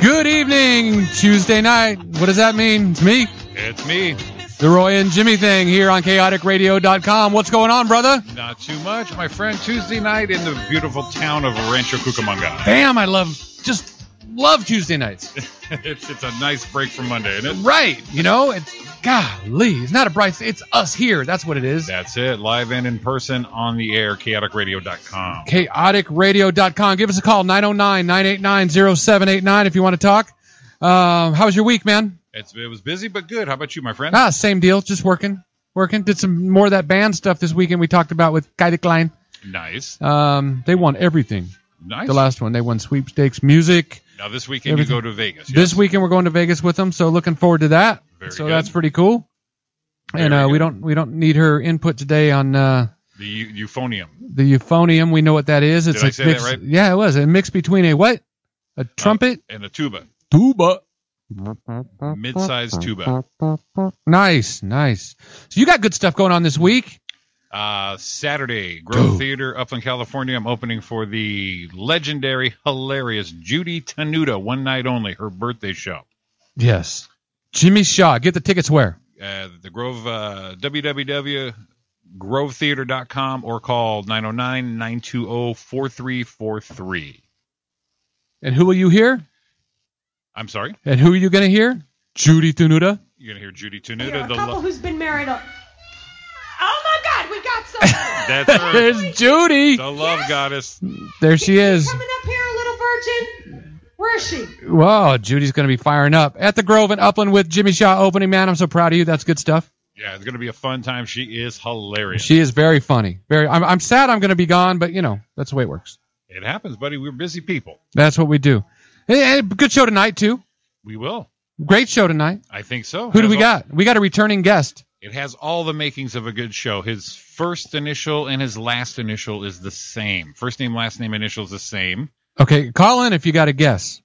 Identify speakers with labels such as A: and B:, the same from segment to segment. A: Good evening, Tuesday night. What does that mean? It's me,
B: It's me.
A: the Roy and Jimmy thing here on chaoticradio.com. What's going on, brother?
B: Not too much, my friend. Tuesday night in the beautiful town of Rancho Cucamonga.
A: Bam, I love, just love Tuesday nights.
B: it's it's a nice break from Monday, isn't it?
A: Right, you know, it's, golly, it's not a bright, it's us here. That's what it is.
B: That's it. Live and in person on the air, chaoticradio.com.
A: Chaoticradio.com. Give us a call, 909 989 0789 if you want to talk. Uh, how was your week, man?
B: It's, it was busy but good. How about you, my friend?
A: Ah, same deal, just working. Working. Did some more of that band stuff this weekend we talked about with Kai Klein.
B: Nice.
A: Um, they won everything.
B: Nice.
A: The last one they won sweepstakes music.
B: now this weekend
A: everything-
B: you go to Vegas. yes?
A: This weekend we're going to Vegas with them, so looking forward to that.
B: Very
A: so
B: good.
A: that's pretty cool. and
B: Very
A: uh, we
B: good.
A: don't we don't need her input today on uh,
B: the eu- euphonium.
A: the euphonium. We know what that is. It's
B: Did I
A: a
B: say that
A: mix.
B: right?
A: Yeah, it was a mix between a what? A trumpet,
B: And a tuba.
A: tuba.
B: Mid-sized tuba.
A: Nice, nice. So you got good stuff going on this week.
B: Uh, Saturday, Grove
A: Go.
B: Theater, Upland, California. I'm opening for the legendary, hilarious Judy Tenuta, one night only, her birthday show.
A: Yes. Jimmy Shaw, get the tickets where?
B: uh, the Grove, uh, www.grovetheater.com or call 909 920 4343.
A: And who will you hear?
B: I'm sorry.
A: And who are you going to hear? Judy Tunuta.
B: You're going to hear Judy
C: Here,
B: Tenuta.
C: a
B: The
C: couple
B: lo-
C: who's been married. A- oh my God, we got somebody.
B: that's her,
A: There's Judy.
B: the love goddess.
A: There she is.
C: Coming up here, little virgin. Where is she?
A: Whoa, Judy's going to be firing up at the Grove in Upland with Jimmy Shaw opening. Man, I'm so proud of you. That's good stuff.
B: Yeah, it's going to be a fun time. She is hilarious.
A: She is very funny. Very. I'm, I'm sad I'm going to be gone, but you know that's the way it works.
B: it happens, buddy. We're busy people.
A: That's what we do. Hey, hey, good show tonight too.
B: We will.
A: Great show tonight.
B: I think so.
A: Who do
B: Has
A: we
B: all-
A: got? We got a returning guest.
B: It has all the makings of a good show. His first initial and his last initial is the same. First name, last name, initial is the same.
A: Okay, call in if you got a guess,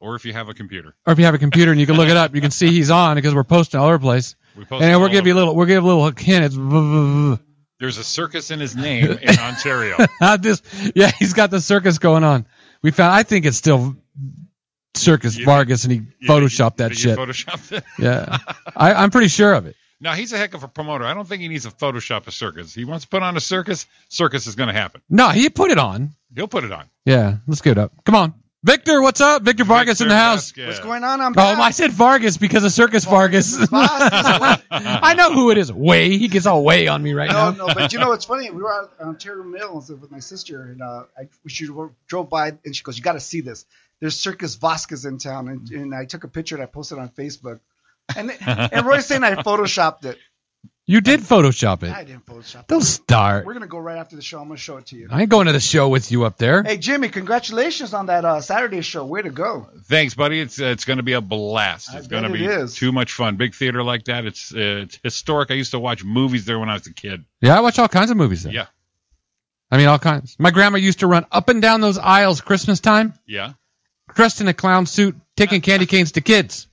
B: Or if you have a computer,
A: or if you have a computer and you can look it up, you can see he's on because we're posting all over the place.
B: we post
A: And
B: all
A: we'll give
B: over.
A: you a little. We'll give a little hint. It's. v- v- v-
B: There's a circus in his name in Ontario.
A: Not this. Yeah, he's got the circus going on. We found. I think it's still Circus
B: You-
A: Vargas, and he
B: You-
A: photoshopped
B: you-
A: that
B: you
A: shit.
B: photoshopped it?
A: yeah, I, I'm pretty sure of it.
B: No, he's a heck of a promoter. I don't think he needs to Photoshop a circus. He wants to put on a circus. Circus is going to happen.
A: No, he put it on.
B: He'll put it on.
A: Yeah, let's give it up. Come on, Victor. What's up, Victor Vargas in the
B: Victor
A: house?
B: Vasquez.
D: What's going on? I'm
A: Oh,
D: back.
A: I said Vargas because of Circus Vargas.
D: Boss.
A: I know who it is. Way he gets all way on me right
D: no,
A: now.
D: no, but you know what's funny? We were out at Ontario Mills with my sister, and uh, I, she drove by, and she goes, "You got to see this. There's Circus Vasquez in town," and, and I took a picture and I posted it on Facebook. And and Roy's saying I photoshopped it.
A: You did Photoshop
D: I
A: it.
D: didn't Photoshop.
A: Don't
D: it.
A: start.
D: We're gonna go right after the show. I'm gonna show it to you.
A: I ain't going to the show with you up there.
D: Hey Jimmy, congratulations on that uh, Saturday show. Way to go!
B: Thanks, buddy. It's uh, it's going to be a blast.
D: I
B: It's
D: bet
B: going to be
D: it is.
B: too much fun. Big theater like that. It's uh, it's historic. I used to watch movies there when I was a kid.
A: Yeah, I watch all kinds of movies there.
B: Yeah,
A: I mean all kinds. My grandma used to run up and down those aisles Christmas time.
B: yeah.
A: dressed in a clown suit, taking candy canes to kids.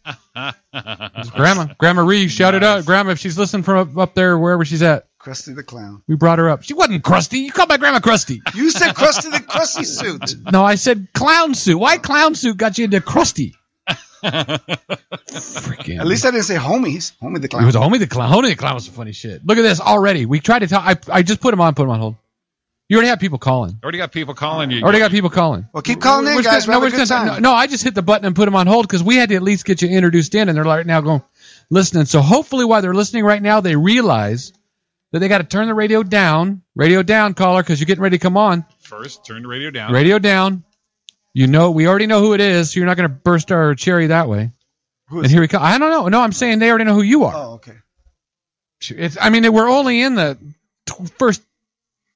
A: It's grandma, Grandma Ree, shout it out,
B: Nice.
A: Grandma. If she's listening from up, up there, wherever she's at,
D: Krusty the Clown.
A: we brought her up. She wasn't crusty. You called my grandma crusty.
D: You said Krusty the Krusty suit.
A: No, I said clown suit. Why clown suit got you into crusty? Freaking.
D: At least I didn't say homies. Homie the
A: it
D: Clown.
A: was only the clown. Only the clown was some funny shit. Look at this already. We tried to tell. I I just put him on. Put him on hold. You already have people calling.
B: Already got people calling you.
A: Already got people calling.
D: well, keep calling in,
A: We're
D: guys.
A: gonna-
D: We're
A: we're
D: having a good
A: gonna-
D: time.
A: no, no, I just hit the button and put them on hold because we had to at least get you introduced in, and they're right now going listening. So hopefully, while they're listening right now, they realize that they got to turn the radio down, radio down, caller, because you're getting ready to come on.
B: First, turn the radio down.
A: Radio down. You know, we already know who it is, so you're not going to burst our cherry that way.
D: Who is
A: And here we come. I don't know. No, I'm saying they already know who you are.
D: Oh, okay.
A: It's. I mean, we're only in the tw- first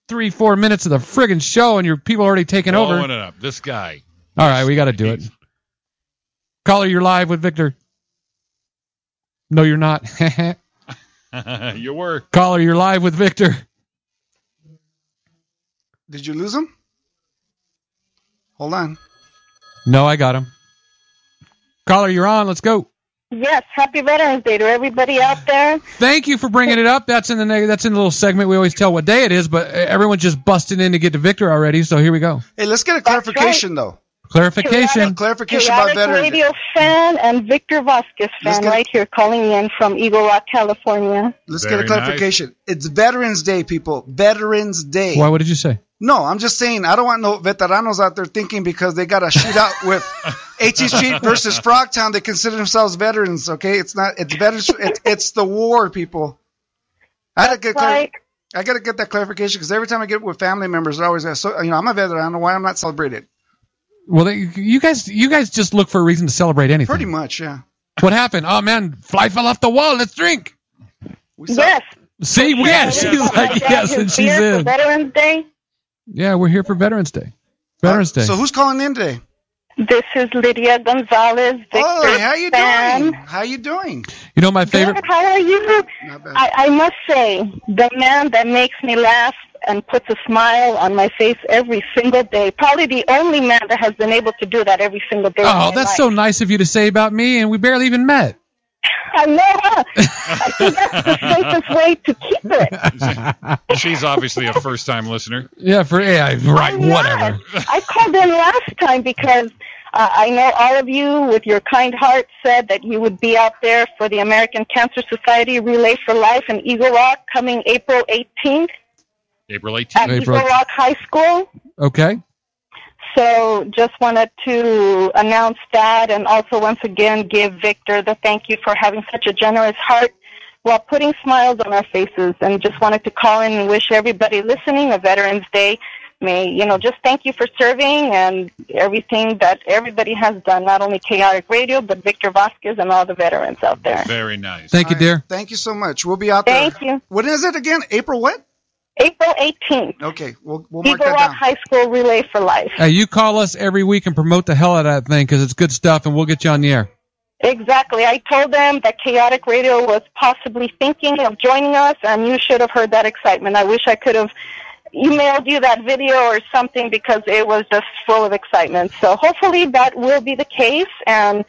A: three, four minutes of the friggin' show, and your people are already taking over.
B: Blowing it up. This guy.
A: All right, we got to do it. Caller, you're live with Victor. No, you're not.
B: you were.
A: Caller, you're live with Victor.
D: Did you lose him? Hold on.
A: No, I got him. Caller, you're on. Let's go.
E: Yes, happy Veterans Day to everybody out there.
A: Thank you for bringing it up. That's in the neg- that's in the little segment we always tell what day it is, but everyone's just busting in to get to Victor already. So here we go.
D: Hey, let's get a
E: That's
D: clarification though.
A: Clarification.
D: Clarification about
E: Chaotic
D: veteran.
E: Radio fan and Victor Vasquez
D: Let's
E: fan
D: get-
E: right here calling in from Eagle Rock, California.
D: Let's get
B: Very
D: a
B: nice.
D: clarification. It's Veterans Day, people. Veterans Day.
A: Why? What did you say?
D: No, I'm just saying I don't want no veteranos out there thinking because they got a shootout with 18th Street versus Frogtown, they consider themselves veterans. Okay, it's not. It's veterans. It's, it's the war, people. I gotta get. clar-
E: Right?
D: I gotta get that clarification because every time I get with family members, they're always so you know I'm a veteran. I don't know why I'm not celebrated.
A: Well, they, you guys, you guys just look for a reason to celebrate anything.
D: Pretty much, yeah.
A: What happened? Oh man, fly fell off the wall. Let's drink.
D: We saw-
E: Yes.
A: See, yeah, she's like yes, and she's
E: here for
A: in.
E: Veterans Day.
A: Yeah, we're here for Veterans Day. Veterans Day.
D: So who's calling in today?
E: This is Lydia Gonzalez. Victor
D: oh, how you
E: fan.
D: doing? How you doing?
A: you know my favorite.
E: Good, how are you?
D: Not bad.
E: I, I must say, the man that makes me laugh and puts a smile on my face every single day, probably the only man that has been able to do that every single day. of
A: Oh,
E: my
A: that's
E: life.
A: so nice of you to say about me, and we barely even met.
E: I know. huh? I think that's the safest way to keep it.
B: She's obviously a first time listener.
A: Yeah, for yeah, right,
E: I'm
A: whatever.
E: Not. I called in last time because uh, I know all of you, with your kind heart, said that you would be out there for the American Cancer Society Relay for Life in Eagle Rock coming April 18th
B: April 18th.
E: at
A: April-
E: Eagle Rock High School.
A: Okay.
E: So just wanted to announce that and also once again give Victor the thank you for having such a generous heart while putting smiles on our faces and just wanted to call in and wish everybody listening a Veterans Day. May you know, just thank you for serving and everything that everybody has done, not only Chaotic Radio, but Victor Vasquez and all the veterans out there.
B: Very nice.
A: Thank you,
D: All right.
A: dear.
D: Thank you so much. We'll be out there.
E: Thank you.
D: What is it again? April what?
E: April eighteenth,
D: Okay, we'll we'll mark
E: Eagle
D: that
E: Rock
D: down.
E: High School Relay for Life.
A: Hey, you call us every week and promote the hell out of that thing because it's good stuff, and we'll get you on the air.
E: Exactly. I told them that Chaotic Radio was possibly thinking of joining us, and you should have heard that excitement. I wish I could have emailed you that video or something because it was just full of excitement. So hopefully that will be the case, and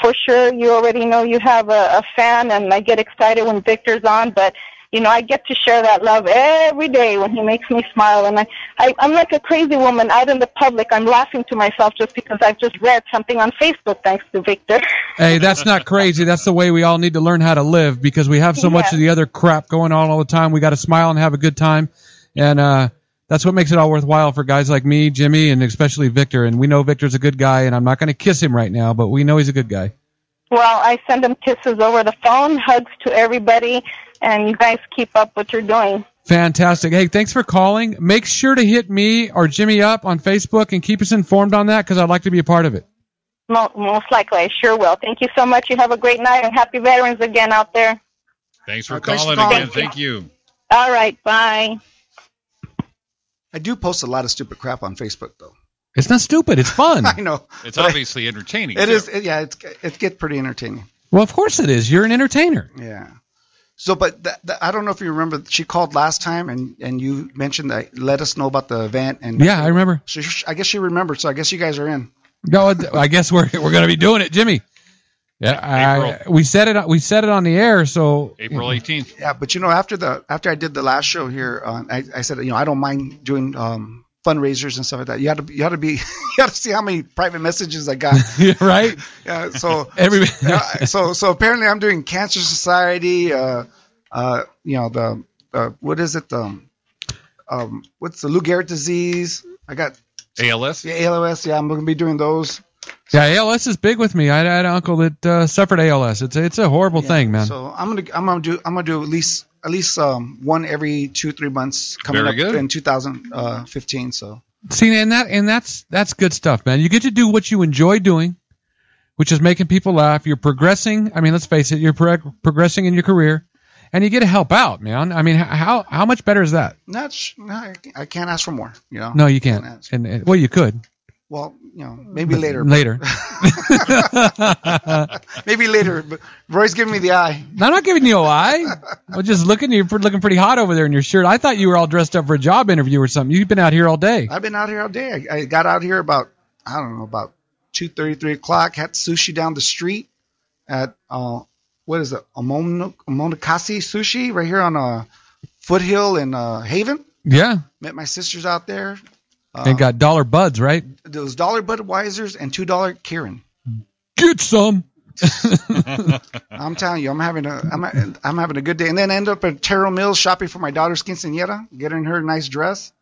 E: for sure you already know you have a, a fan, and I get excited when Victor's on, but. You know, I get to share that love every day when he makes me smile, and I, I, I'm like a crazy woman out in the public. I'm laughing to myself just because I've just read something on Facebook, thanks to Victor.
A: Hey, that's not crazy. That's the way we all need to learn how to live because we have so much
E: Yeah.
A: of the other crap going on all the time. We got to smile and have a good time, and uh, that's what makes it all worthwhile for guys like me, Jimmy, and especially Victor. And we know Victor's a good guy, and I'm not going to kiss him right now, but we know he's a good guy.
E: Well, I send them kisses over the phone, hugs to everybody, and you guys keep up what you're doing.
A: Fantastic. Hey, thanks for calling. Make sure to hit me or Jimmy up on Facebook and keep us informed on that because I'd like to be a part of it.
E: Mo- most likely, I sure will. Thank you so much. You have a great night, and happy Veterans again out there.
B: Thanks
D: Uh,
B: for
D: thanks for
B: calling
D: calling.
B: again. Thank you.
E: All right, bye.
D: I do post a lot of stupid crap on Facebook though.
A: It's not stupid. It's fun.
D: I know
B: It's obviously entertaining.
D: it
B: too.
D: is. It, yeah, it's it gets pretty entertaining.
A: well, of course it is. You're an entertainer.
D: Yeah. So, but th- th- I don't know if you remember. She called last time, and and you mentioned that let us know about the event. And
A: Yeah, I remember.
D: so she, I guess she remembered. So I guess you guys are in.
A: No, I guess we're we're gonna be doing it, Jimmy. Yeah, I, we said it. We said it on the air. So
B: April 18th.
D: Yeah, but you know, after the after I did the last show here, uh, I, I said you know I don't mind doing um, fundraisers and stuff like that. You had to you had to be you had to see how many private messages I got.
A: right?
D: Yeah, so
A: Every
D: yeah, so so apparently I'm doing Cancer Society. Uh, uh, you know the uh, what is it? Um, um, what's the Lou Gehrig disease? I got
B: ALS.
D: yeah, ALS. Yeah, I'm gonna be doing those.
A: yeah, ALS is big with me. I had an uncle that uh, suffered ALS. It's it's a horrible thing, man.
D: So I'm gonna I'm gonna do I'm gonna do at least at least um, one every two three months coming
B: Very
D: up
B: good.
D: in 2015. So
A: See, and that and that's that's good stuff, man. You get to do what you enjoy doing, which is making people laugh. You're progressing. I mean, let's face it, you're prog- progressing in your career, and you get to help out, man. I mean, h- how how much better is that?
D: not sh- no, I can't- I can't ask for more. You know.
A: No, you can't.
D: that's-
A: And, and well, you could
D: Well, you know, maybe later.
A: later.
D: Maybe later. But Roy's giving me the eye.
A: I'm not giving you a lie. I'm just looking. You're pre- looking pretty hot over there in your shirt. I thought you were all dressed up for a job interview or something. You've been out here all day.
D: I've been out here all day. I, I got out here about I don't know about two thirty three o'clock. Had sushi down the street at uh, what is it Omon- Omonakase Sushi right here on uh, Foothill in uh, Haven.
A: Yeah.
D: Met my sisters out there.
A: and got dollar buds, right?
D: those dollar Budweisers and two dollar Kieran.
A: Get some.
D: I'm telling you, I'm having a I'm I'm having a good day, and then end up at Terrell Mills shopping for my daughter's quinceañera, getting her a nice dress.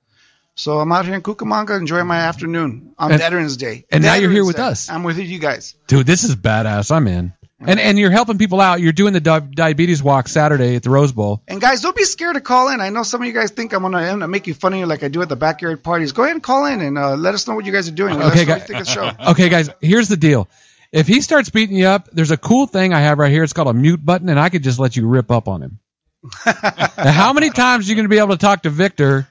D: So I'm out here in Cucamonga enjoying my afternoon on
A: And-
D: Veterans Day.
A: and now you're here
D: Veterans
A: with
D: Day.
A: us.
D: I'm with you guys.
A: Dude, this is badass. I'm in. And and you're helping people out. You're doing the di- diabetes walk Saturday at the Rose Bowl.
D: And guys, don't be scared to call in. I know some of you guys think I'm gonna, I'm gonna make you fun of you like I do at the backyard parties. Go ahead and call in and uh, let us know what you guys are doing. Let
A: Okay,
D: us know
A: guy-
D: what you think of the show.
A: Okay, guys, here's the deal. If he starts beating you up, there's a cool thing I have right here. It's called a mute button, and I could just let you rip up on him. now, how many times are you going to be able to talk to Victor,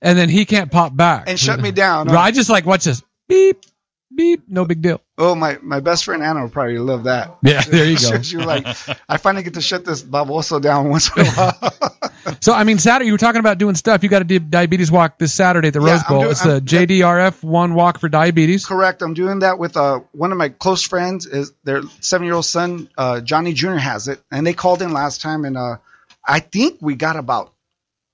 A: and then he can't pop back
D: And shut me down.
A: I just like watch this beep, beep, no big deal.
D: Oh my, my best friend Anna will probably love that.
A: Yeah, there you go.
D: she was like, I finally get to shut this baboso down once in a while.
A: So I mean, Saturday you were talking about doing stuff. You got a di- diabetes walk this Saturday at the
D: Yeah,
A: Rose
D: I'm
A: Bowl.
D: doing-
A: it's the
D: I'm-
A: JDRF one walk for diabetes.
D: Correct. I'm doing that with uh, one of my close friends. Is their seven year old son uh, Johnny Jr. has it, and they called in last time, and uh, I think we got about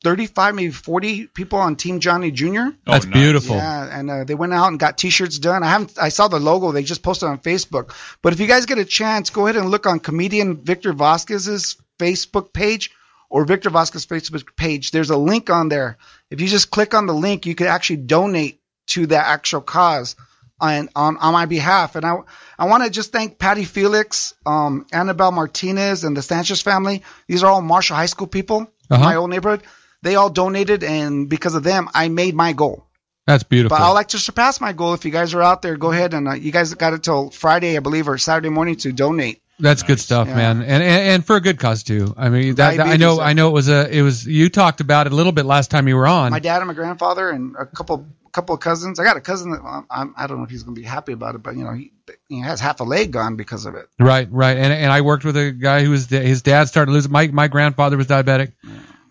D: thirty five, maybe forty people on Team Johnny Jr.
B: Oh,
A: That's
B: nice.
A: beautiful.
D: Yeah, and uh, they went out and got T-shirts done. I haven't. I saw the logo. They just posted on Facebook. But if you guys get a chance, go ahead and look on comedian Victor Vasquez's Facebook page or Victor Vasquez's Facebook page. There's a link on there. If you just click on the link, you can actually donate to the actual cause on on, on my behalf. And I I want to just thank Patty Felix, um, Annabelle Martinez, and the Sanchez family. These are all Marshall High School people. in
A: Uh-huh.
D: My old neighborhood. They all donated, and because of them, I made my goal.
A: That's beautiful.
D: But I would like to surpass my goal. If you guys are out there, go ahead and uh, you guys got it till Friday, I believe, or Saturday morning to donate.
A: That's good stuff,
D: Yeah.
A: man, and, and and for a good cause too. I mean, that, that- I know,
D: Diabetes, uh,
A: I know it was a, it was you talked about it a little bit last time you were on.
D: My dad and my grandfather and a couple couple of cousins. I got a cousin that um, I'm, I don't know if he's going to be happy about it, but you know he, he has half a leg gone because of it.
A: Right, right, and and I worked with a guy who was his dad started losing. My my grandfather was diabetic.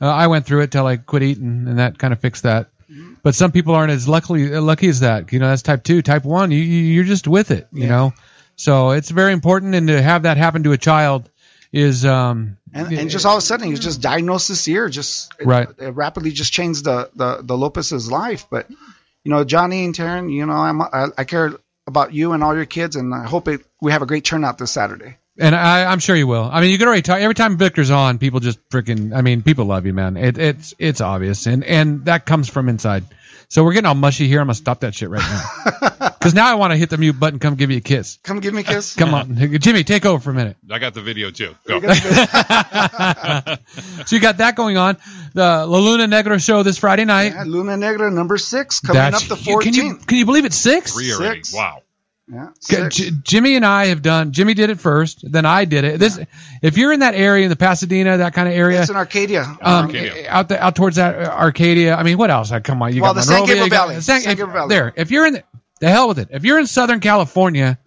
A: Uh, I went through it till I quit eating, and that kind of fixed that.
D: Mm-hmm.
A: But some people aren't as luckily lucky as that. You know, that's type two. Type one, you you- you're just with it. You
D: Yeah.
A: know, so it's very important, and to have that happen to a child is um
D: And, and just all of a sudden, he was just diagnosed this year. Just it-
A: Right.
D: It, rapidly just changed the the, the Lopez's life. But you know, Johnny and Taryn, you know, I'm, I, I care about you and all your kids, and I hope it, we have a great turnout this Saturday.
A: And I, I'm sure you will. I mean, you can already talk. Every time Victor's on, people just freaking. I mean, people love you, man. It, it's it's obvious, and and that comes from inside. So we're getting all mushy here. I'm gonna stop that shit right now, because now I want to hit the mute button. Come give you a kiss.
D: Come give me a kiss.
A: Come on, Jimmy, take over for a minute.
B: I got the video too. Go.
A: So you got that going on. The La Luna Negra show this Friday night.
D: Yeah, Luna Negra number six coming
A: That's
D: up the
A: huge. Can you
D: 14th.
A: can you believe it's six?
B: Three already.
D: Six.
B: Wow.
D: Yeah,
A: J-
D: six.
A: J- Jimmy and I have done. Jimmy did it first, then I did it. This, if you're in that area, in the Pasadena, that kind of area,
D: It's in Arcadia.
A: um,
B: Arcadia.
A: out the, out towards that uh, Arcadia. I mean, what else? Uh, Come on, you
D: Well,
A: got
D: the San
A: Monrovia,
D: Gabriel
A: you got-
D: Valley.
A: the San-
D: San
A: if-
D: Gabriel Valley.
A: There, if you're in the, the hell with it, if you're in Southern California,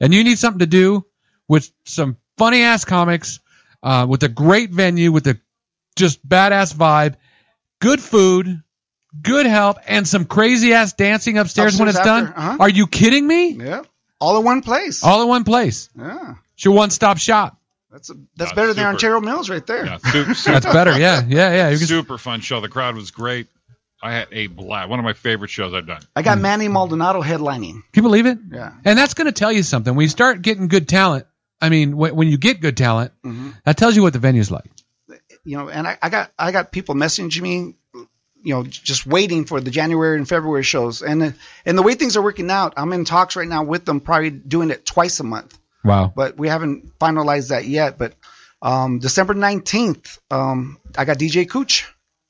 A: and you need something to do with some funny ass comics, uh, with a great venue, with a just badass vibe, good food, good help, and some crazy ass dancing upstairs, when it's
D: Upstairs
A: done.
D: after, uh-huh.
A: Are you kidding me?
D: yeah, all in one place.
A: All in one place.
D: yeah,
A: It's your one stop shop.
D: that's a, that's
B: Yeah,
D: better than
B: super.
D: Ontario Mills right there.
B: Yeah. Super,
A: That's
B: super,
A: better. Yeah, yeah, yeah. You can-
B: super fun show. The crowd was great. I had a blast. One of my favorite shows I've done.
D: I got Manny Maldonado headlining.
A: Can you believe it?
D: Yeah.
A: And that's going to tell you something. When you start getting good talent, I mean, when, when you get good talent,
D: Mhm.
A: that tells you what the venue's like.
D: you know, and I, I got I got people messaging me, you know, j- just waiting for the January and February shows, and uh, and the way things are working out, I'm in talks right now with them, probably doing it twice a month,
A: Wow.
D: but we haven't finalized that yet. But um, December 19th, um, I got DJ Cooch,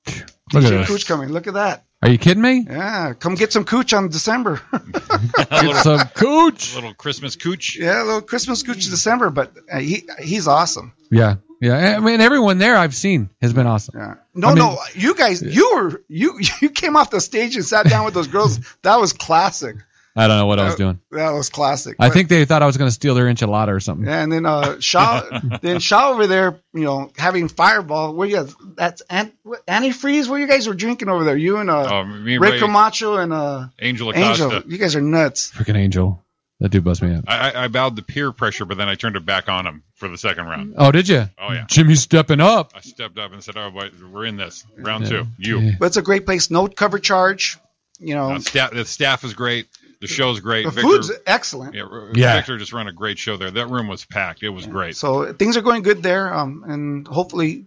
A: Look
D: DJ
A: at this.
D: Cooch coming. Look at that,
A: Are you kidding me?
D: yeah, come get some Cooch on December.
A: Get some cooch.
B: Little Christmas cooch.
D: yeah, a little Christmas Cooch in December, but uh, he he's awesome.
A: Yeah. Yeah. I mean, everyone there I've seen has been awesome.
D: Yeah. No,
A: I mean-
D: no, you guys, you were you you came off the stage and sat down with those girls. That was classic.
A: I don't know what I
D: Uh,
A: was doing.
D: That was classic.
A: I
D: But-
A: think they thought I was going to steal their enchilada or something.
D: Yeah, and then uh, Shaw, then Shaw over there, you know, having Fireball. Where you guys, that's an, what, antifreeze. Where you guys were drinking over there? You and uh,
B: Oh, me and
D: Ray
B: Ray-
D: Camacho and uh,
B: Angel Acosta.
D: Angel. You guys are nuts.
A: Freaking angel. That dude bust me up.
B: I, I- I bowed the peer pressure, but then I turned it back on him for the second
D: Mm.
B: round.
A: Oh, did you?
B: Oh, yeah.
A: Jimmy's stepping up.
B: I stepped up and said, "Oh, wait, we're in this round two. You,
A: Yeah.
D: But it's a great place. No cover charge. you know,
B: Uh, staff, the staff is great. The show's great.
D: the
B: Victor,
D: food's excellent.
B: yeah, R-
A: Yeah.
B: Victor just ran a great show there. That room was packed. It was great.
D: So things are going good there, um, and hopefully,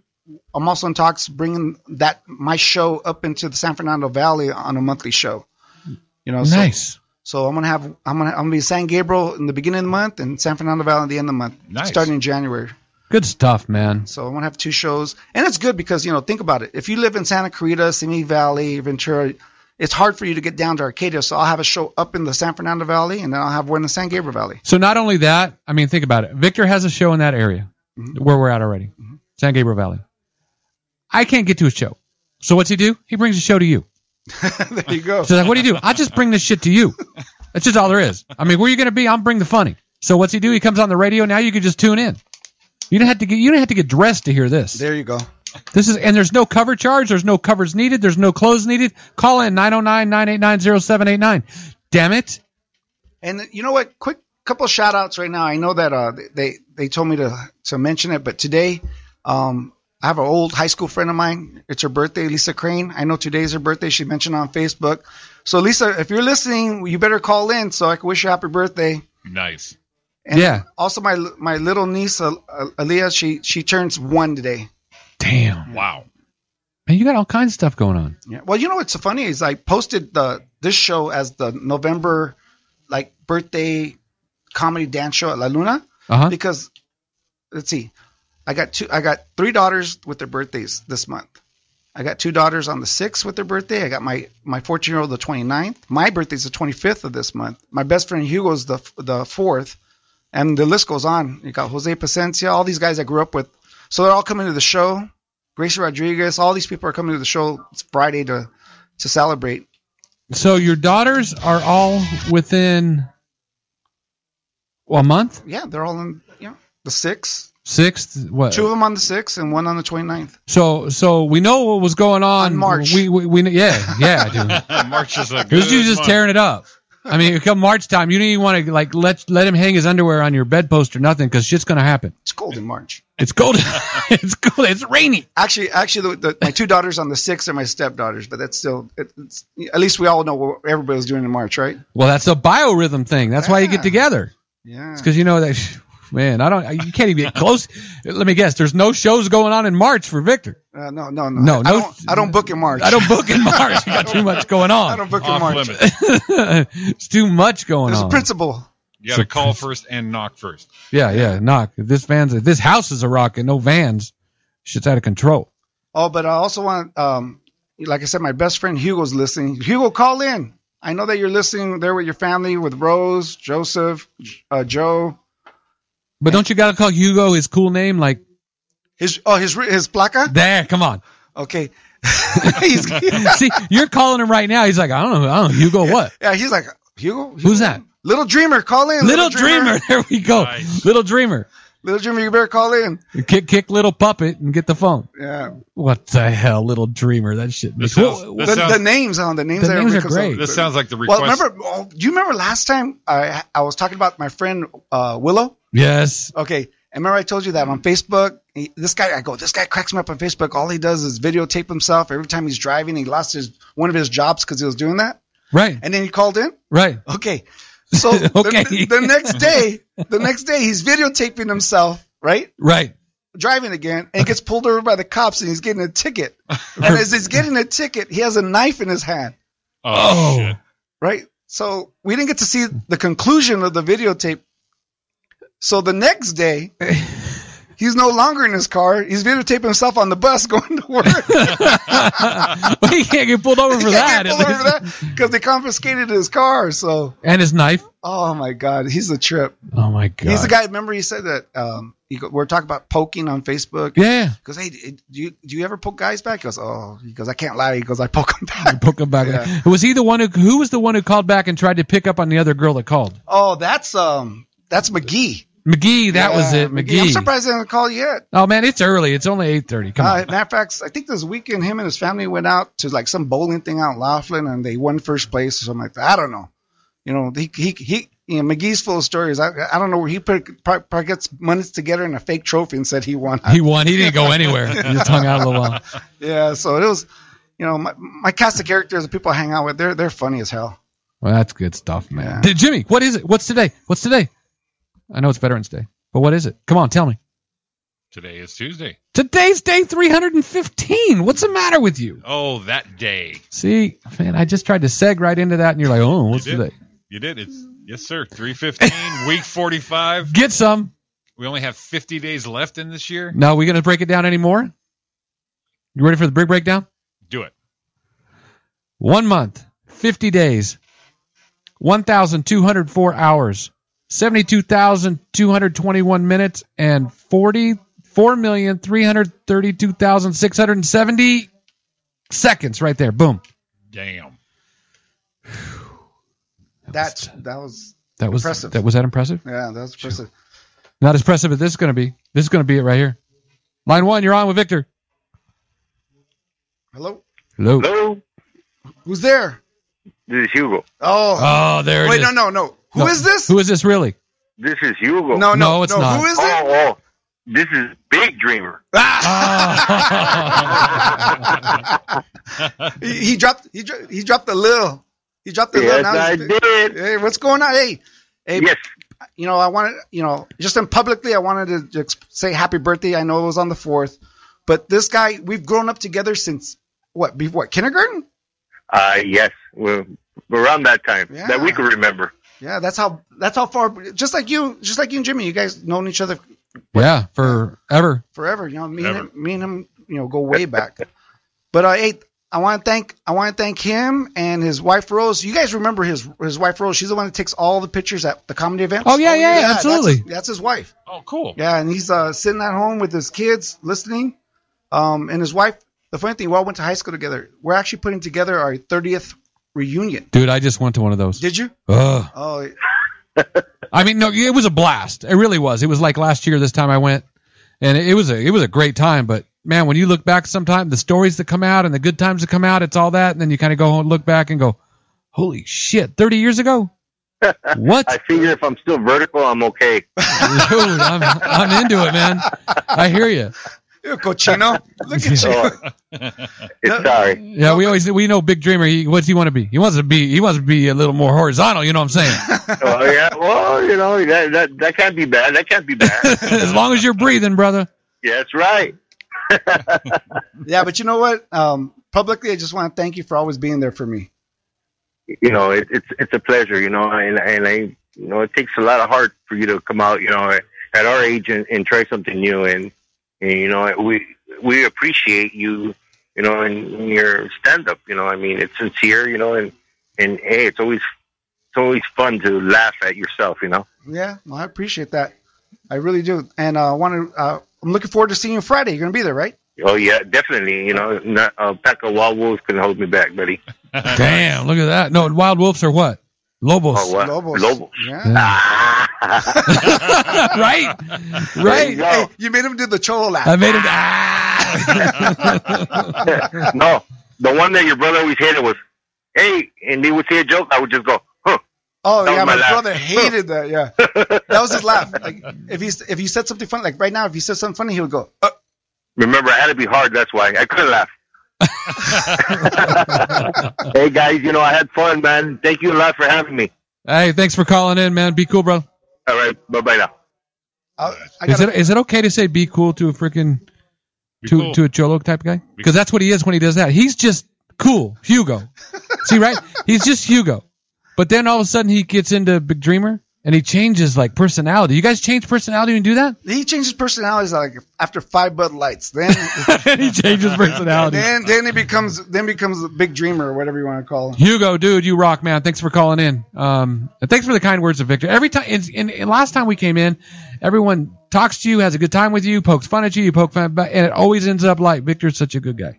D: I'm also in talks bringing that my show up into the San Fernando Valley on a monthly show. You know, so-
A: nice.
D: So, I'm gonna have I'm gonna I'm gonna be in San Gabriel in the beginning of the month and San Fernando Valley at the end of the month,
B: Nice.
D: starting in January.
A: Good stuff, man.
D: So I'm gonna have two shows, and it's good because you know think about it. If you live in Santa Clarita, Simi Valley, Ventura, it's hard for you to get down to Arcadia. So I'll have a show up in the San Fernando Valley, and then I'll have one in the San Gabriel Valley.
A: So not only that, I mean, think about it. Victor has a show in that area
D: Mm-hmm.
A: where we're at already, San Gabriel Valley. I can't get to his show. So what's he do? He brings a show to you.
D: there you go.
A: So like, what do you do? I just bring this shit to you. That's just all there is. I mean, where you gonna be? I'm bring the funny. So what's he do? He comes on the radio. Now you can just tune in. You don't have to get you don't have to get dressed to hear this.
D: There you go.
A: This is and there's no cover charge, there's no covers needed, there's no clothes needed. Call in 909-989-0789. Damn it.
D: And you know what? Quick couple shout outs right now. I know that uh, they they told me to to mention it, but today um, I have an old high school friend of mine. It's her birthday, Lisa Crane. I know today's her birthday. She mentioned on Facebook. So Lisa, if you're listening, you better call in so I can wish you happy birthday.
B: Nice.
D: And
A: Yeah.
D: Also, my my little niece Al- Al- Aaliyah, she she turns one today.
A: Damn.
B: Wow.
A: Man, you got all kinds of stuff going on.
D: Yeah. Well, you know what's so funny is I posted the this show as the November like birthday comedy dance show at La Luna.
A: Uh-huh.
D: because let's see i got two i got three daughters with their birthdays this month i got two daughters on the 6th with their birthday i got my my 14 year old the 29th my birthday's the 25th of this month my best friend hugo's the the 4th and the list goes on you got jose Pacencia, all these guys i grew up with so they're all coming to the show gracie rodriguez all these people are coming to the show it's friday to to celebrate
A: So your daughters are all within well, a month?
D: yeah they're all in you know the 6th
A: Sixth? What?
D: two of them on the 6th and one on the 29th
A: So so we know what was going on.
D: On March.
A: We, we, we yeah, yeah, dude.
B: March is a good.
A: This dude's just
B: month.
A: tearing it up. I mean, come March time, you don't even want to like let let him hang his underwear on your bedpost or nothing because shit's gonna happen.
D: it's cold in march
A: It's cold. it's cold. It's rainy.
D: Actually, actually, the, the, my two daughters on the sixth are my stepdaughters, but that's still it, it's, at least we all know what everybody was doing in March, right?
A: Well, that's a biorhythm thing. That's why you get
D: Yeah.
A: together.
D: Yeah.
A: It's because you know that, man, I don't, you can't even get close. Let me guess. There's no shows going on in March for Victor.
D: Uh, no, no, no,
A: No, no-
D: I don't. I don't book in March.
A: I don't book in March. You got too much going
D: I
A: on.
D: don't book in
B: Off
D: March.
B: limits.
A: it's too much going
D: There's a
A: on.
D: principle.
B: You got to call first and knock first.
A: Yeah, yeah. Knock. If this van's, if this house is a rocket, no vans. Shit's out of control.
D: Oh, but I also want, um, like I said, my best friend Hugo's listening. Hugo, call in. I know that you're listening there with your family, with Rose, Joseph, uh, Joe.
A: But don't you got to call Hugo his cool name? Like,
D: His oh, his re- his placa.
A: there, come on.
D: Okay. he's,
A: See, you're calling him right now. He's like, I don't know. I don't know. Hugo what?
D: yeah, he's like Hugo. Hugo?
A: Who's that?
D: Little Dreamer, call in.
A: Little Dreamer. There we go.
B: Nice.
A: Little Dreamer.
D: Little Dreamer, you better call in.
A: Kick, kick little puppet and get the phone.
D: Yeah.
A: What the hell, little dreamer? That shit.
B: This
A: Well,
B: sounds-
A: well,
D: The,
B: That sounds-
D: the names on the names,
A: The
D: I
A: names are
D: reconcile-
A: great.
B: This sounds like the request.
D: well, remember, oh, do you remember last time I I was talking about my friend uh, Willow?
A: yes.
D: Okay, and remember I told you that on Facebook. He, this guy, I go, this guy cracks me up on Facebook. All he does is videotape himself every time he's driving. He lost his one of his jobs because he was doing that,
A: Right.
D: and then he called in.
A: Right.
D: Okay, so
A: Okay.
D: The, the next day, the next day he's videotaping himself, right?
A: Right.
D: driving again and gets pulled over by the cops and he's getting a ticket. And as he's getting a ticket, he has a knife in his hand,
B: oh,
A: Oh.
B: shit.
D: right? So we didn't get to see the conclusion of the videotape. So the next day, he's no longer in his car. He's videotaping himself on the bus going to work.
A: but he can't get pulled over for
D: he
A: that.
D: can't get
A: at
D: pulled over
A: least.
D: that because they confiscated his car. So,
A: And his knife.
D: oh my God, he's a trip.
A: Oh my god.
D: He's the guy. Remember, he said that um, he go, we're talking about poking on Facebook.
A: Yeah.
D: He goes, hey, do you do you ever poke guys back? He goes, oh, he goes, I can't lie. He goes, I poke them back.
A: Poke him back.
D: Yeah.
A: Was he the one who? Who was the one who called back and tried to pick up on the other girl that called?
D: Oh, that's um, that's McGee.
A: McGee. That was
D: Yeah,
A: it. McGee.
D: I'm surprised they didn't call you yet.
A: Oh man, it's early. It's only eight thirty. Come
D: Uh,
A: on.
D: matter of fact, I think this weekend him and his family went out to like some bowling thing out in Laughlin, and they won first place or something like that. I don't know. You know, he he he. You know, McGee's full of stories. I I don't know where he put probably, probably gets money together in a fake trophy and said he won.
A: He won. He didn't go anywhere. He just hung out a little while.
D: yeah, so it was. you know, my, my cast of characters, the people I hang out with, they're they're funny as hell.
A: Well, that's good stuff, man.
D: Yeah.
A: Did- Jimmy, what is it? What's today? What's today? I know it's Veterans Day, but what is it? Come on, tell me.
B: Today is Tuesday.
A: Today's day 315. What's the matter with you?
B: Oh, that day.
A: See, man, I just tried to seg right into that, and you're like, oh, what's
B: You did.
A: today?
B: You did. It's yes, sir. Three fifteen, week forty five.
A: Get some.
B: We only have fifty days left in this year.
A: Now, are we going to break it down anymore? You ready for the big breakdown?
B: Do it.
A: One month, 50 days, 1,204 hours, 72,221 minutes, and 44,332,670 seconds right there. Boom.
B: Damn.
D: That that was
A: That was
D: Impressive.
A: that was that impressive?
D: yeah, that was impressive.
A: Not as impressive as this is going to be. This is going to be it right here. Line one, you're on with Victor.
D: Hello,
A: Hello.
F: Hello,
D: who's there?
F: this is Hugo.
D: Oh,
A: Oh, there it is.
D: wait, no, no, no. Who is
A: No,
D: this?
A: Who is this really?
F: This is Hugo.
D: no, no,
A: No, it's
D: no.
A: not.
D: Who is
F: Oh,
D: it?
F: oh, this is Big Dreamer.
D: Ah. He, he dropped. He, dro- he dropped the lil. He dropped the lil.
F: yes,
D: Now
F: I
D: he's-
F: did.
D: Hey, what's going on? Hey, hey,
F: Yes,
D: you know, I wanted, you know, just in publicly, I wanted to ex- say happy birthday. I know it was on the fourth, but this guy, we've grown up together since what? Be, what kindergarten?
F: uh, yes. Well, around that time
D: Yeah.
F: that we could remember.
D: Yeah, that's how. That's how far. Just like you, just like you and Jimmy, you guys known each other
A: Yeah, forever.
D: forever. You know, me and
B: Forever.
D: him, me and him, you know, go way back. but uh, hey, I want to thank I want to thank him and his wife Rose. You guys remember his his wife Rose? She's the one that takes all the pictures at the comedy events.
A: Oh, yeah, yeah,
D: that's his-
A: absolutely.
D: that's his wife.
B: Oh, cool.
D: Yeah, and he's uh, sitting at home with his kids listening. Um, and his wife, the funny thing, we all went to high school together. We're actually putting together our 30th reunion.
A: Dude, I just went to one of those.
D: Did you?
A: Ugh.
D: Oh,
A: I mean, no, it was a blast. It really was. It was like last year this time I went, and it was a it was a great time. But man, when you look back, sometime the stories that come out and the good times that come out, it's all that, and then you kind of go home and look back and go, "Holy shit, thirty years ago." What?
F: I figure if I'm still vertical, I'm okay.
A: Dude, I'm, I'm into it, man. I hear you.
D: you cochino. Look at you.
F: So, it's sorry.
A: Yeah, we always we know Big Dreamer. He what's he want to be? He wants to be he wants to be a little more horizontal. You know what I'm saying?
F: Oh yeah. Well, you know that that that can't be bad. That can't be bad.
A: as long as you're breathing, brother.
F: yeah, that's right.
D: Yeah, but you know what? Um, publicly, I just want to thank you for always being there for me.
F: you know, it, it's it's a pleasure, you know, and and I, you know, it takes a lot of heart for you to come out, you know, at our age and, and try something new, and, and you know, we we appreciate you, you know, and your stand up, you know, I mean, it's sincere, you know, and and hey, it's always it's always fun to laugh at yourself, you know.
D: Yeah, well, I appreciate that. I really do. And uh, I want to. Uh, I'm looking forward to seeing you Friday. You're gonna be there, right?
F: Oh yeah, definitely, you know, not, a pack of wild wolves can hold me back, buddy.
A: Damn, look at that. No, wild wolves are what? Lobos.
F: Oh what?
D: Lobos. Ah,
F: Lobos.
D: Yeah.
A: Yeah. right,
F: you
A: right.
F: go.
D: Hey, you made him do the cholo laugh.
A: I made him. Ah!
F: no, the one that your brother always hated was, hey, and they would say a joke, I would just go, huh.
D: Oh
F: That
D: yeah,
F: was my
D: my,
F: laugh.
D: brother hated that. Yeah, that was his laugh. Like if he if he said something funny, like right now, if he said something funny, he would go. Uh,
F: Remember, I had to be hard. That's why I couldn't laugh. hey guys, you know I had fun, man. Thank you a lot for having me.
A: hey, thanks for calling in, man. Be cool, bro.
F: All right, bye bye now.
D: I, I
A: Is
D: gotta,
A: it is it okay to say "be cool" to a freaking
B: Be
A: to
B: cool.
A: to a cholo type guy? Because that's what he is when he does that. He's just cool, Hugo. See, right? He's just Hugo. But then all of a sudden he gets into Big Dreamer and he changes like personality. You guys change personality when you do that?
D: he changed his personality like after five Bud Lights, then
A: he changes personality.
D: then then he becomes then becomes a big dreamer or whatever you want to call him.
A: Hugo, dude, you rock, man. Thanks for calling in. Um, and thanks for the kind words of Victor. Every time, and, and, and last time we came in, everyone talks to you, has a good time with you, pokes fun at you, you poke fun, back, and it always ends up like Victor's such a good guy,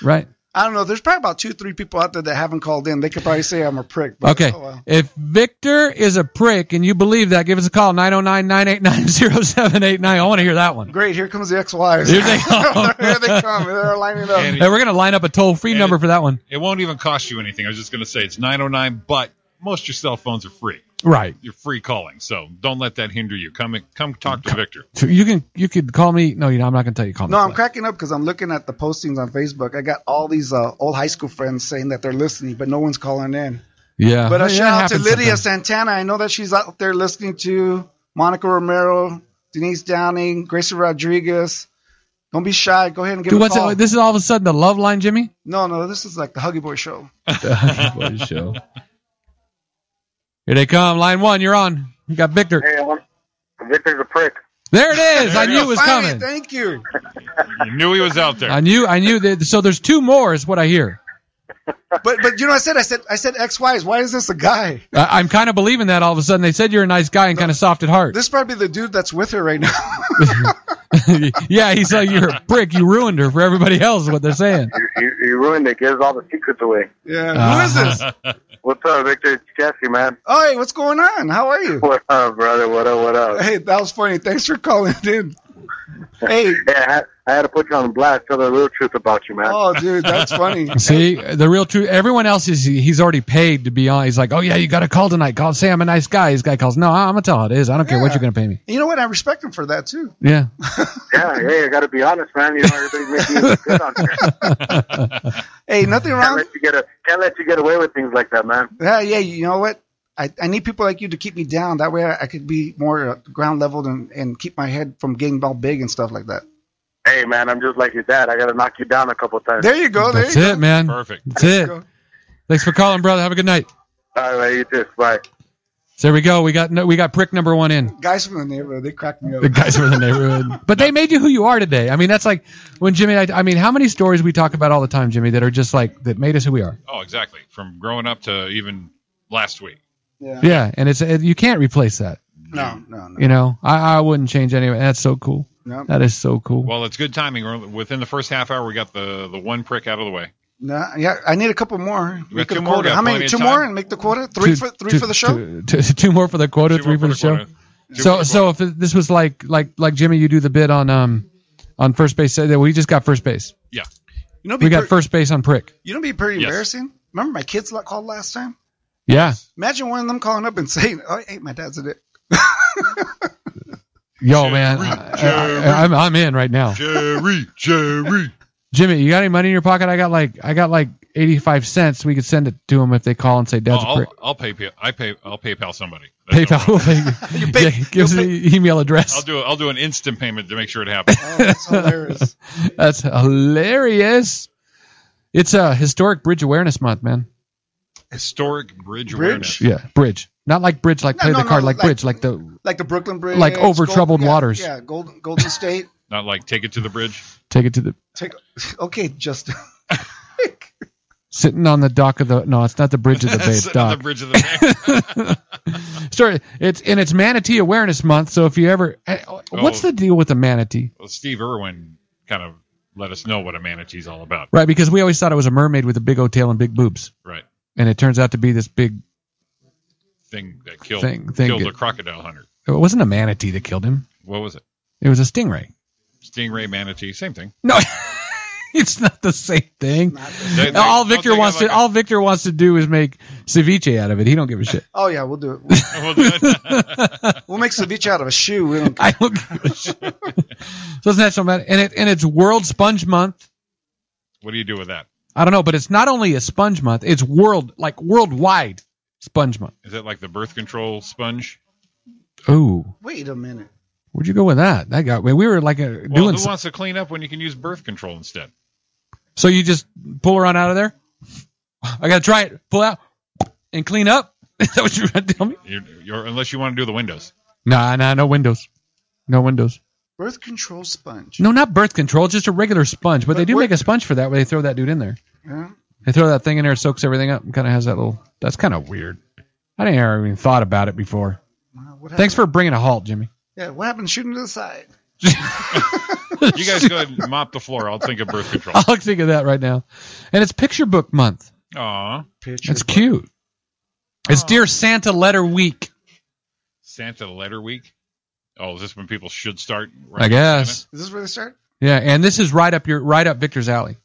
A: right?
D: I don't know. There's probably about two three people out there that haven't called in. They could probably say I'm a prick. But,
A: Okay.
D: oh, well.
A: If Victor is a prick and you believe that, give us a call 909-989-0789. I want to hear that one.
D: Great. Here comes the ex-wives.
A: Here they come.
D: Here they come. They're lining up.
B: And
A: And we're gonna line up a toll-free
B: And-
A: number for that one.
B: oh It won't even cost you anything. I was just going to say it's 909, but most your cell phones are free.
A: Right.
B: You're free calling, so don't let that hinder you. Come come talk to Victor.
A: So you can you could call me. No, you know I'm not going to tell you. Call
D: No,
A: me.
D: I'm cracking up because I'm looking at the postings on Facebook. I got all these uh, old high school friends saying that they're listening, but no one's calling in.
A: Yeah.
D: But
A: Uh, Yeah,
D: a
A: that
D: shout out to
A: happens
D: Lydia
A: sometimes.
D: Santana. I know that she's out there listening to Monica Romero, Denise Downing, Gracie Rodriguez. Don't be shy. Go ahead and give
A: Dude,
D: a
A: what's
D: call.
A: that? This is all of a sudden the love line, Jimmy.
D: no, no, this is like the Huggy Boy show.
A: Boy, show. Here they come. Line one. You're on. You got Victor.
F: Hey, I'm- Victor's a prick.
A: There it is. I
B: There
A: knew it was
D: Finally,
A: coming.
D: Thank you.
B: You knew he was out there.
A: I knew. I knew that. So there's two more, is what I hear.
D: But but you know what I said I said I said X Y's. Why is this a guy?
A: I, I'm kind of believing that all of a sudden they said you're a nice guy and kind of soft at heart.
D: This might be the dude that's with her right now.
A: yeah, he's like you're a prick. You ruined her for everybody else. Is what they're saying.
F: You, you, you ruined it. Gives all the secrets away.
D: yeah.
A: Uh-huh.
D: Who is this?
F: What's up, Victor? It's Jesse, man.
D: Oh, hey, what's going on? How are you?
F: What up, brother? What up? What up?
D: Hey, that was funny. Thanks for calling in. Hey,
F: Yeah, I had, I had to put you on blast. Tell the real truth about you, man.
D: oh, dude, that's funny.
A: See, the real truth. Everyone else is he's already paid to be on. He's like, oh yeah, you got to call tonight. Call. Say I'm a nice guy. This guy calls. No, I- I'm gonna tell how it is. I don't care what
D: Yeah.
A: you're gonna pay me.
D: You know what? I respect him for that too.
A: Yeah.
F: Yeah, hey, I got to be honest, man. You know everybody's making you look good on here.
D: Hey, nothing
F: Can't
D: wrong.
F: let you get a, can't let you get away with things like that, man.
D: Yeah, yeah. You know what? I, I need people like you to keep me down. That way, I, I could be more uh, ground leveled and, and keep my head from getting all big and stuff like that.
F: Hey, man, I'm just like your dad. I got to knock you down a couple times.
D: There you go. There
A: That's
D: you
A: it, man.
B: Perfect.
A: That's it.
D: go.
A: Thanks for calling, brother. Have a good night.
F: All right, you too. Bye.
A: So there we go. We got no, we got prick number one in.
D: Guys from the neighborhood, they cracked me up.
A: The guys from the neighborhood, but they made you who you are today. I mean, that's like when Jimmy. and I, I mean, how many stories we talk about all the time, Jimmy, that are just like that made us who we are.
B: Oh, exactly. From growing up to even last week.
D: Yeah.
A: Yeah, and it's it, you can't replace that.
D: No, no, no,
A: You know, I, I wouldn't change anyway. That's so cool.
D: no,
A: That is so cool.
B: Well, it's good timing. We're- Within the first half hour, we got the, the one prick out of the way.
D: no. Yeah, I need a couple more.
B: got
D: Make
B: two
D: the
B: more,
D: quota.
B: got
D: How many?
B: plenty of
D: Two
B: time.
D: more and make the quota. Three for three for the show.
A: Two, two- two more for the quota,
B: Two
A: three for
B: more
A: the show.
B: quarter. Two
A: So
B: more
A: so if this was like like like Jimmy, you do the bid on um on first base. Say that we just got first base.
D: You know,
A: We
D: be
A: got
D: per-
A: first base on prick.
D: You know, be pretty
B: Yes.
D: embarrassing. Remember my kids like, called last time.
A: Yeah.
D: Imagine one of them calling up and saying, "Oh, hey, my dad's in it."
A: Yo, man,
B: Jerry.
A: I, am I'm in right now.
B: Jerry, Jerry.
A: Jimmy, you got any money in your pocket? I got like I got like 85 cents. We could send it to him if they call and say
B: Oh,
A: dad's a
B: I'll,
A: prick.
B: I'll pay. I pay. I'll PayPal somebody. That's no
A: PayPal
B: problem.
A: will pay you. yeah, give us an email
B: I'll
A: address.
B: do. I'll do an instant payment to make sure it happens.
D: Oh, that's hilarious.
A: That's hilarious. It's a historic bridge awareness month, man.
B: Historic bridge,
D: Bridge?
B: awareness.
A: Yeah, bridge. Not like bridge, like
D: No,
A: play
D: no,
A: the
D: no,
A: card, like,
D: like-
A: bridge, like the
D: like the Brooklyn Bridge,
A: Like over
D: Gold-
A: troubled
D: yeah,
A: waters.
D: Yeah, Golden Golden State.
B: Not like take it to the bridge.
A: take it to the
D: Take, okay, Justin.
A: sitting on the dock of the. No, it's not the bridge of the bay. It's
B: Sit on the
A: dock.
B: bridge of the bay.
A: Sorry, it's and it's Manatee Awareness Month. So if you ever, eh, what's
B: Oh.
A: the deal with the manatee?
B: well, Steve Irwin kind of let us know what a manatee's all about,
A: Right, because we always thought it was a mermaid with a big old tail and big boobs,
B: right?
A: and it turns out to be this big.
B: Thing that killed
A: Thing- thing
B: killed
A: good.
B: the crocodile hunter.
A: It wasn't a manatee that killed him.
B: What was it?
A: It was a stingray.
B: Stingray, manatee, same thing.
A: No, it's not the same thing.
B: They- they-
A: all
B: don't they
A: Victor
B: got
A: wants to
B: like
A: all Victor wants to do is make ceviche out of it. He don't give a shit.
D: Oh yeah, we'll do it. We'll,
B: a- Well, good.
D: we'll make ceviche out of a shoe. We don't,
A: I don't give a shit. so it's National Man, and it and it's World Sponge Month.
B: what do you do with that?
A: I don't know, but it's not only a sponge month; it's world like worldwide sponge month.
B: Is it like the birth control sponge?
A: Ooh,
D: wait a minute.
A: where'd you go with that? That got we were like uh, doing.
B: Well, who
A: some-
B: wants to clean up when you can use birth control instead?
A: so you just pull her on out of there. I gotta try it. Pull out and clean up. Is that what you were gonna tell me?
B: You're, you're, unless you want to do the windows.
A: Nah, nah, no windows, no windows.
D: Birth control sponge.
A: No, not birth control, just a regular sponge. But, they
D: But
A: do
D: what-
A: make a sponge for that, where they throw that dude in there.
D: Yeah.
A: They throw that thing in there, it soaks everything up, and kind of has that little. That's kind of weird. I didn't ever even thought about it before.
D: Wow, what
A: Thanks
D: happened?
A: for bringing a halt, Jimmy.
D: Yeah, what happened? Shooting to the side.
B: You guys go ahead and mop the floor. I'll think of birth control.
A: I'll think of that right now. And it's picture book month.
B: Aw,
D: Picture.
A: That's cute. It's
B: Aw.
A: Dear Santa Letter Week,
B: Santa letter week. Oh, is this when people should start?
A: I guess.
D: Is this where they start?
A: Yeah, and this is right up your right up Victor's alley.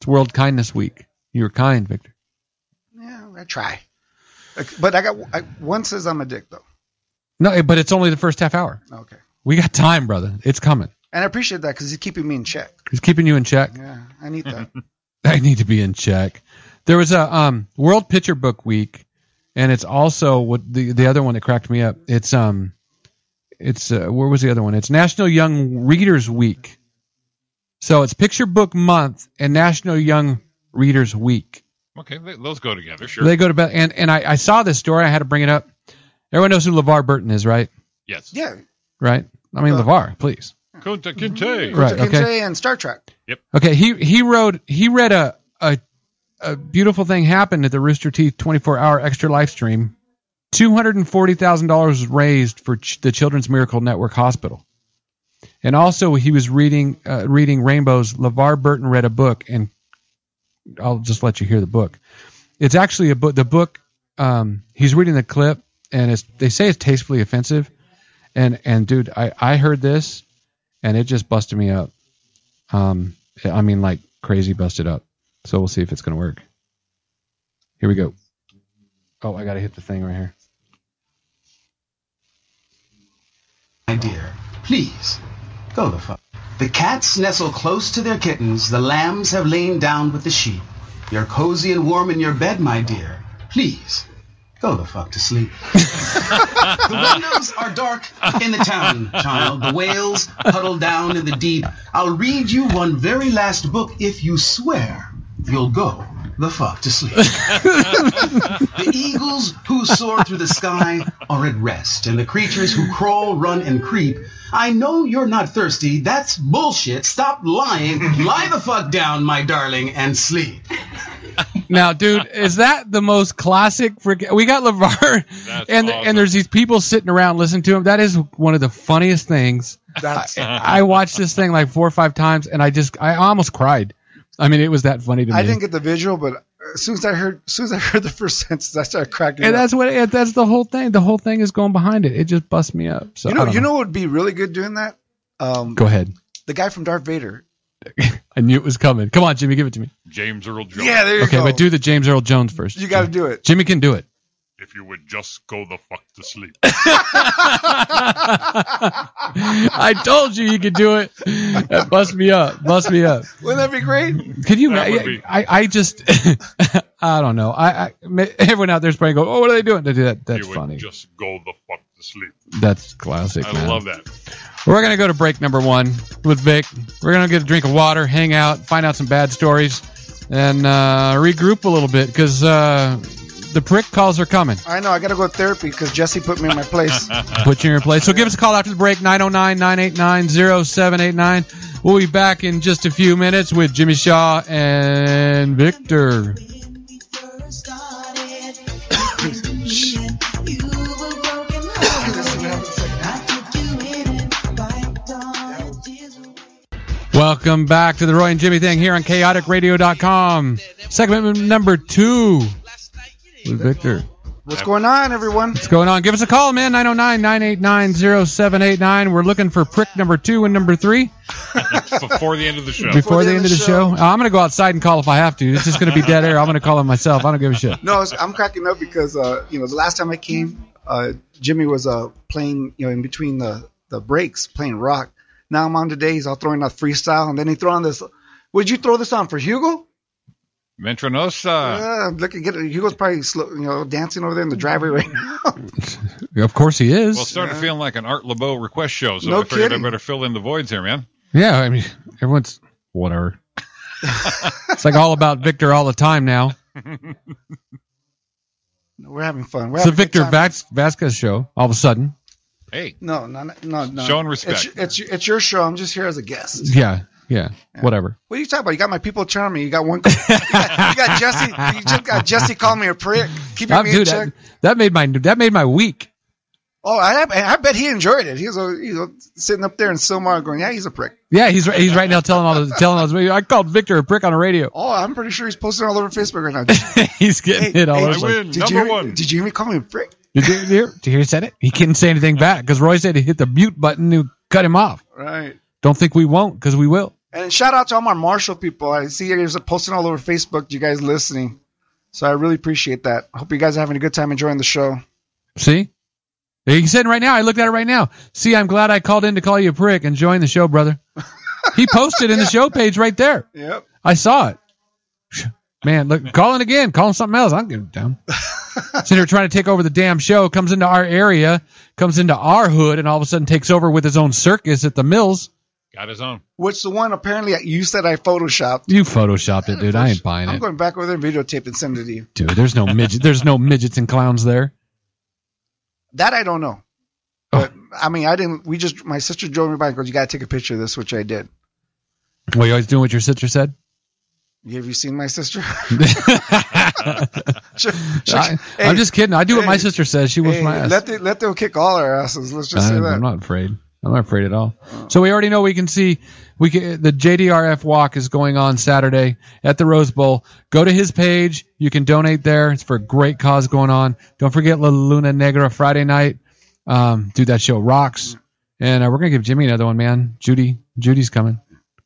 A: It's World Kindness Week. You were kind, Victor.
D: Yeah, I try. Like, But I got I, one says I'm a dick though.
A: No, but it's only the first half hour.
D: Okay,
A: We got time, brother. It's coming.
D: and I appreciate that because he's keeping me in check.
A: He's keeping you in check.
D: Yeah, I need that.
A: I need to be in check. There was a um, World Picture Book Week, and it's also what the the other one that cracked me up. It's um, it's uh, where was the other one? It's National Young Readers Week. So it's Picture Book Month and National Young Readers Week.
B: Okay, th- those go together, sure.
A: They go to bed, and and I, I saw this story. I had to bring it up. Everyone knows who LeVar Burton is, right?
B: yes.
D: yeah,
A: Right. I mean
D: Uh,
A: LeVar, please.
B: Kunta Kinte.
A: Hmm. Right,
D: Kunta
A: okay.
D: Kinte and Star Trek.
A: Okay, he he wrote he read a a a beautiful thing happened at the Rooster Teeth 24 hour extra live stream. Two hundred and forty thousand dollars was raised for ch- the Children's Miracle Network Hospital, and also he was reading uh, reading Rainbows. LeVar Burton read a book, and I'll just let you hear the book. It's actually a book. The book um, he's reading the clip, and it's they say it's tastefully offensive, and and dude, I I heard this, and it just busted me up. Um, I mean, like crazy busted up. So we'll see if it's going to work. Here we go. Oh, I got to hit the thing right here.
G: My dear, please, go the fuck. The cats nestle close to their kittens. The lambs have lain down with the sheep. You're cozy and warm in your bed, my dear. Please, go the fuck to sleep. the windows are dark in the town, child. The whales huddle down in the deep. I'll read you one very last book if you swear you'll go the fuck to sleep. The eagles who soar through the sky are at rest, and the creatures who crawl, run, and creep. I know you're not thirsty. That's bullshit. Stop lying. Lie the fuck down, my darling, and sleep.
A: Now, dude, is that the most classic? Frick- we got Levar,
B: That's
A: and
B: awesome.
A: and there's these people sitting around listening to him. That is one of the funniest things.
D: That's
A: I watched this thing like four or five times, and I just I almost cried. I mean, it was that funny to me.
D: I didn't get the visual, but as soon as I heard, as soon as I heard the first sentence, I started cracking.
A: and
D: up.
A: that's what it, that's the whole thing. The whole thing is going behind it. It just busts me up. So
D: you
A: I
D: know,
A: don't
D: you know, what would be really good doing that. Um,
A: Go ahead.
D: the guy from Darth Vader.
A: I knew it was coming. Come on, Jimmy, give it to me.
B: James Earl Jones.
D: Yeah, there you
A: Okay,
D: go.
A: but do the James Earl Jones first.
D: you got to do it.
A: Jimmy can do it.
B: If you would just go the fuck to sleep.
A: I told you you could do it. That bust me up. Bust me up.
D: Wouldn't that be great?
A: Could you?
B: That would
A: I,
B: be-
A: I, I just. I don't know. I, I ma- everyone out there's probably going. Oh, what are they doing? They do that. That's
B: you would
A: funny.
B: just go the fuck to sleep.
A: That's classic.
B: I
A: man.
B: love that.
A: We're gonna go to break number one with Vic. We're gonna get a drink of water, hang out, find out some bad stories, and uh, regroup a little bit because uh, the prick calls are coming.
D: I know. I got to go to therapy because Jesse put me in my place.
A: put you in your place. So give us a call after the break, 909 989 0789. We'll be back in just a few minutes with Jimmy Shaw and Victor. Welcome back to the Roy and Jimmy thing here on chaoticradio.com. Segment number two with Victor.
D: What's going on, everyone?
A: What's going on? Give us a call, man. 909-989-0789. We're looking for prick number two and number three
B: Before the end of the show.
A: before the, end of the show. I'm going to go outside and call if I have to. It's just going to be dead air. I'm going to call him myself. I don't give a shit.
D: No, it's- I'm cracking up because uh, you know the last time I came, uh, Jimmy was uh, playing you know in between the the breaks playing rock. Now I'm on today. He's all throwing out freestyle, and then he threw on this. Would you throw this on for Hugo?
B: Mentronosa.
D: Uh, look at get it. Hugo's probably slow, you know dancing over there in the driveway right now.
A: Of course he is.
B: Well, it started feeling like an Art LeBeau request show, so
D: No
B: I figured
D: kidding.
B: I better fill in the voids here, man.
A: yeah, I mean, everyone's whatever. it's like all about Victor all the time now.
D: No, We're having fun. We're
A: It's the
D: having a good
A: Victor
D: time.
A: Vas- Vasquez show all of a sudden.
B: Hey,
D: No, no, no, no, no.
B: Showing respect.
D: It's, it's it's your show. I'm just here as a guest.
A: Yeah, yeah, whatever.
D: What are you talking about? You got my people charming. You got one. you, got, you got Jesse. You just got Jesse calling me a prick. Keeping
A: I'm,
D: me in
A: dude,
D: check.
A: that, that made my that made my week.
D: Oh, I, I bet he enjoyed it. He was, uh, you know, sitting up there in Silmar going, yeah, he's a prick.
A: Yeah, he's right- he's right now telling all the telling all the, I called Victor a prick on the radio.
D: Oh, I'm pretty sure he's posting all over Facebook right now. Did,
A: he's getting
D: Hey,
A: hit all
D: hey,
B: I
A: over. the place.
B: win.
D: you,
B: Number
D: hear,
B: one.
D: did you hear me call me a prick?
A: Did you, hear, did you hear he said it? He couldn't say anything back because Roy said he hit the mute button to cut him off.
D: Right.
A: Don't think we won't because we will.
D: And shout out to all my Marshall people. I see you guys are posting all over Facebook. You guys listening. So I really appreciate that. Hope you guys are having a good time enjoying the show.
A: See? He said right now, I looked at it right now. See, I'm glad I called in to call you a prick and join the show, brother. He posted in the show page right there.
D: Yep.
A: I saw it. Man, look, calling again, calling something else. I don't give a damn. Sitting here trying to take over the damn show, comes into our area, comes into our hood, and all of a sudden takes over with his own circus at the mills.
B: Got his own.
D: Which the one apparently you said I photoshopped.
A: You photoshopped it, dude. I ain't buying
D: I'm
A: it,
D: going back over there and videotape and send it to you.
A: dude. There's no midget. There's no midgets and clowns there.
D: That I don't know.
A: Oh.
D: But I mean, I didn't. We just my sister drove me by and goes, "You got to take a picture of this," which I did.
A: Well, you always doing what your sister said.
D: Have you seen my sister?
A: I,
D: She- she- hey,
A: am just kidding. I do what my
D: hey,
A: sister says. She whoops
D: hey,
A: my ass.
D: let the, let them kick all our asses. Let's just say
A: I'm,
D: that.
A: I'm not afraid. I'm not afraid at all. So we already know we can see we can, the JDRF walk is going on Saturday at the Rose Bowl. Go to his page. You can donate there. It's for a great cause going on. Don't forget La Luna Negra Friday night. Um, dude, that show rocks. And uh, we're gonna give Jimmy another one, man. Judy, Judy's coming.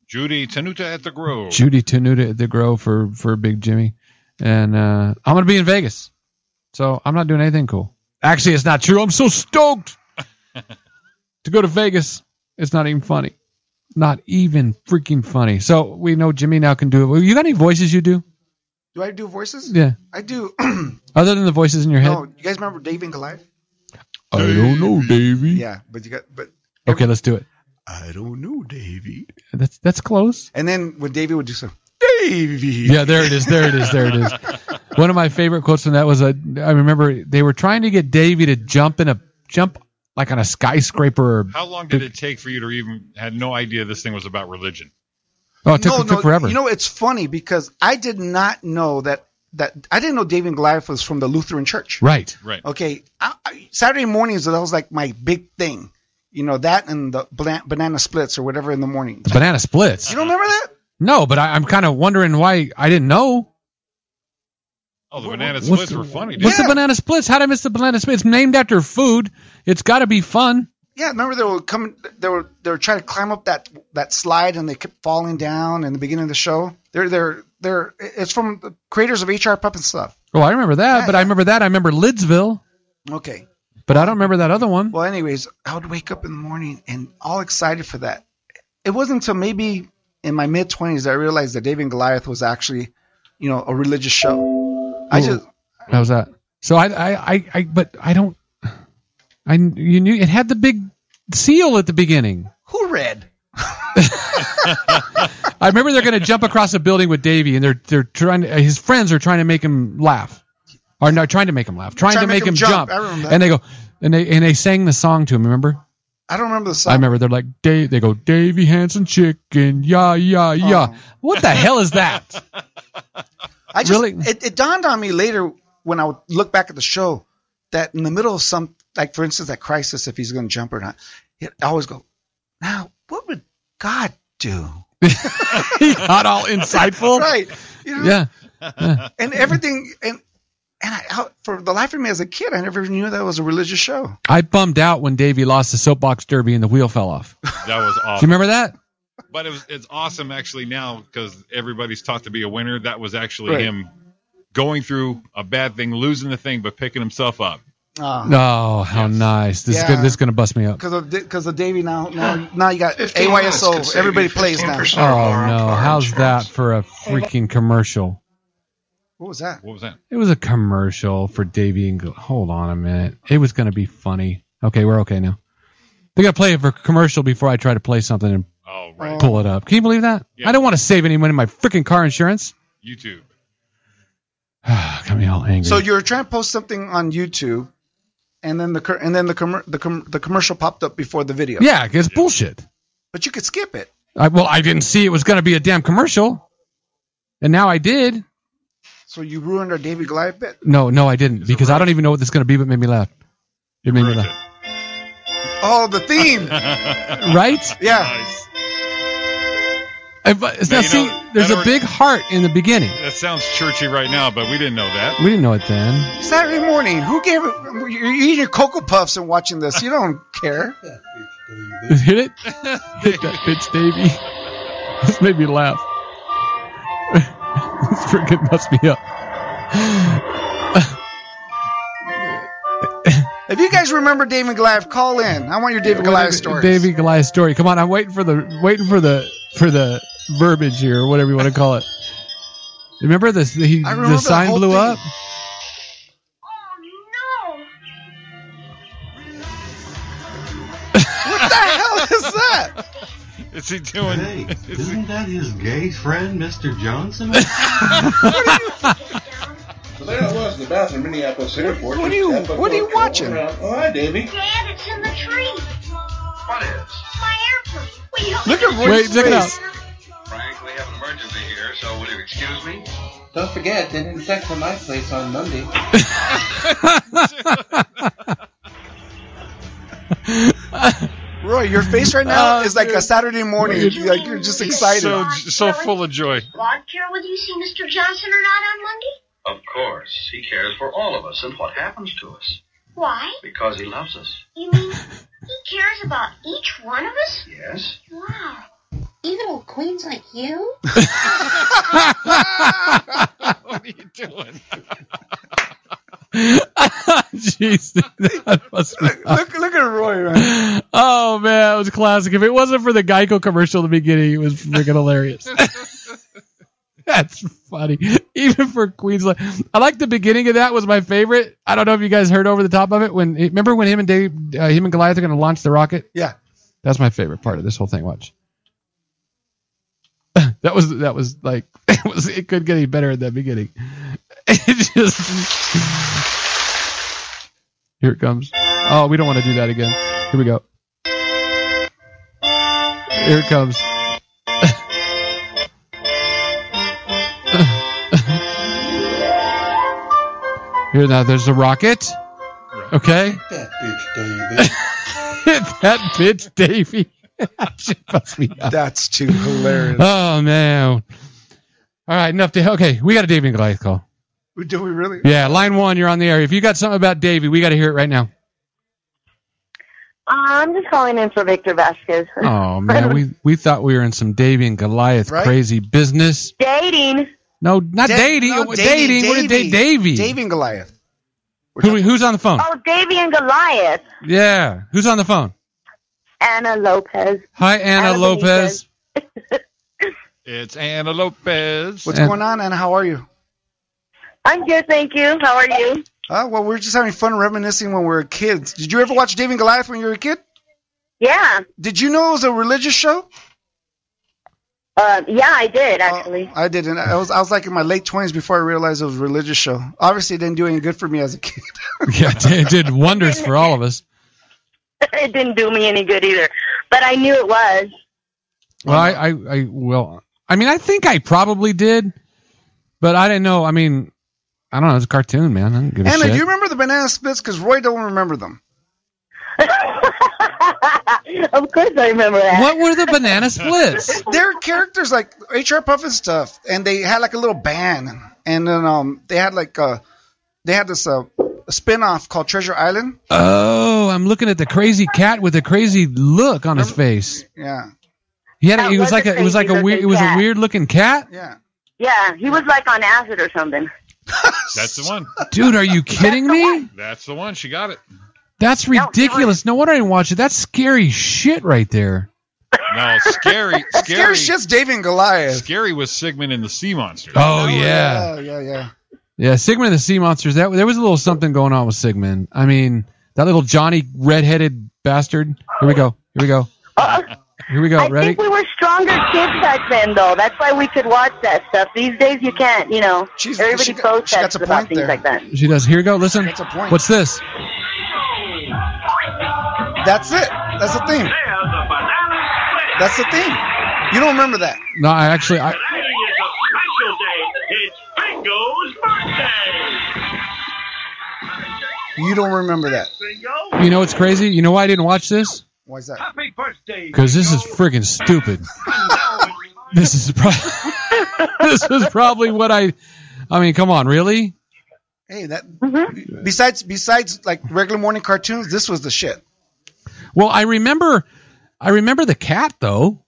B: Judy Tanuta at the Grove.
A: Judy Tenuta at the Grove for for Big Jimmy, and uh, I'm gonna be in Vegas, so I'm not doing anything cool. Actually, it's not true. I'm so stoked to go to Vegas. It's not even funny. Not even freaking funny. So we know Jimmy now can do it. Well, You got any voices you do?
D: Do I do voices?
A: Yeah.
D: I do.
A: Other than the voices in your head?
D: no, you guys remember Dave and Goliath?
A: I don't know, Davey.
D: Yeah, but you got but
A: Okay, let's do it.
D: I don't know, Davey.
A: That's that's close.
D: And then when Davey would do so, Davey.
A: Yeah, there it is. There it is. There it is. One of my favorite quotes from that was a, I remember they were trying to get Davey to jump in a jump like on a skyscraper. Or,
B: How long did it take for you to even had no idea this thing was about religion?
A: oh, it took, it took forever.
D: You know, it's funny because I did not know that that I didn't know David and Goliath was from the Lutheran Church.
A: right.
B: Right.
D: Okay, I, I, Saturday mornings that was like my big thing. You know that and the bana- banana splits or whatever in the morning.
A: The banana splits.
D: You
B: Uh-huh.
D: don't remember that?
A: No, but I, I'm kind of wondering why I didn't know.
B: Oh, the
D: What-
B: banana
A: what's
B: splits
A: the-
B: were funny. Dude.
A: What's the banana splits? How did I miss the banana splits? It's named after food. It's got to be fun.
D: Yeah, remember they were coming. They were they were trying to climb up that that slide and they kept falling down in the beginning of the show. They're they're they're. It's from the creators of HR Pup and stuff.
A: Oh, I remember that, but I remember that. I remember Lidsville,
D: Okay,
A: but I don't remember that other one.
D: Well, anyways, I would wake up in the morning and all excited for that. It wasn't until maybe in my mid twenties that I realized that David and Goliath was actually, you know, a religious show. I just
A: How's that? So I, I, I, I but I don't. I you knew it had the big seal at the beginning.
D: who read?
A: I remember they're going to jump across a building with Davy, and they're they're trying. To, his friends are trying to make him laugh, or not trying to make him laugh, trying, to make, him jump.
D: I remember that.
A: And they go, and they and they sang the song to him. Remember?
D: I don't remember the song.
A: I remember. They're like, Dave. They go, Davy Hanson chicken, yeah, yeah, yeah.
D: Oh.
A: What the hell is that?
D: I just
A: really-
D: it, it dawned on me later when I would look back at the show that in the middle of some like for instance that crisis if he's going to jump or not, it, I always go, now what would God do?
A: he got all insightful.
D: Right? You know,
A: Yeah.
D: and everything and and I, I, for the life of me as a kid, I never knew that was a religious show.
A: I bummed out when Davy lost the soapbox derby and the wheel fell off. Do
B: That was
A: you
B: awesome.
A: remember that?
B: But it was, it's awesome actually now because everybody's taught to be a winner. That was actually
D: Right.
B: him going through a bad thing, losing the thing, but picking himself up.
D: Because
A: Oh, how
B: Yes.
A: nice! This is
D: Yeah.
A: good. This is gonna bust me up.
D: Ah. of because of Davey now now now you got
H: 15 minutes could
D: AYSO.
H: save
D: Everybody
H: you
D: plays now.
H: 15%.
A: Oh no!
H: Our
A: How's
H: insurance.
A: that for a freaking commercial?
D: What was that?
B: What was that?
A: It was a commercial for Davy and Goli- Hold on a minute. It was going to be funny. Okay, we're okay now. They got to play it for commercial before I try to play something and
B: Oh, right.
A: pull it up. Can you believe that?
B: Yeah.
A: I don't want to save any money in my freaking car insurance.
B: YouTube.
A: got me all angry.
D: So you were trying to post something on YouTube, and then the cur- and then the com- the com- the commercial popped up before the video.
A: yeah, it's bullshit.
D: But you could skip it.
A: I, well, I didn't see it was going to be a damn commercial, and now I did.
D: So you ruined our Davey Goliath bit.
A: No, no, I didn't because I don't even know what this is going to be, but it made me laugh. It made me
B: Ruined
A: laugh.
D: Oh, the theme.
B: it.
A: Right?
D: Yeah.
B: Nice.
A: If, now,
B: you
A: see,
B: know,
A: there's
B: that
A: a
B: or-
A: big heart in the beginning.
B: That sounds churchy right now, but we didn't know that.
A: We didn't know it then.
D: Saturday morning. Who gave it? You're eating your cocoa puffs and watching this. You don't care.
A: Hit it. Hit that bitch, Davey. This made me laugh. this freaking messed me up.
D: guys remember David and Goliath, call in. I want your David and Goliath stories.
A: Davy Goliath story. Come on, I'm waiting for the waiting for the for the verbiage here, or whatever you want to call it. Remember this? He,
D: I remember
A: the
D: the
A: sign
D: whole
A: blew
D: thing.
A: up.
C: Oh no!
D: What the hell is that?
B: Is he doing?
H: Hey,
B: is he-
H: isn't that his gay friend, Mr. Johnson?
I: So there I was in the bathroom in Minneapolis airport.
D: What are you- what are you watching?
I: Oh, hi, Davey.
C: Dad, it's in the tree. What
H: is?
C: My airplane. We don't
D: Look at
A: Wait,
D: Roy's
A: check it out.
D: face.
H: Frank, we have an emergency here, so will you excuse me?
I: Don't forget, they didn't sex at my place on Monday.
D: Roy, your face right now
B: Uh,
A: Oh,
D: is like
A: dude.
D: a Saturday morning. You're, like you're just excited.
B: So so full of joy.
C: God care whether you see Mr. Johnson or not on Monday?
H: Of course. He cares for all of us and what happens to us
C: Why?
H: because he loves us.
C: You mean he cares about each one of us?
H: Yes?
C: Wow. Even old queens like you?
B: What are you doing?
A: Jeez, that must be.
D: look, look at Roy. Right? now.
A: Oh man, it was classic. If it wasn't for the Geico commercial at the beginning, it was freaking hilarious. That's funny. Even for Queensland, I like the beginning of that was my favorite. I don't know if you guys heard over the top of it when remember when him and Dave, uh, him and Goliath are going to launch the rocket.
D: Yeah.
A: That's my favorite part of this whole thing. Watch. That was that was like it was it could get any better at that beginning. It just here it comes. Oh, we don't want to do that again. Here we go. Here it comes. Here now, there's a rocket. Okay.
I: That bitch, Davey.
A: that bitch Davy. She must be up.
D: That's too hilarious.
A: Oh man. All right, enough to okay, we got a Davy and Goliath call.
D: Do we really?
A: Yeah, line one, you're on the air. If you got something about Davy, we gotta hear it right now.
E: Uh, I'm just calling in for Victor Vasquez.
A: Oh man, we we thought we were in some Davy and Goliath
D: Right?
A: crazy business.
E: Dating.
A: No, not
D: Da-
A: dating.
D: no,
A: it was dating. What did da- Davy?
D: Davey and Goliath.
A: Who, who's on the phone?
E: Oh, Davy and Goliath.
A: Yeah, who's on the phone?
E: Anna Lopez.
A: Hi, Anna
E: Anna
A: Lopez.
B: It's Anna Lopez.
D: What's
A: And-
D: going on, Anna? How are you?
E: I'm good, thank you. How are you?
D: Uh, well, we we're just having fun reminiscing when we were kids. Did you ever watch David and Goliath when you were a kid?
E: Yeah.
D: Did you know it was a religious show?
E: Uh, yeah, I did
D: Uh,
E: actually.
D: I didn't. I was I was like in my late twenties before I realized it was a religious show. Obviously, it didn't do any good for me as a kid.
A: Yeah, it did wonders for all of us.
E: it didn't do me any good either, but I knew it was.
A: Well, I, I, I well, I mean, I think I probably did, but I didn't know. I mean, I don't know. It's a cartoon, man. I don't give a
D: Anna,
A: shit.
D: do you remember the banana splits? Because Roy don't remember them.
E: of course, I remember that.
A: what were the banana splits?
D: Their characters like HR Puff and stuff, and they had like a little band, and then um they had like uh they had this uh spin off called Treasure Island.
A: Oh, I'm looking at the crazy cat with a crazy look on his face.
D: Yeah,
A: He had a,
E: That
A: it was
E: was
A: like
E: a
A: a, it was like a
E: crazy
A: weird it was a
E: looking cat.
A: weird looking cat.
D: yeah.
E: Yeah, he was like on acid or something.
B: That's the one.
A: Dude, are you kidding me?
B: That's the one. She got it.
A: That's
E: No,
A: ridiculous. No wonder I didn't watch it. That's scary shit right there.
B: No, scary,
D: Scary
B: scary,
D: shit's David and Goliath.
B: scary was Sigmund and the Sea Monsters.
A: Oh yeah.
D: yeah, yeah, yeah.
A: Yeah, Sigmund and the Sea Monsters. That there was a little something going on with Sigmund. I mean, that little Johnny redheaded bastard. Here we go. Here we go.
E: Uh,
A: Here we go.
E: I
A: Ready?
E: think we were stronger kids back then, though. That's why we could watch that stuff. These days, you can't. You know,
D: She's- she
E: everybody
D: got-
E: posts
D: she got
E: that
D: a
E: about
D: point
E: things
D: there.
E: like that.
A: she does. Here we go. Listen.
D: That's a point.
A: What's this?
D: That's it. That's the theme. That's the theme. You don't remember that.
A: No, I actually I
D: You don't remember that.
A: you know what's crazy? You know why I didn't watch this?
D: Why is that?
A: Because this is freaking stupid. this is probably this is probably what I. I mean, come on, really?
D: Hey, that.
E: Mm-hmm.
D: Besides, besides like regular morning cartoons, this was the shit.
A: Well, I remember, I remember the cat though.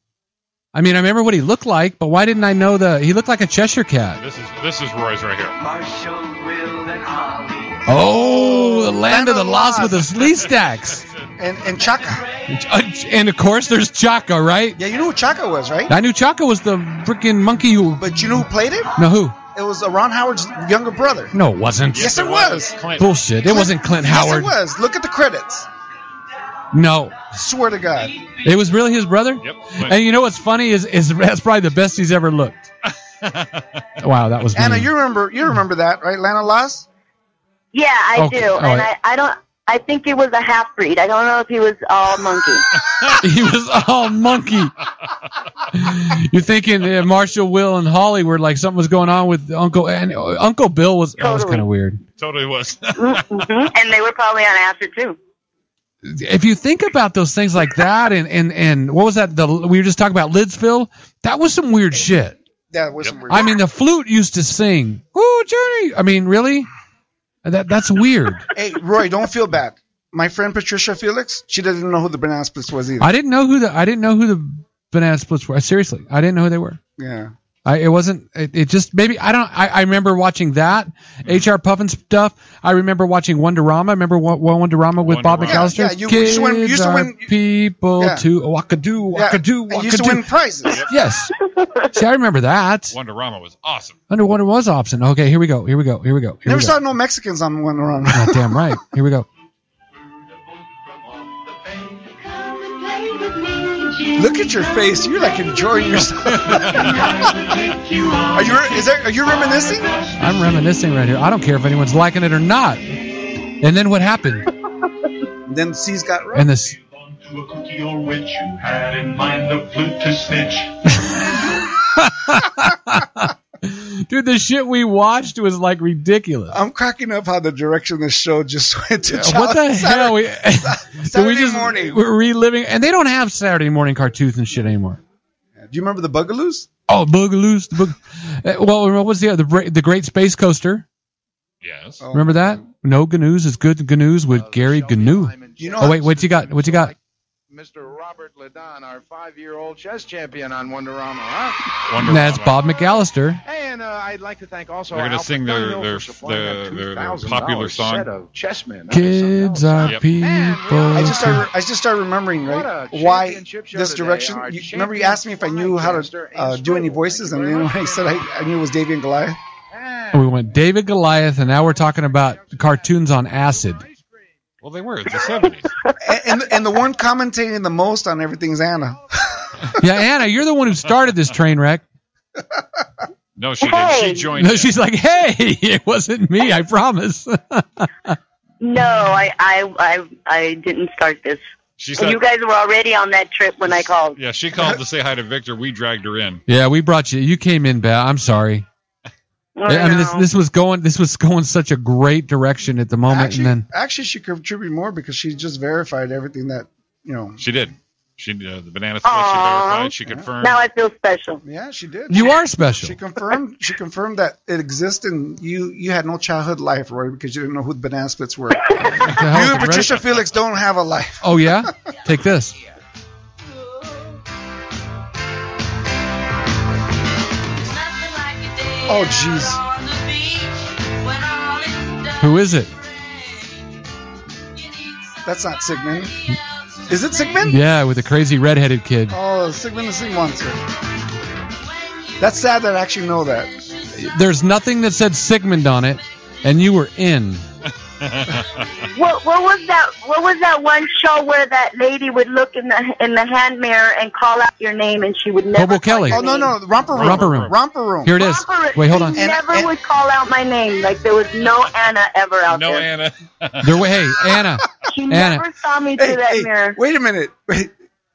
A: I mean, I remember what he looked like, but why didn't I know the? He looked like a Cheshire cat.
B: This is this is Roy's right here.
H: Marshall, Will, and Holly
A: Oh, the land of the lost with the least stacks.
D: and and Chaka.
A: And of course, there's Chaka, right?
D: Yeah, you know who Chaka was, right?
A: I knew Chaka was the freaking monkey who.
D: But you know who played him?
A: No, who?
D: It was uh, Ron Howard's younger brother.
A: No, it wasn't.
D: Yes, it was.
B: Clint.
A: Bullshit. It wasn't Clint Howard.
D: Yes, it was. Look at the credits.
A: No,
D: Swear to God.
A: it was really his brother.
B: Yep.
A: And you know what's funny is, is that's probably the best he's ever looked. wow, that was
D: Anna,
A: mean.
D: you remember you remember that, right? Lana Loss?
E: Yeah, I
A: Okay,
E: do,
A: all
E: and
A: right.
E: I, I don't. I think he was a half breed. I don't know if he was all monkey.
A: he was all monkey. You're thinking that Marshall, Will, and Holly were like something was going on with Uncle and uh, Uncle Bill was that was
E: Totally.
A: kind of weird.
B: totally was.
E: Mhm, And they were probably on acid too.
A: If you think about those things like that, and and and what was that? The we were just talking about Lidsville. That was some weird shit.
D: That was
B: Yep.
D: some weird.
A: I mean, the flute used to sing. Ooh, Journey. I mean, really? That that's weird.
D: hey, Roy, don't feel bad. My friend Patricia Felix, she doesn't know who the Banana Splits was either.
A: I didn't know who the I didn't know who the banana splits were. Seriously, I didn't know who they were.
D: yeah.
A: I, it wasn't. It, it just maybe I don't. I, I remember watching that HR Puffin stuff. I remember watching Wonderama. Remember Wo- Wo- Wonderama with Bob
B: Wonderama.
A: McAllister.
D: Yeah, yeah, you- you used to win- you used to
A: Kids
D: win-
A: are people
D: Yeah.
A: to waka do
D: Yeah.
A: waka do
D: And
A: waka
D: used to
A: do.
D: win prizes.
A: Yes. See, I remember that.
B: Wonderama was awesome.
A: Underwater was option. Okay, here we go. Here we go. Here we go. Here
D: Never
A: we go.
D: saw no Mexicans on one run.
A: God damn right. Here we go.
D: Look at your face. You're like enjoying yourself. are you is there, are you reminiscing?
A: I'm reminiscing right here. I don't care if anyone's liking it or not. And then what happened?
D: And then C's got right.
A: And this.
H: To a cookie or which you had in mind the flute to snitch.
A: Dude, the shit we watched was like ridiculous.
D: I'm cracking up how the direction this show just went to.
A: Yeah, what the
D: Charles Saturday.
A: hell? We, so
D: Saturday morning.
A: We're reliving, and they don't have Saturday morning cartoons and shit anymore.
D: Do you remember the Bugaloos?
A: Oh, Boogaloos. The boog- Uh, well, what was the other? The, Bra- the Great Space Coaster.
B: Yes. Oh,
D: Oh.
A: Remember that? No Gnu's is good Gnu's with Gary Gnu.
D: You know,
A: Oh wait, what you got? What you got?
J: Mr. Robert Ladon, our five-year-old chess champion on Wonderama, huh?
B: Wonderama.
A: That's Bob McAllister.
J: And uh, I'd like to thank also.
B: They're gonna
J: Alfred
B: sing their-
J: Daniel
B: their-
J: for supplying
B: their-
J: that
B: their- their
J: $2,000
B: popular song.
J: set of chessmen. That is something else.
A: Kids are
B: Yep.
A: people.
D: I just started. I just started remembering right
J: What a
D: why
J: championship show
D: this
J: today.
D: direction.
J: Our
D: You, remember you asked me if I knew how
J: champion
D: to uh, do any voices, and
J: Thank you
D: then
J: very
D: when
J: much.
D: I said I, I knew it was Davy and Goliath.
A: we went David Goliath, and now we're talking about cartoons on acid.
B: Well, they were. It's the 70s.
D: And, and and the one commentating the most on everything's Anna.
A: Yeah, Anna, you're the one who started this train wreck.
B: No, she didn't. She
E: Hey.
B: joined.
A: No,
B: in.
A: she's like, hey, it wasn't me. I promise.
E: No, I, I, I, I didn't start this.
B: She said,
E: you guys were already on that trip when I called.
B: yeah, she called to say hi to Victor. We dragged her in.
A: Yeah, we brought you. You came in bad. I'm sorry.
E: Oh,
A: I mean, this,
E: No.
A: this was going this was going such a great direction at the moment,
D: Actually,
A: and then
D: actually, she contributed more because she just verified everything that you know.
B: She did. She uh, the banana split. She
E: Aw.
B: verified. She confirmed.
E: now I feel special.
D: Yeah, she did.
A: you are special.
D: She confirmed. She confirmed that it existed, and you you had no childhood life, Roy, because you didn't know who the Banana Splits were. you
A: What the hell is
D: and
A: it,
D: Patricia
A: right?
D: Felix don't have a life.
A: Oh yeah, take this.
D: Oh, jeez.
A: Who is it?
D: That's not Sigmund. Is it Sigmund?
A: Yeah, with the crazy redheaded kid.
D: Oh, Sigmund the Sea Monster. That's sad that I actually know that.
A: There's nothing that said Sigmund on it, and you were in.
E: What, what was that? What was that one show where that lady would look in the in the hand mirror and call out your name, and she would never.
A: Hobo
E: call
A: Kelly.
E: your
D: Oh no
E: name?
D: no, Romper Room.
A: Romper Room.
D: Romper Room.
A: Here it is.
E: Robert,
A: Wait, hold on.
E: She never
D: And- and-
E: would call out my name. Like there was no Anna ever out
B: no,
E: there.
B: Anna.
A: There, wa- hey, Anna.
E: She
A: Anna.
E: never saw me through
D: Hey,
E: that
D: hey,
E: mirror.
D: wait a minute. Wait.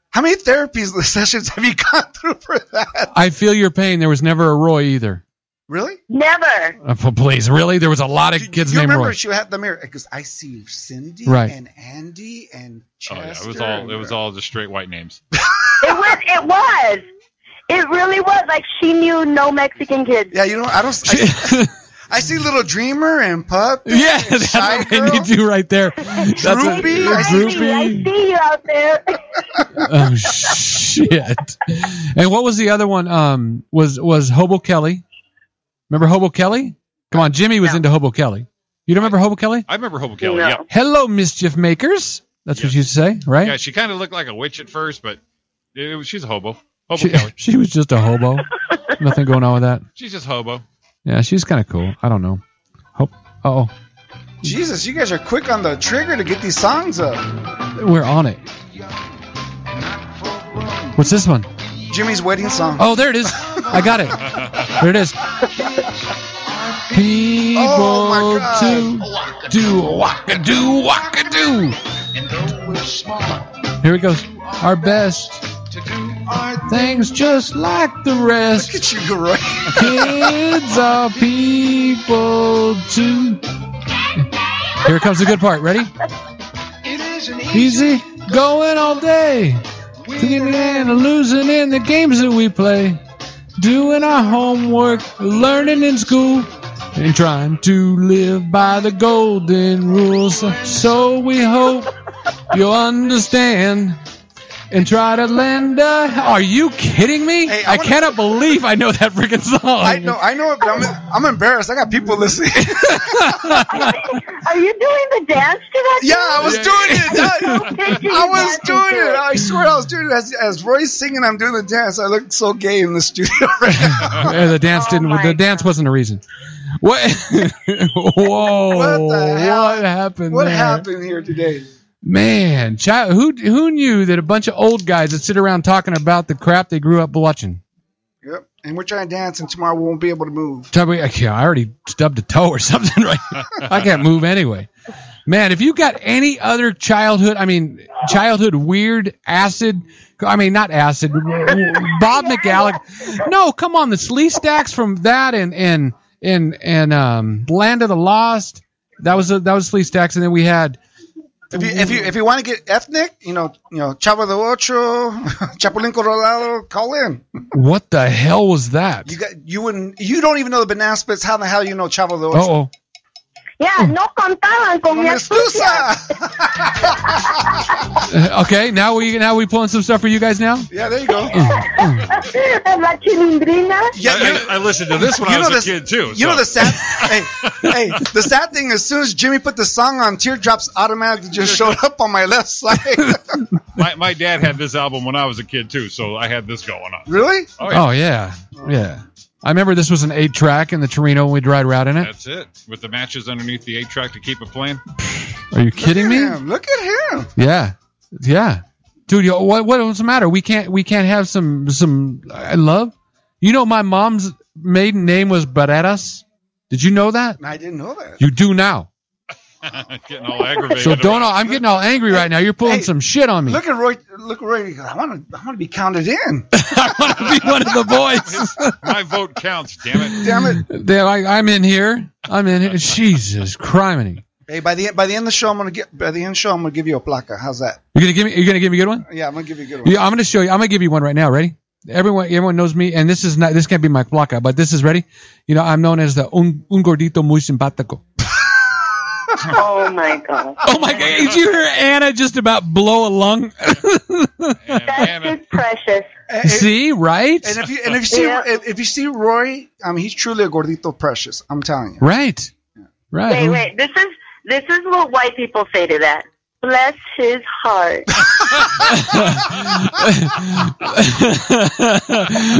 D: How many therapies sessions have you gone through for that?
A: I feel your pain. There was never a Roy either.
D: Really?
E: Never.
A: Uh, please, really? There was a lot of kids
D: you
A: named
D: remember
A: Roy.
D: she had the mirror because I see Cindy
A: Right.
D: and Andy and
B: Oh,
D: Chester.
B: yeah, it was all it was all just straight white names.
E: It was. It was. It really was. Like she knew no Mexican kids.
D: Yeah, you know I don't. I, I see Little Dreamer and Pup.
A: yeah, that's
D: Shy
A: what I
D: Girl?
A: need you right there. That's what-
D: Droopy?
E: I see, I
A: Droopy.
E: see you out there.
A: oh shit! And what was the other one? Um, was was Hobo Kelly? Remember Hobo Kelly? Come on, Jimmy was
E: No.
A: into Hobo Kelly. You don't remember Hobo Kelly?
B: I remember Hobo Kelly. Yeah.
A: Hello, mischief makers. That's what you used to say, right?
B: Yeah, she kind of looked like a witch at first, but it was, she's a hobo. Hobo
A: she,
B: Kelly.
A: she was just a hobo. Nothing going on with that.
B: She's just hobo.
A: Yeah, she's kind of cool. I don't know. Hope. Oh,
D: Jesus, you guys are quick on the trigger to get these songs up.
A: we're on it. What's this one?
D: Jimmy's wedding song.
A: Oh, there it is. I got it. There it is. People to do waka do waka do. Here it goes. Our best things just like the rest. Look
D: at you, Garoy.
A: Kids are people too. Here comes the good part. Ready? Easy going all day. Winning and losing in the games that we play. Doing our homework, learning in school, and trying to live by the golden rules. So, so we hope you understand and try to lend a. Are you kidding me? I, cannot believe I know that freaking song.
D: I know, I know it, but I'm, I'm embarrassed. I got people listening.
E: Are you doing the dance to that?
D: Yeah, I was
E: tune?
D: doing it. I, I was
E: That's
D: doing
E: insane.
D: it. I swear I was doing it. As, as Roy's singing, I'm doing the dance. I look so gay in the studio right now.
A: Yeah, the dance didn't. The dance wasn't a reason. What? Whoa!
D: What the hell?
A: What happened?
D: What
A: there?
D: happened here today?
A: Man, chi- who who knew that a bunch of old guys that sit around talking about the crap they grew up watching?
D: Yep. And we're trying to dance, and tomorrow we won't be able to move.
A: Tell me- okay, I already stubbed a toe or something. Right? I can't move anyway. Man, if you got any other childhood, I mean, childhood weird acid, I mean, not acid, Bob McGallagher. No, come on, the Slee Stacks from that and and and and um, Land of the Lost. That was a, that was Slee Stacks, and then we had
D: If you if you if you want to get ethnic, you know you know Chavo de Ocho, Chapulín Colorado, call in.
A: what the hell was that?
D: You got you wouldn't you don't even know the banana splits. How the hell you know Chavo de Ocho?
A: Oh,
E: Yeah, no contaban con mi astucia.
A: okay. Now we now we pulling some stuff for you guys now.
D: Yeah, there you go.
E: La chilindrina.
B: I, I, I listened to this when
D: You
B: I was
D: know
B: a
D: this-
B: kid too.
D: You know the sad hey, hey the sad thing as soon as Jimmy put the song on, teardrops automatically just showed up on my left side.
B: my, my dad had this album when I was a kid too, so I had this going on.
D: really?
B: Oh yeah,
A: Oh yeah, yeah. I remember this was an eight track in the Torino when we dried route in it.
B: that's it. With the matches underneath the eight track to keep it playing.
A: Are you kidding me?
D: Damn, look at him.
A: Yeah, yeah, dude. Yo, what what what's the matter? We can't we can't have some some uh, love. You know my mom's maiden name was Barreras. Did you know that?
D: I didn't know that.
A: You do now.
B: Getting all aggravated.
A: So don't.
B: about
A: I'm getting all angry right now. You're pulling
D: Hey,
A: some shit on me.
D: Look at Roy. Look, at Roy. I want to. I want to be counted in.
A: I want to be one of the boys.
B: it. My vote counts. Damn it.
D: Damn it!
A: They're like, I'm in here. I'm in here. Jesus criminy.
D: Hey, by the by the end of the show, I'm gonna get. By the end of the show, I'm gonna give you a placa. How's that?
A: You gonna give me? You gonna give me a good one?
D: Yeah, I'm gonna give you a good one.
A: Yeah, I'm gonna show you. I'm gonna give you one right now. Ready? Everyone, everyone knows me, and this is not. This can't be my placa, but this is ready. You know, I'm known as the un, un gordito muy simpático.
E: Oh my god.
A: Oh my god! Did you hear Anna just about blow a lung?
B: And,
E: That's
B: Anna,
E: just precious.
D: And-
A: See, right?
D: And if you and if you see
E: Yeah.
D: if, if you see Roy, I mean he's truly a gordito precious. I'm telling you.
A: Right.
E: Wait,
A: Right.
E: wait. This is this is what white people say to that. Bless his heart.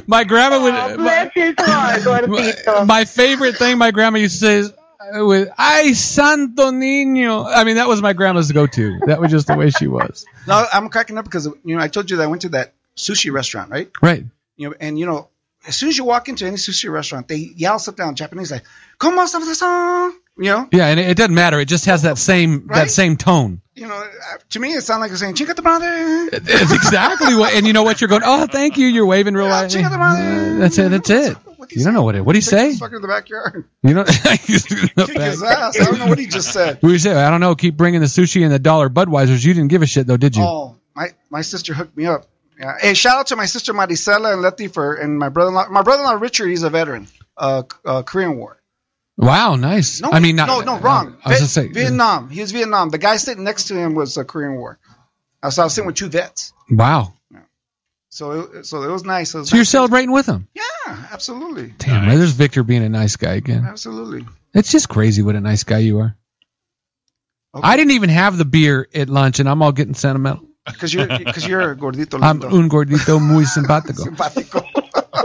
A: my grandma
E: Oh,
A: would.
E: bless his heart, gordito.
A: my favorite thing my grandma used to say is uh, with "Ay Santo Niño." I mean, that was my grandma's go-to. That was just the way she was.
D: No, I'm cracking up because you know I told you that I went to that sushi restaurant, right?
A: Right.
D: You know, and you know, as soon as you walk into any sushi restaurant, they yell something in Japanese like "Como sa song," you know.
A: Yeah, and it, it doesn't matter. It just has that same
D: Right?
A: that same tone.
D: You know, uh, to me it sounded like they're saying "Chinga tu brother."
A: It's exactly what. And you know what? You're going. Oh, thank you. You're waving real loud.
D: check it out.
A: Uh, That's it. That's it. You don't know what it. What do you
D: Take
A: say?
D: this fucker to the backyard.
A: You know.
D: Kick his ass. I don't know what he just said.
A: We say, I don't know. Keep bringing the sushi and the dollar Budweisers. You didn't give a shit though, did you?
D: Oh, my my sister hooked me up. Yeah. Hey, shout out to my sister Maricela and Letty for and my brother-in-law. My brother-in-law Richard, he's a veteran, uh, C- uh Korean War.
A: Wow, nice.
D: No,
A: I mean, not,
D: no, no, wrong.
A: I was
D: Vi-
A: gonna say,
D: Vietnam. He was Vietnam. The guy sitting next to him was a Korean War. Uh, so I was sitting with two vets.
A: Wow.
D: So it, so it was nice. It was
A: So you're
D: nice.
A: celebrating with them.
D: Yeah, Yeah, absolutely.
A: Damn, there's Victor being a nice guy again.
D: Absolutely.
A: It's just crazy what a nice guy you are. I didn't even have the beer at lunch, and I'm all getting sentimental.
D: Because you're, because you're a gordito
A: I'm
D: lindo.
A: un gordito muy simpático.
D: Simpático.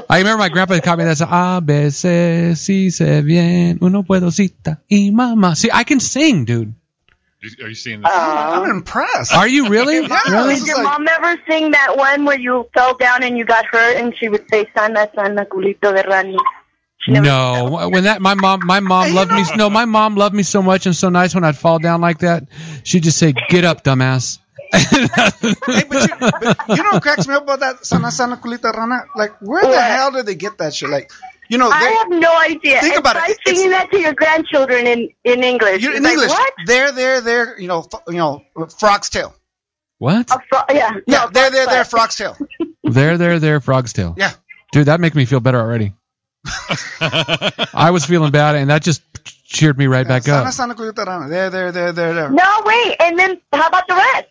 A: I remember my grandpa taught me that song. A veces si se bien, uno puedo cita y mamá. See, I can sing, dude.
B: Are you seeing this?
D: I'm impressed.
A: Are you really? Really?
E: Did your mom never sing that one where you fell down and you got hurt and she would say sana sana culito de rani?
A: No, when that my mom my mom loved me no my mom loved me so much and so nice when I'd fall down like that she'd just say get up dumbass.
D: Hey, but you, but you know what cracks me up about that sana sana culita rana? Like, where the
E: What?
D: hell did they get that shit? Like, you know,
E: I
D: they-
E: have no idea.
D: Think
E: It's
D: about it.
E: like
D: It's-
E: singing that to your grandchildren in in English.
D: you
E: It's
D: in
E: like,
D: English,
E: What?
D: there, there, there, you know, f- you know, frog's tail.
A: What?
E: A fro-
D: Yeah,
E: yeah. no,
D: there, there, there,
E: but-
D: frog's tail.
A: There there there frog's tail.
D: Yeah.
A: Dude, that make me feel better already. I was feeling bad and that just cheered me right back
D: Sana
A: up.
D: sana culita rana. There, there, there, there, there.
E: No, wait. And then how about the rest?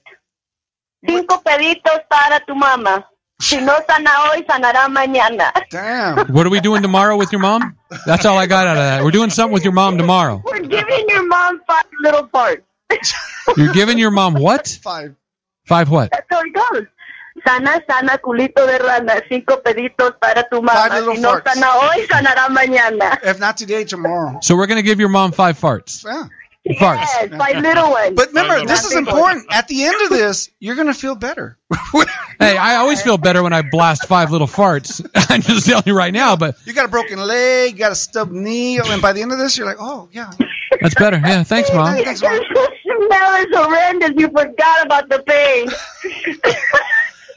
E: Cinco peditos para tu mama. Si no sana hoy, sanará mañana.
D: Damn.
A: What are we doing tomorrow with your mom? That's all I got out of that. We're doing something with your mom tomorrow.
E: We're giving your mom five little parts.
A: You're giving your mom what?
D: Five.
A: Five what?
E: That's how it goes. Sana, sana, culito de rana. Cinco peditos para tu
D: Five
E: mama.
D: little
E: Si no
D: farts.
E: sana hoy, sanará mañana.
D: If not today, tomorrow.
A: So we're gonna give your mom five farts.
D: Yeah.
A: Farts.
E: Yes, five little ones.
D: But remember, this is
E: Nothing more.
D: important. At the end of this, you're gonna feel better.
A: Hey, I always feel better when I blast five little farts. I'm just telling you right now, but
D: you got a broken leg, you got a stubbed knee, and by the end of this, you're like, oh yeah,
A: that's better. Yeah, thanks, mom.
D: thanks, Mom.
E: the smell is horrendous. You forgot about the pain.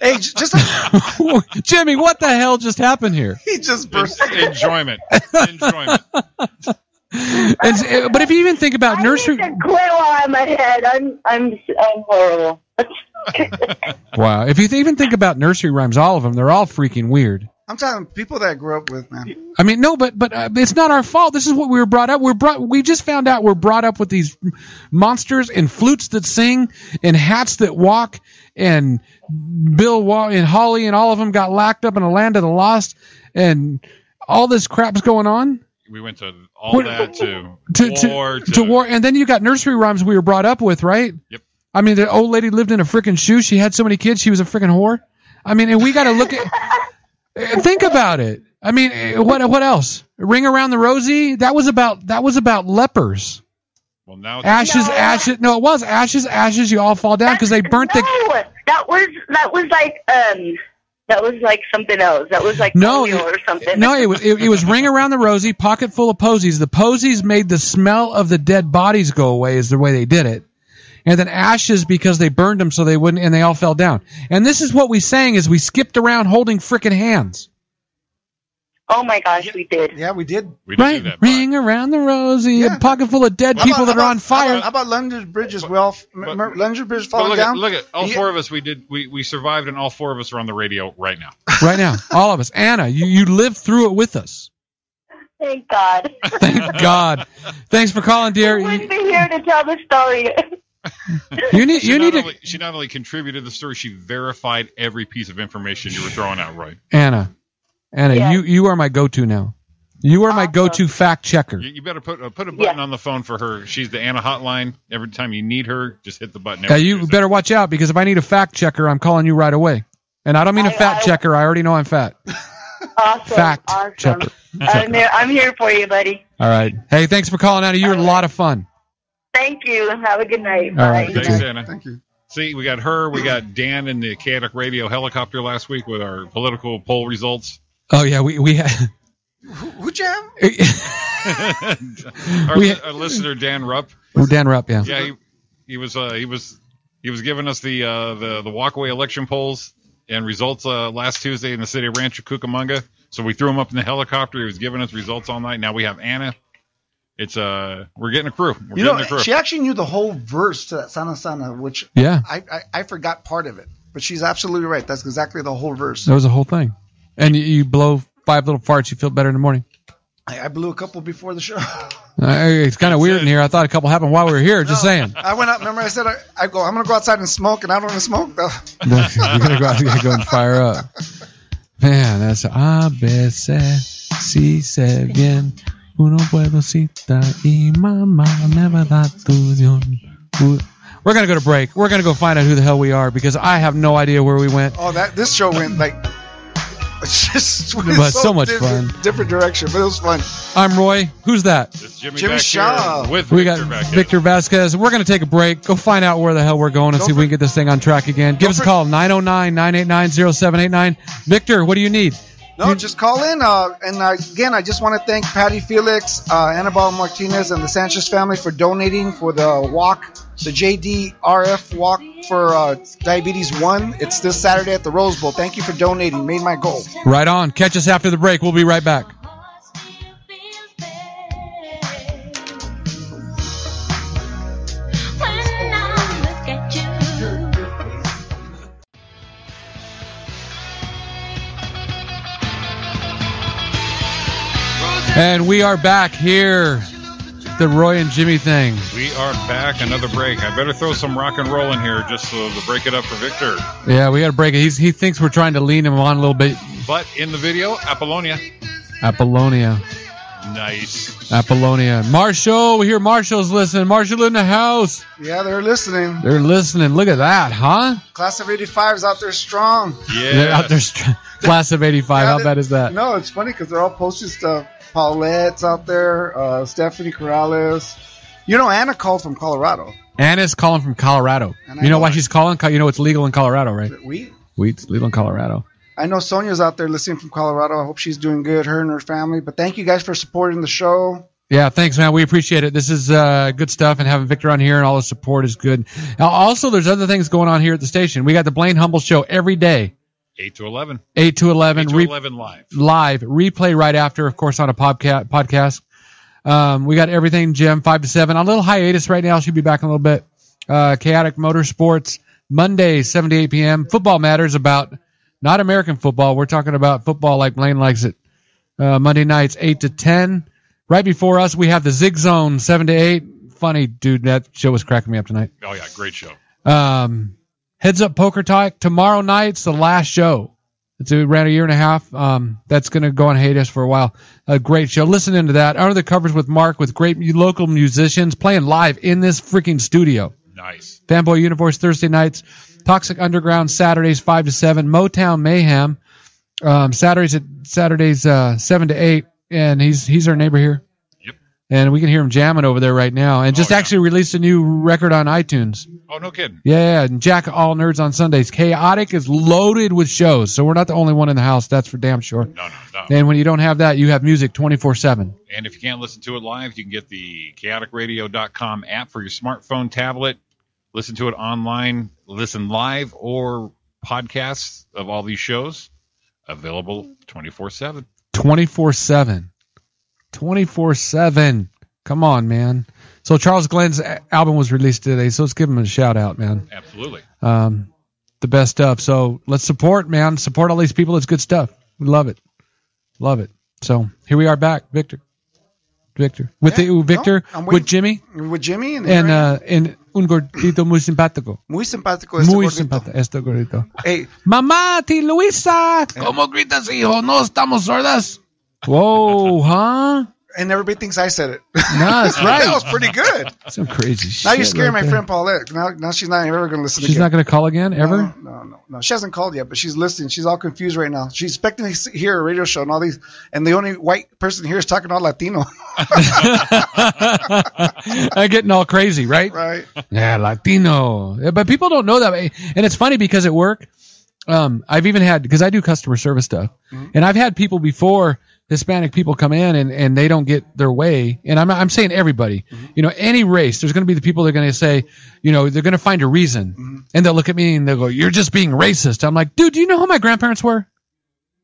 D: Hey, j- just like,
A: Jimmy, what the hell just happened here?
D: he just burst.
B: En- enjoyment. Enjoyment.
A: And, but if you even think about nursery,
E: I need to quit while I'm ahead. I'm I'm I'm horrible.
A: wow. If you th- even think about nursery rhymes, all of them, they're all freaking weird.
D: I'm talking people that I grew up with, man.
A: I mean, no, but but uh, it's not our fault. This is what we were brought up. We're brought. We just found out we're brought up with these monsters and flutes that sing and hats that walk and Bill Wa- and Holly and all of them got locked up in a land of the lost and all this crap's going on
B: We went to all
A: What-
B: that to,
A: to
B: war
A: to, to war. And then you got nursery rhymes we were brought up with, right?
B: Yep.
A: I mean, the old lady lived in a freaking shoe. She had so many kids. She was a freaking whore. I mean, and we got to look at. eh, think about it. I mean, eh, what what else? Ring around the rosy. That was about that was about lepers.
B: Well, now it's
A: Ashes,
E: No.
A: ashes. No, it was ashes, ashes. You all fall down because they burnt
E: no,
A: the.
E: that was that was like um that was like something else. That was like
A: No,
E: polio
A: it-
E: or something.
A: No, it was it, it was ring around the rosy, pocket full of posies. The posies made the smell of the dead bodies go away, is the way they did it. And then ashes because they burned them so they wouldn't, and they all fell down. And this is what we sang is we skipped around holding frickin' hands,
E: Oh my gosh, we did.
D: Yeah, we did.
B: we didn't
A: right?
B: do that.
A: Ring around the rosy,
D: Yeah.
A: a pocket full of dead
D: How
A: people
D: about-
A: that
D: how
A: are
D: about-
A: on fire.
D: How about, how about London Bridges? We all
B: but-
D: remember London Bridge
B: But
D: falling
B: look
D: down.
B: at look at all
D: Yeah.
B: four of us. We did we we survived, and all four of us are on the radio right now.
A: right now, all of us. Anna, you you lived through it with us.
E: Thank God.
A: Thank God. Thanks for calling, dear.
E: I wouldn't
A: You,
E: be here to tell the story.
A: you need
B: She
A: you
B: not
A: need to
B: only, She not only contributed to the story, she verified every piece of information you were throwing out. Roy,
A: Anna, Anna,
E: Yes.
A: you you are my go-to now. You are my
E: Awesome.
A: go-to fact checker.
B: you, you better put uh, put a button on the phone for her. She's the Anna hotline. Every time you need her, just hit the button.
A: Now you better watch out because if I need a fact checker, I'm calling you right away. And I don't mean a
E: I-
A: fat
E: I-
A: checker. I already know I'm fat.
E: awesome.
A: Fact
E: awesome.
A: checker.
E: I'm here, I'm here for you, buddy.
A: All right. Hey, thanks for calling out. You're a lot of fun.
E: Thank you. Have a good night.
A: All right.
E: Bye.
B: Thanks, Anna.
D: Thank you.
B: See, we got her. We got Dan in the chaotic radio helicopter last week with our political poll results.
A: Oh yeah, we we had
D: Who, who'd you have?
B: our,
A: We-
B: our listener Dan Rupp.
A: we're Dan Rupp. Yeah.
B: Yeah, he, he was uh, he was he was giving us the uh, the the walkaway election polls and results uh, last Tuesday in the city of Rancho Cucamonga. So we threw him up in the helicopter. He was giving us results all night. Now we have Anna. It's uh we're getting a crew. We're
D: You
B: getting
D: know,
B: a crew.
D: she actually knew the whole verse to that Sana Sana, which
A: Yeah.
D: I, I, I forgot part of it. But she's absolutely right. That's exactly the whole verse.
A: That was a whole thing. And you, you blow five little farts, you feel better in the morning.
D: I, I blew a couple before the show.
A: Uh, it's kind of weird in here. I thought a couple happened while we were here. Just saying.
D: I went out. Remember, I said I, I go. I'm gonna go outside and smoke, and I don't want to smoke though.
A: You're gonna go out. You gotta go and fire up. Man, that's a veces si se bien. Uno puedo cita y mamá never da tuyo. We're gonna go to break. We're gonna go find out who the hell we are because I have no idea where we went.
D: Oh, that this show went like it's just went
A: But so much
D: different,
A: fun.
D: different direction, but it was fun.
A: I'm Roy. Who's that?
B: It's Jimmy,
D: Jimmy
B: back
D: Shaw.
B: here with
A: We
B: Victor
A: got
B: back here.
A: Victor Vasquez. We're going to take a break. Go find out where the hell we're going and
D: Don't
A: see if we can get this thing on track again. Give
D: don't
A: us a
D: for-
A: call 909 989 0789. Victor, what do you need?
D: No, just call in. Uh, and uh, again, I just want to thank Patty Felix, uh, Annabelle Martinez, and the Sanchez family for donating for the walk, the JDRF walk for uh, Diabetes 1. It's this Saturday at the Rose Bowl. Thank you for donating. Made my goal.
A: Right on. Catch us after the break. We'll be right back. And we are back here. The Roy and Jimmy thing.
B: We are back. Another break. I better throw some rock and roll in here just so to break it up for Victor.
A: Yeah, we got to break it. He's, he thinks we're trying to lean him on a little bit.
B: But in the video, Apollonia.
A: Apollonia.
B: Nice.
A: Apollonia. Marshall, we hear Marshall's listening. Marshall in the house.
D: Yeah, they're listening.
A: They're listening. Look at that, huh?
D: Class of 85's out there strong.
A: They're
B: Yeah.
A: out there. str- Class of 85.
D: Yeah,
A: How
D: they-
A: bad is that?
D: No, it's funny because they're all posting stuff. Paulette's out there, uh, Stephanie Corrales. You know, Anna called from Colorado.
A: Anna's calling from Colorado.
D: And I
A: You know
D: know
A: why
D: it.
A: she's calling? Co- You know it's legal in Colorado, right?
D: We,
A: Wheat's legal in Colorado.
D: I know Sonia's out there listening from Colorado. I hope she's doing good, her and her family. But thank you guys for supporting the show.
A: Yeah, thanks, man. We appreciate it. This is uh, good stuff, and having Victor on here and all the support is good. Now, also, there's other things going on here at the station. We got the Blaine Humble Show every day,
B: 8 to 11.
A: 8 to 11,
B: 8 to
A: re-
B: 11 live.
A: live, replay right after, of course, on a podca- podcast. Um, we got everything, Jim, 5 to 7. On a little hiatus right now. She'll be back in a little bit. Uh, Chaotic Motorsports, Monday, 7 to 8 p.m. Football matters about not American football. We're talking about football like Blaine likes it. Uh, Monday nights, 8 to 10. Right before us, we have the Zig Zone, 7 to 8. Funny, dude, that show was cracking me up tonight.
B: Oh, yeah. Great show.
A: Um, Heads Up Poker Talk tomorrow night's the last show. It's around a year and a half. Um, that's going to go on hiatus for a while. A great show. Listen into that. Under the covers with Mark with great mu- local musicians playing live in this freaking studio.
B: Nice.
A: Fanboy Universe Thursday nights. Toxic Underground Saturdays five to seven. Motown Mayhem um, Saturdays at Saturdays uh, seven to eight. And he's he's our neighbor here.
B: Yep. Oh,
A: And we can hear him jamming over there right now. And just
B: yeah.
A: actually released a new record on iTunes.
B: Oh, no kidding.
A: Yeah, yeah, and Jack of All Nerds on Sundays. Chaotic is loaded with shows, so we're not the only one in the house. That's for damn sure.
B: No, no, no.
A: And when you don't have that, you have music 24 7.
B: And if you can't listen to it live, you can get the chaoticradio.com app for your smartphone, tablet. Listen to it online, listen live, or podcasts of all these shows available 24 7.
A: 24 7. 24 7. Come on, man. So Charles Glenn's a- album was released today, so let's give him a shout out, man.
B: Absolutely.
A: Um, the best stuff. So let's support, man. Support all these people. It's good stuff. We love it. Love it. So here we are back, Victor. Victor. With
D: Yeah,
A: the Victor,
D: no, I'm
A: with
D: waiting-
A: Jimmy,
D: With Jimmy and,
A: and
D: Aaron.
A: uh, and un gordito muy simpático.
D: muy simpático. este
A: Muy
D: gordito.
A: simpático. Esto gordito.
D: Hey,
A: Mamá, ti Luisa. ¿Cómo gritas, hijo? No estamos sordas. Whoa, huh?
D: and everybody thinks I said it.
A: No, that's right.
D: that was pretty good.
A: Some crazy shit.
D: Now you're scaring
A: right
D: my
A: there.
D: friend Paulette. Now, now she's not ever going to listen
A: She's
D: again.
A: not going to call again, ever?
D: No, no, no, no. She hasn't called yet, but she's listening. She's all confused right now. She's expecting to see- hear a radio show and all these, and the only white person here is talking all Latino,
A: I'm getting all crazy, right?
D: right?
A: Yeah, Latino. Yeah, But people don't know that. And it's funny because at work, um, I've even had, because I do customer service stuff, and I've had people before, Hispanic people come in and, and they don't get their way. And I'm, not- I'm saying everybody, you know, any race, there's going to be the people that are going to say, you know, they're going to find a reason. And they'll look at me and they'll go, you're just being racist. I'm like, dude, do you know who my grandparents were?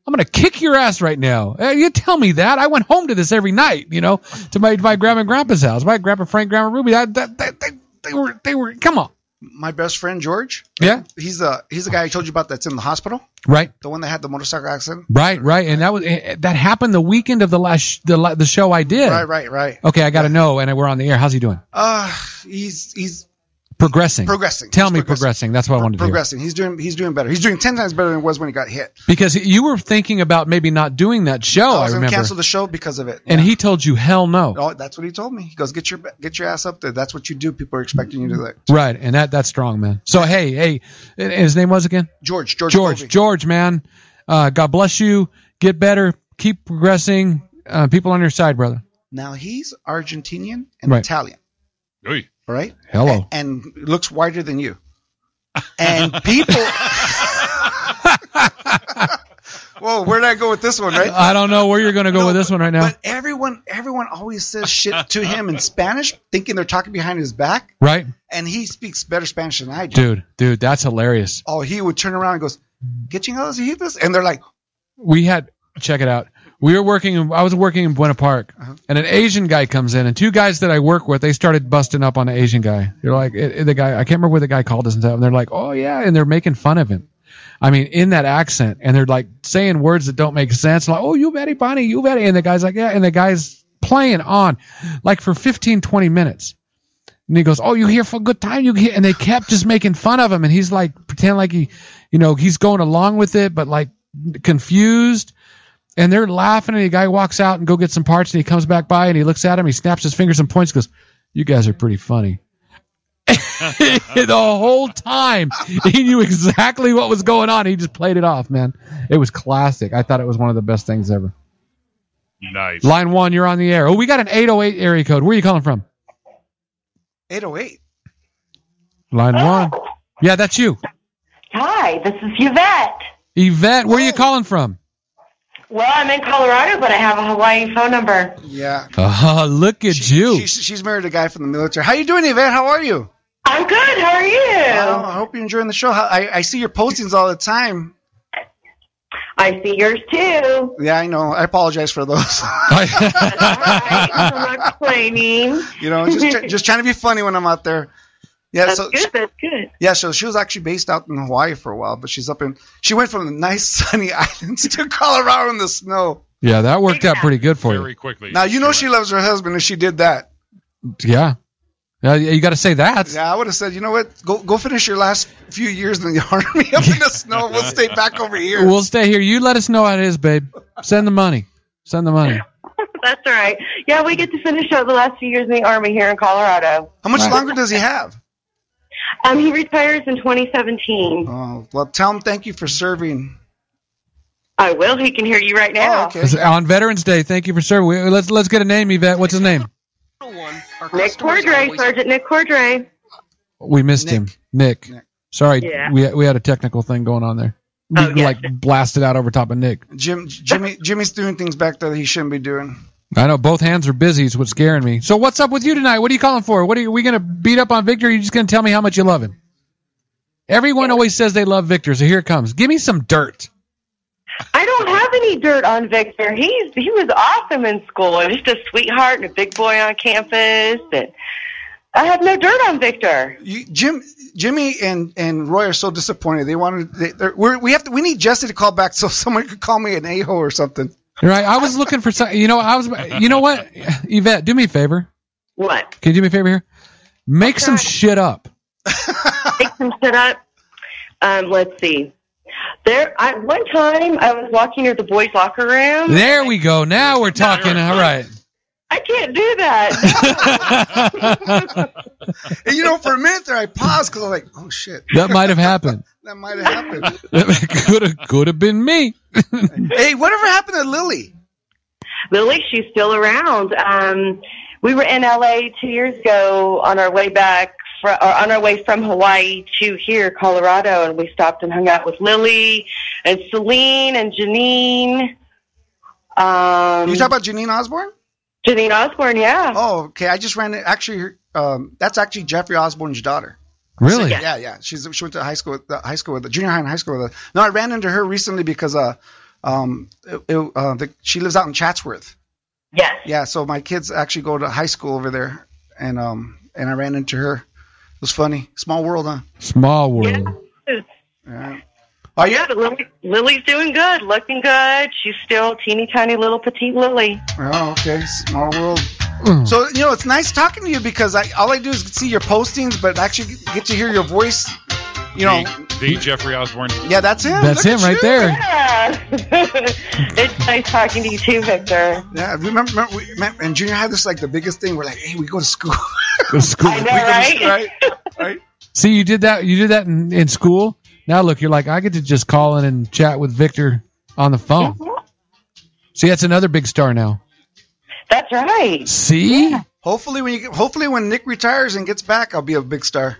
A: I'm gonna kick your ass right now. Eh, you tell me that. I went home to this every night, you know, to my my grandma and grandpa's house. My grandpa Frank, grandma Ruby. That, that, that, they, they were they were. Come on.
D: My best friend George,
A: Yeah.
D: he's the he's the guy I told you about that's in the hospital,
A: Right.
D: the one that had the motorcycle accident.
A: Right. Right. And that was eh, eh, that happened the weekend of the last sh- the la- the show I did.
D: Right, right, right.
A: Okay, I gotta know, and we're on the air. How's he doing?
D: Uh he's he's
A: Progressing.
D: Progressing.
A: Tell
D: He's
A: me progressing. That's what I wanted to hear.
D: Progressing. He's doing he's doing better. He's doing ten times better than he was when he got hit.
A: Because you were thinking about maybe not doing that show,
D: I
A: Oh, I,
D: was gonna
A: remember.
D: cancel the show because of it.
A: and he told you, hell no.
D: Oh, that's what he told me. He goes, "Get your get your ass up there. That's what you do. People are expecting you to do that."
A: Right. And that that's strong, man. So, hey, hey, and his name was again?
D: George, George,
A: George,
D: Colby.
A: George, man. Uh, God bless you. Get better. Keep progressing. Uh, people on your side, brother.
D: Now he's Argentinian and
A: Right.
D: Italian.
B: Hey.
D: All right,
A: Hello.
D: and looks whiter than you. And people. Whoa, where did I go with this one? Right.
A: I don't know where you're going to go with this one right now.
D: But everyone, everyone always says shit to him in Spanish, thinking they're talking behind his back,
A: right?
D: and he speaks better Spanish than I do.
A: Dude, dude, that's hilarious.
D: Oh, he would turn around and goes, "Get chingados hijitos," and they're like,
A: we had check it out. We were working. in- I was working in Buena Park, and an Asian guy comes in, and two guys that I work with, they started busting up on the Asian guy. They're like, it, it- the guy. I can't remember what the guy called us and stuff. And they're like, oh yeah, and they're making fun of him. I mean, in that accent, and they're like saying words that don't make sense. Like, oh, you very funny, you very, and the guy's like, yeah, and the guy's playing on, like for 15, 20 minutes. And he goes, "Oh, you here for a good time? You here?" And they kept just making fun of him, and he's like pretending like he, you know, he's going along with it, but like confused. And they're laughing, and the guy walks out and go get some parts, and he comes back by and he looks at him, he snaps his fingers and points, goes, "You guys are pretty funny." the whole time he knew exactly what was going on. He just played it off, man. It was classic. I thought it was one of the best things ever.
B: Nice.
A: Line one, you're on the air. Oh, we got an 808 area code. Where are you calling from?
D: "808."
A: Line one. Yeah, that's you.
K: Hi, this is Yvette.
A: Yvette, where are you calling from?
K: Well, I'm in Colorado, but I have a Hawaii phone number.
D: Yeah.
A: Uh, look at you.
D: She's, she's married a guy from the military. How you doing, Yvette? How are you?
K: I'm good. How are you?
D: Well, I hope you're enjoying the show. How- I, I see your postings all the time.
K: I see yours too.
D: Yeah, I know. I apologize for those.
K: I'm not complaining.
D: you know, just try- just trying to be funny when I'm out there. Yeah,
K: That's
D: so
K: good. That's good.
D: yeah, so she was actually based out in Hawaii for a while, but she's up in she went from the nice sunny islands to Colorado in the snow.
A: Yeah, that worked out pretty good for you.
B: Very quickly.
D: Now you know she loves her husband if she did that.
A: Yeah. Yeah, you got to say that.
D: Yeah, I would have said, you know what, go go finish your last few years in the army up in the snow. We'll stay back over here.
A: We'll stay here. You let us know how it is, babe. Send the money. Send the money.
K: That's all right. Yeah, we get to finish out the last few years in the army here in Colorado.
D: How much
A: Right.
D: longer does he have?
K: Um, he retires in 2017.
D: Oh, well, tell him thank you for serving.
K: I will. He can hear you right
D: Oh,
K: now.
D: okay.
A: It's on Veterans Day, thank you for serving. We- Let's let's get a name, Yvette. What's his name?
K: Nick Cordray, Sergeant Nick Cordray.
A: We missed him, Nick.
D: Nick.
A: Sorry,
K: Yeah.
A: we we had a technical thing going on there. We
K: Oh, yeah.
A: like blasted out over top of Nick.
D: Jim, Jimmy, Jimmy's doing things back there that he shouldn't be doing.
A: I know both hands are busy. Is what's scaring me. So what's up with you tonight? What are you calling for? What are, you, we going to beat up on Victor? Or are you just going to tell me how much you love him? Everyone always says they love Victor, so here it comes. Give me some dirt.
K: I don't have any dirt on Victor. He's he was awesome in school and just a sweetheart and a big boy on campus. And I have no dirt on Victor.
D: You, Jim, Jimmy, and, and Roy are so disappointed. They wanted they, they're- we're, we have to, we need Jesse to call back so someone could call me an a hole or something.
A: Right? I was looking for some. You know, I was. You know what, Yvette? Do me a favor.
K: What?
A: Can you do me a favor here? Make some shit up.
K: Take some shit up. Um, let's see. There, I, one time I was walking near the boys' locker room.
A: There we go. Now we're talking. All right.
K: I can't do that.
D: And you know, for a minute there, I paused because I'm like, oh shit,
A: That might have happened.
D: that might have happened.
A: could have could have been me.
D: hey, whatever happened to Lily?
K: Lily, she's still around. Um, we were in LA two years ago on our way back, fr or on our way from Hawaii to here, Colorado, and we stopped and hung out with Lily and Celine and Janine. Um,
D: You talk about Janine Osborne?
K: Janine Osborne, yeah.
D: Oh, okay. I just ran it. Actually, her- um, that's actually Jeffrey Osborne's daughter.
A: Really?
D: Yeah, yeah. She's she went to high school, with, uh, high school with junior high and high school with. Us. No, I ran into her recently because uh, um, it, it, uh, the, she lives out in Chatsworth.
K: Yes.
D: Yeah, so my kids actually go to high school over there, and um, and I ran into her. It was funny. Small world, huh?
A: Small world.
D: Yeah. Oh yeah.
K: Yeah, but Lily, Lily's doing good, looking good. She's still teeny tiny little petite Lily.
D: Oh okay. Small world.
A: Mm.
D: So you know, it's nice talking to you because I all I do is see your postings, but actually get to hear your voice. You know,
B: the, the Jeffrey Osborne.
D: yeah, that's him.
A: That's him
D: Look at
A: right
D: you.
A: there.
K: it's nice talking to you too, Victor.
D: Yeah, remember, remember, we- remember in junior high, this is like the biggest thing. We're like, hey, we go to school.
A: Go to school.
K: I know,
D: We go to
K: right?
D: school, right?
A: See, you did that. You did that in, in school. Now look, you're like I get to just call in and chat with Victor on the phone.
K: Mm-hmm.
A: See, that's another big star now.
K: That's right.
A: See,
D: Hopefully, when you get- hopefully when Nick retires and gets back, I'll be a big star.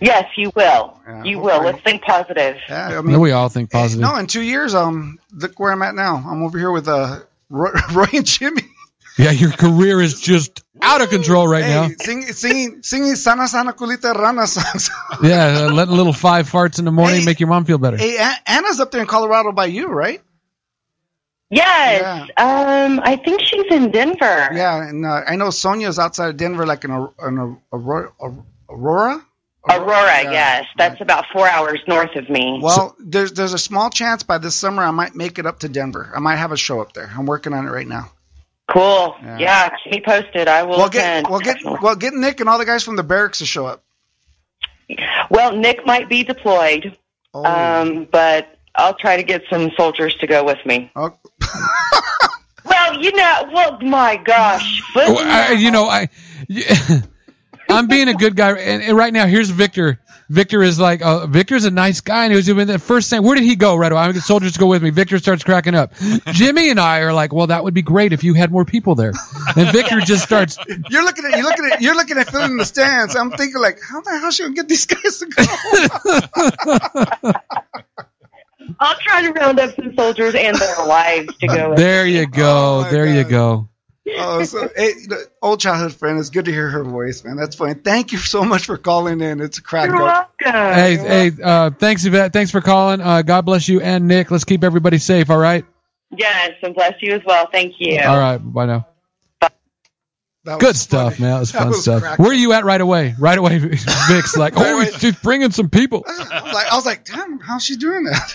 K: Yes, you will.
D: Yeah, hopefully.
K: you will. Let's think positive.
D: Yeah, I
A: Now
D: mean,
A: we all think positive.
D: no, in two years, um, look where I'm at now. I'm over here with uh, Roy, Roy and Jimmy.
A: Yeah, your career is just out of control right
D: Hey,
A: now.
D: sing, singing, singing "Sana Sana Kulita Rana" songs.
A: Yeah, uh, letting little five farts in the morning
D: Hey,
A: make your mom feel better.
D: hey, An- Anna's up there in Colorado by you, right?
K: Yes. Um, I think she's in Denver.
D: Yeah, and uh, I know Sonia's outside of Denver, like in, Aur- in Aur- Aurora. Aurora?
K: Aurora,
D: Yeah.
K: yes. That's about four hours north of me.
D: Well, there's there's a small chance by this summer I might make it up to Denver. I might have a show up there. I'm working on it right now.
K: cool.
D: Yeah.
K: Yeah. keep me posted. I will
D: Well, get
K: attend.
D: well, get well, get Nick and all the guys from the barracks to show up.
K: Well, Nick might be deployed,
D: Oh,
K: um, but I'll try to get some soldiers to go with me.
D: oh,
K: Well, you know, well, my gosh. But,
A: Well, I, you know, I, I'm being a good guy, and, and right now here's Victor. Victor is like, uh, Victor's a nice guy, and he was doing the first thing. Where did he go? Right away, I'm the soldiers to go with me. Victor starts cracking up. Jimmy and I are like, well, that would be great if you had more people there. And Victor just starts.
D: you're looking at you're looking at you're looking at filling the stands. I'm thinking like, how the hell she gonna get these guys to go?
K: I'll try to round up some soldiers and their wives to go with
A: There you go.
D: Oh, my
A: there you
D: God.
A: go.
D: oh, so hey, the old childhood friend. It's good to hear her voice, man. That's funny. Thank you so much for calling in. It's a crack.
K: You're
D: up.
K: welcome.
A: Hey,
K: You're welcome.
A: hey, uh, thanks, Yvette. Thanks for calling. Uh, God bless you and Nick. Let's keep everybody safe. All right.
K: Yes, and bless you as well. Thank you.
A: All right. Bye now.
D: That
A: Good
D: was
A: stuff,
D: funny.
A: man. That was
D: That
A: fun
D: was
A: stuff.
D: crack.
A: Where are you at right away? Right away, Vic's like,
D: Right
A: oh,
D: away.
A: she's bringing some people.
D: I was like, I was like, damn, how's she doing that?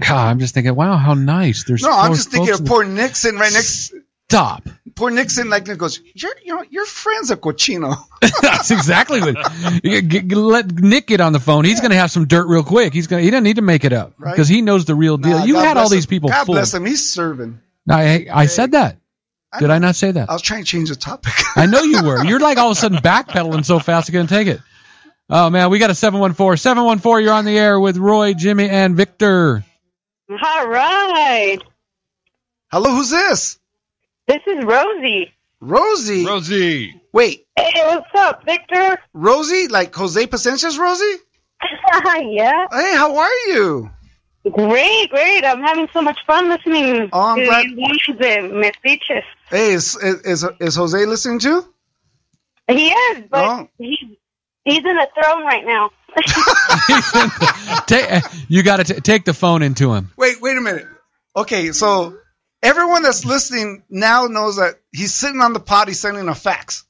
A: God, I'm just thinking, wow, how nice. There's
D: No, I'm
A: those
D: just thinking
A: folks
D: of poor Nixon right next.
A: Stop.
D: Poor Nixon like goes, you're you know your friends are cochino.
A: That's exactly what. G- g- let Nick get on the phone. He's going to have some dirt real quick. He's going. to He doesn't need to make it up
D: Right.
A: because he knows the real deal.
D: Nah,
A: you
D: God
A: had all
D: bless him.
A: these people
D: God
A: fooled.
D: bless him. He's serving.
A: No, I, I said that. Did I not say that?
D: I was trying to change the topic.
A: I know you were. You're like all of a sudden backpedaling so fast you couldn't take it. Oh man, we got a 714. 714, you're on the air with Roy, Jimmy, and Victor.
E: All right.
D: Hello, who's this?
E: This is Rosie.
D: Rosie.
B: Rosie.
D: Wait,
E: Hey, what's up, Victor?
D: Rosie? Like Jose Pacencia's Rosie?
E: yeah.
D: Hey, how are you?
E: Great, great. I'm having so much fun listening
D: Oh, I'm
E: to
D: glad-
E: these the messages.
D: Hey, is is is, is Jose listening too?
E: He is, but
D: Oh.
E: he's he's in a throne right now.
A: Ta- uh, you got to take the phone into him.
D: Wait, wait a minute. Okay, so everyone that's listening now knows that he's sitting on the potty sending a fax.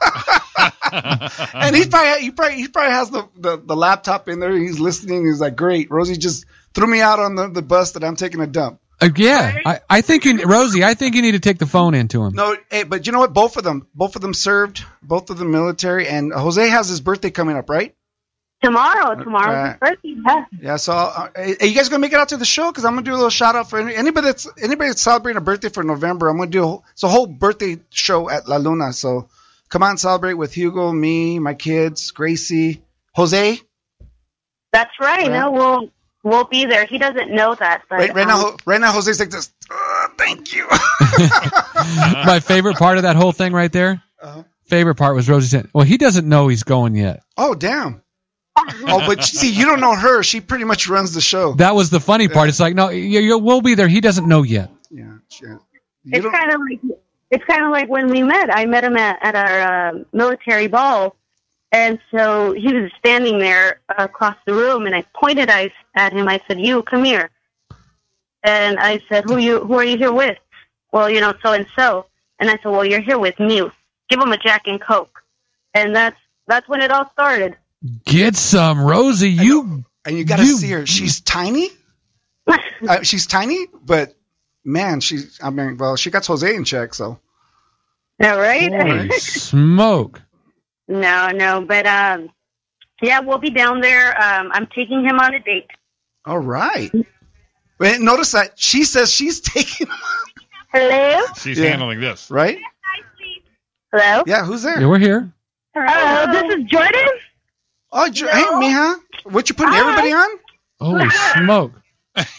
D: and he probably he probably he probably has the, the, the laptop in there. He's listening. He's like, "Great, Rosie just threw me out on the, the bus that I'm taking a dump."
A: Uh, yeah, I, I think you, Rosie. I think you need to take the phone into him.
D: No, hey, but you know what? Both of them, both of them served, both of them military, and Jose has his birthday coming up, right? Uh,
E: Tomorrow, tomorrow's his birthday. Yeah.
D: Yeah. So, uh, are you guys gonna make it out to the show? Because I'm gonna do a little shout out for any, anybody that's anybody that's celebrating a birthday for November. I'm gonna do a whole, it's a whole birthday show at La Luna. So, come on, and celebrate with Hugo, me, my kids, Gracie, Jose.
E: That's right.
D: Yeah.
E: No, we'll we'll be there. He doesn't know that, but
D: Right, right
E: um,
D: now, right now, Jose's like this. "Uh, thank you.
A: My favorite part of that whole thing right there.
D: Uh-huh.
A: Favorite part was Rosie saying, "Well, he doesn't know he's going yet."
D: oh, damn. Oh, but see, you don't know her. She pretty much runs the show.
A: That was the funny part. It's like, no, you, you will be there. He doesn't know yet.
D: Yeah. she- you
E: it's
D: don't-
E: kind of like it's kind of like when we met. I met him at, at our uh, military ball, and so he was standing there uh, across the room, and I pointed I, at him. I said, "You come here," and I said, "Who you? Who are you here with?" Well, you know, so and so, and I said, "Well, you're here with me. Give him a Jack and Coke," and that's that's when it all started.
A: Get some, Rosie. You
D: and you got to
A: You-
D: see her. She's tiny. uh, she's tiny, but man, she's. I mean, well, she got Jose in check, so
K: All right.
A: Holy smoke.
K: no, no, but um, yeah, we'll be down there. Um, I'm taking him on a date.
D: All right. Wait, notice that she says she's taking.
K: Hello.
B: She's
D: Yeah.
B: handling this.
D: Right?
K: Hello.
D: Yeah. Who's there?
A: Yeah, we're here.
K: Hello. this is Jordan.
D: Oh, Jo- hey, Mija. What you putting everybody on?
A: Holy smoke.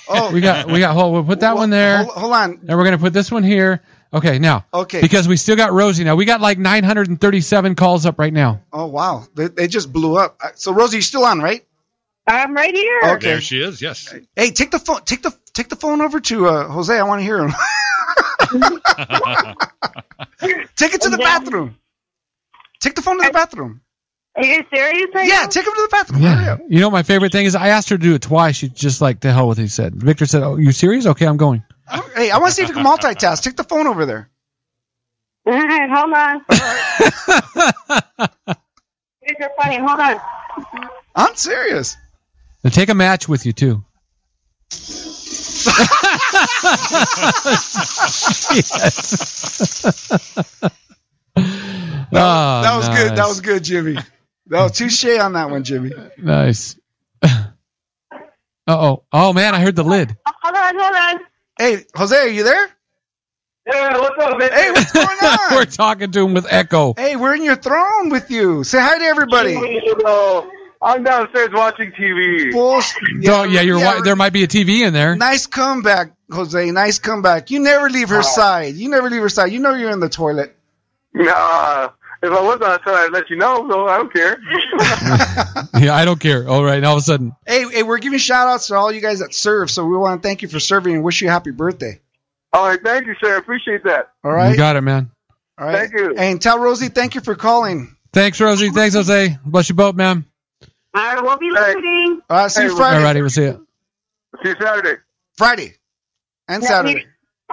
D: Oh.
A: We got we got hold. We'll put that one there.
D: Hold, hold on.
A: And we're gonna put this one here. Okay, now.
D: Okay.
A: Because we still got Rosie now. We got like 937 calls up right now.
D: Oh wow, they, they just blew up. Uh, So Rosie, you still on, right?
K: I'm right here.
D: Okay.
B: There she is. Yes.
D: Hey, take the phone. Take the take the phone over to uh, Jose. I want to hear him. take it to the
K: Yeah.
D: bathroom. Take the phone to the bathroom.
K: Are you serious? Right
D: Yeah,
K: now?
D: take him to the bathroom. Hurry
A: Yeah.
D: up.
A: You know what my favorite thing is I asked her to do it twice. She just like the hell with he said. Victor said, "Oh, you serious? Okay, I'm going."
D: Hey, I want to see if you can multitask. Take the phone over there.
K: All right, hold on. You guys are funny. Hold on.
D: I'm serious.
A: Now take a match with you too.
D: That,
A: Oh,
D: was- that was good. That was good, Jimmy. No, touche on that one, Jimmy.
A: nice. Uh oh. Oh man, I heard the lid.
K: Hold on. Hold on.
D: Hey, Jose, are you there?
H: Yeah, what's up,
D: Hey, what's going
A: We're
D: on?
A: talking to him with echo.
D: hey, we're in your throne with you. Say hi to everybody.
H: I'm downstairs watching TV.
D: Bullsh-
A: oh yeah, you're
D: yeah,
A: right. There might be a TV in there.
D: Nice comeback, Jose. Nice comeback. You never leave her side. You never leave her side. You know you're in the toilet.
H: Nah, if I was outside, I'd let you know, so I don't care.
A: Yeah, I don't care. All right, all of a sudden.
D: Hey, hey, we're giving shout outs to all you guys that serve. So we want to thank you for serving and wish you a happy birthday.
H: All right, thank you, sir. I appreciate that.
D: All right.
A: You got it, man.
D: all right.
H: Thank you.
D: And tell Rosie, thank you for calling.
A: Thanks, Rosie. Thanks, Jose. Bless you both, ma'am.
K: All right, we'll be
H: Hey.
K: listening.
D: All right. Uh, See you
H: Hey,
A: All
D: Friday.
A: righty, we'll see you.
H: See you Saturday.
D: Friday and
K: Yeah,
D: Saturday.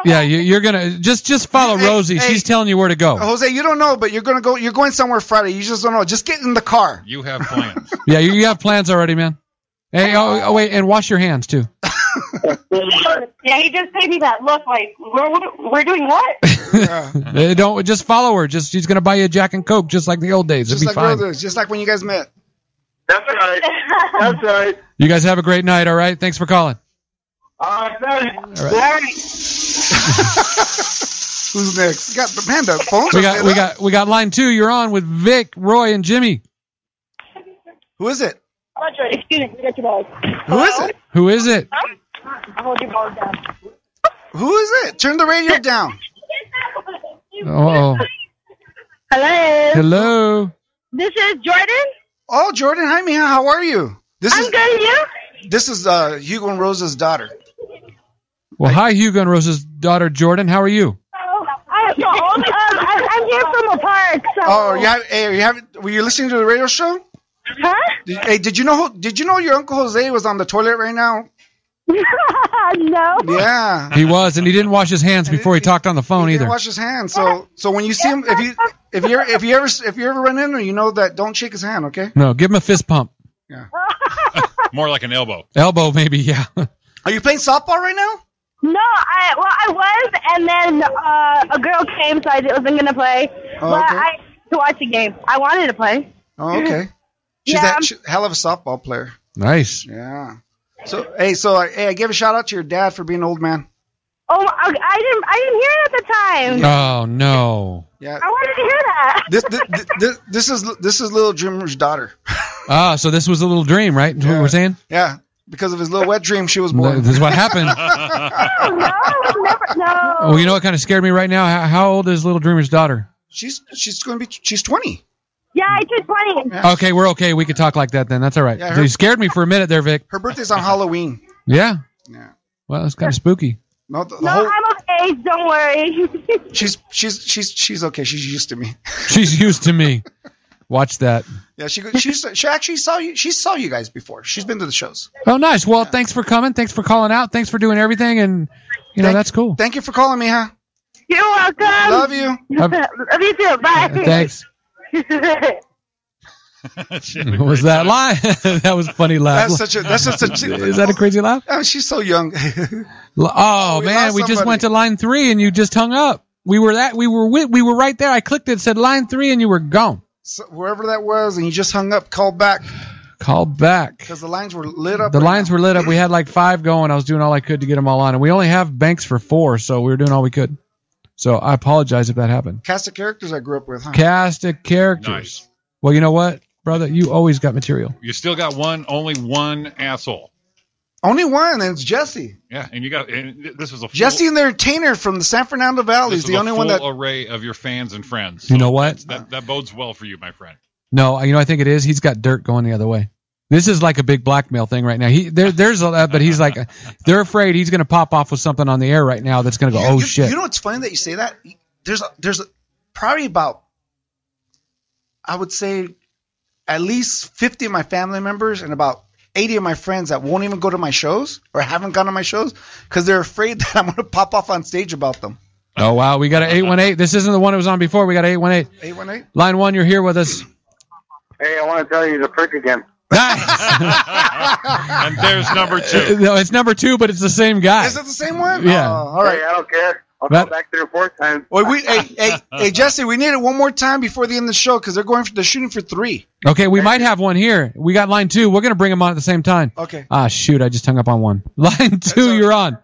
A: Yeah, you, you're gonna just just follow
D: Hey,
A: Rosie.
D: hey.
A: She's telling you where to go.
D: Jose, you don't know, but you're gonna go. You're going somewhere Friday. You just don't know. Just get in the car.
B: You have plans.
A: Yeah, you, you have plans already, man. Hey, oh, oh wait, and wash your hands too.
K: Yeah, he just gave me that look like we're we're doing what?
D: Yeah.
A: Hey, don't just follow her. Just she's gonna buy you a Jack and Coke, just like the old days. It'll
D: just
A: be
D: like
A: fine.
D: Rosie, just like when you guys met.
H: That's right. That's right.
A: You guys have a great night. All right, thanks for calling.
H: All right, thanks.
A: All
K: All
A: right.
K: right.
D: Who's next? Got the man. The phones.
A: We
D: are
A: got
D: lit
A: we
D: up.
A: got we got line two. You're on with Vic, Roy, and Jimmy.
D: Who is it?
C: Excuse me, we got your balls.
D: Who is it?
A: Who is it?
C: I'll hold your balls down.
D: Who is it? Turn the radio down.
A: Oh,
K: Hello.
A: hello.
K: This is Jordan.
D: Oh, Jordan, hi, Mia. How are you? This
K: I'm
D: is
K: good. You?
D: this is uh, Hugo and Rosa's daughter.
A: Well, hi, Hugo and Rose's daughter, Jordan. How are you?
K: I'm, um, I'm I'm here from a park. So.
D: Oh, you have, hey, you have, were you listening to the radio show?
K: Huh?
D: Did, hey, did you know? who- Did you know your uncle Jose was on the toilet right now?
K: no.
D: Yeah.
A: He was, and he didn't wash his hands before he talked on the phone
D: he
A: either.
D: Uh-huh. didn't wash his hands. So, so when you see him, if you if you if you ever if you ever run into him, you know that don't shake his hand, okay?
A: No, give him a fist pump,
B: More like an elbow.
A: elbow maybe. Yeah.
D: Are you playing softball right now?
K: No, I well I was, and then uh, a girl came, so I wasn't gonna play.
D: Oh,
K: but
D: okay.
K: I to watch the game. I wanted to play.
D: Oh, okay. She's
K: Yeah,
D: a she, hell of a softball player.
A: nice.
D: Yeah. So hey, so uh, hey, I give a shout out to your dad for being an old man.
K: Oh, I, I didn't I didn't hear it at the time.
A: Oh no.
D: Yeah.
K: I wanted to hear that.
D: This this, this this is this is little Dreamer's daughter.
A: Ah, so this was a little dream, right? Is What we're saying.
D: Yeah, because of his little wet dream, she was
A: No,
D: born.
A: This is what happened.
K: Oh, no, never, no.
A: Well, you know what kind of scared me right now? How, how old is Little Dreamer's daughter?
D: She's she's going to be she's twenty.
K: Yeah, I did plenty.
D: Yeah.
A: Okay, we're okay. We could talk like that then. That's all right.
D: Yeah, her-
A: you scared me for a minute there, Vic.
D: Her birthday's on Halloween.
A: Yeah.
D: Yeah.
A: Well, it's kind of spooky.
D: No, the, the
K: No,
D: whole,
K: I'm okay. Don't worry.
D: she's she's she's she's okay. She's used to me.
A: She's used to me. Watch that.
D: Yeah, she go- she's she actually saw you. She saw you guys before. She's been to the shows.
A: Oh, nice. Well, thanks for coming. Thanks for calling out. Thanks for doing everything. And, you know,
D: Thank-
A: that's cool.
D: Thank you for calling me, huh?
K: You're welcome.
D: Love you.
A: Have-
K: Love you too. Bye.
A: Thanks. Was that laugh? that was a funny laugh.
D: That's such a that's such a.
A: Is that a crazy laugh?
D: Oh, she's so young.
A: L- Oh,
D: we
A: man,
D: lost
A: we just
D: somebody.
A: went to line three and you just hung up. we were that we were wi- we were right there. I clicked it, said line three, and you were gone.
D: So wherever that was, and you just hung up, called back
A: Call back.
D: because the lines were lit up.
A: The
D: right
A: lines were lit up. We had like five going. I was doing all I could to get them all on, and we only have banks for four, so we were doing all we could. So I apologize if that happened.
D: now. cast of characters I grew up with. Huh?
A: Cast of characters. Well, you know what, brother? You always got material.
B: You still got one, only one asshole.
D: Only one, and it's Jesse.
B: Yeah, and you got and th- this was a full,
D: Jesse and the Entertainer from the San Fernando Valley
B: this
D: is
B: was
D: the
B: a
D: only one
B: full
D: that.
B: array of your fans and friends.
A: You know what?
B: That that bodes well for you, my friend.
A: No, you know I think it is. He's got dirt going the other way. This is like a big blackmail thing right now. He there, there's a lot, but he's like, they're afraid he's going to pop off with something on the air right now that's going to go,
D: You-
A: oh
D: you,
A: shit.
D: You know what's funny that you say that? There's a, there's a, probably about, I would say, at least 50 of my family members and about 80 of my friends that won't even go to my shows or haven't gone to my shows because they're afraid that I'm going to pop off on stage about them.
A: oh wow, we got an eight one eight. This isn't the one that was on before. We got an eight one eight.
D: 818?
A: Line one, you're here with us.
L: Hey, I want to tell you the prick again.
B: and there's number
A: Uh, No, it's number two, but it's the same guy.
D: Is it the same one?
A: Yeah.
D: Oh, all right.
L: Hey, I don't care. I'll
A: That-
L: come back three or four times.
D: Well, we, hey, hey, hey, Jesse, we need it one more time before the end of the show because they're going for, they're shooting for three.
A: Okay, we might have one here. We got line two. We're going to bring him on at the same time.
D: Okay.
A: Ah, shoot, I just hung up on one. Line two, you're on.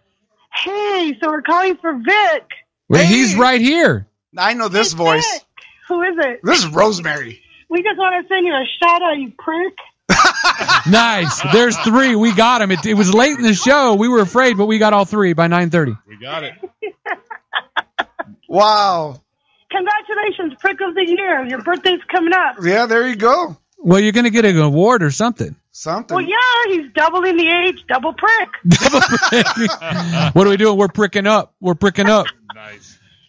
M: Hey, so we're calling for Vic.
A: Well, He's right here.
D: I know this voice.
M: Who is it?
D: This is Rosemary.
M: We just want to send you a shout out, you prick.
A: Nice. There's three. We got him. It, it was late in the show. We were afraid, but we got all three by 9:30.
B: We got it.
D: Wow.
M: Congratulations, prick of the year. Your birthday's coming up.
D: Yeah, there you go.
A: Well, you're going to get an award or something.
D: Something.
M: Well, yeah, he's doubling the age, double prick.
A: what are we doing? We're pricking up. We're pricking up.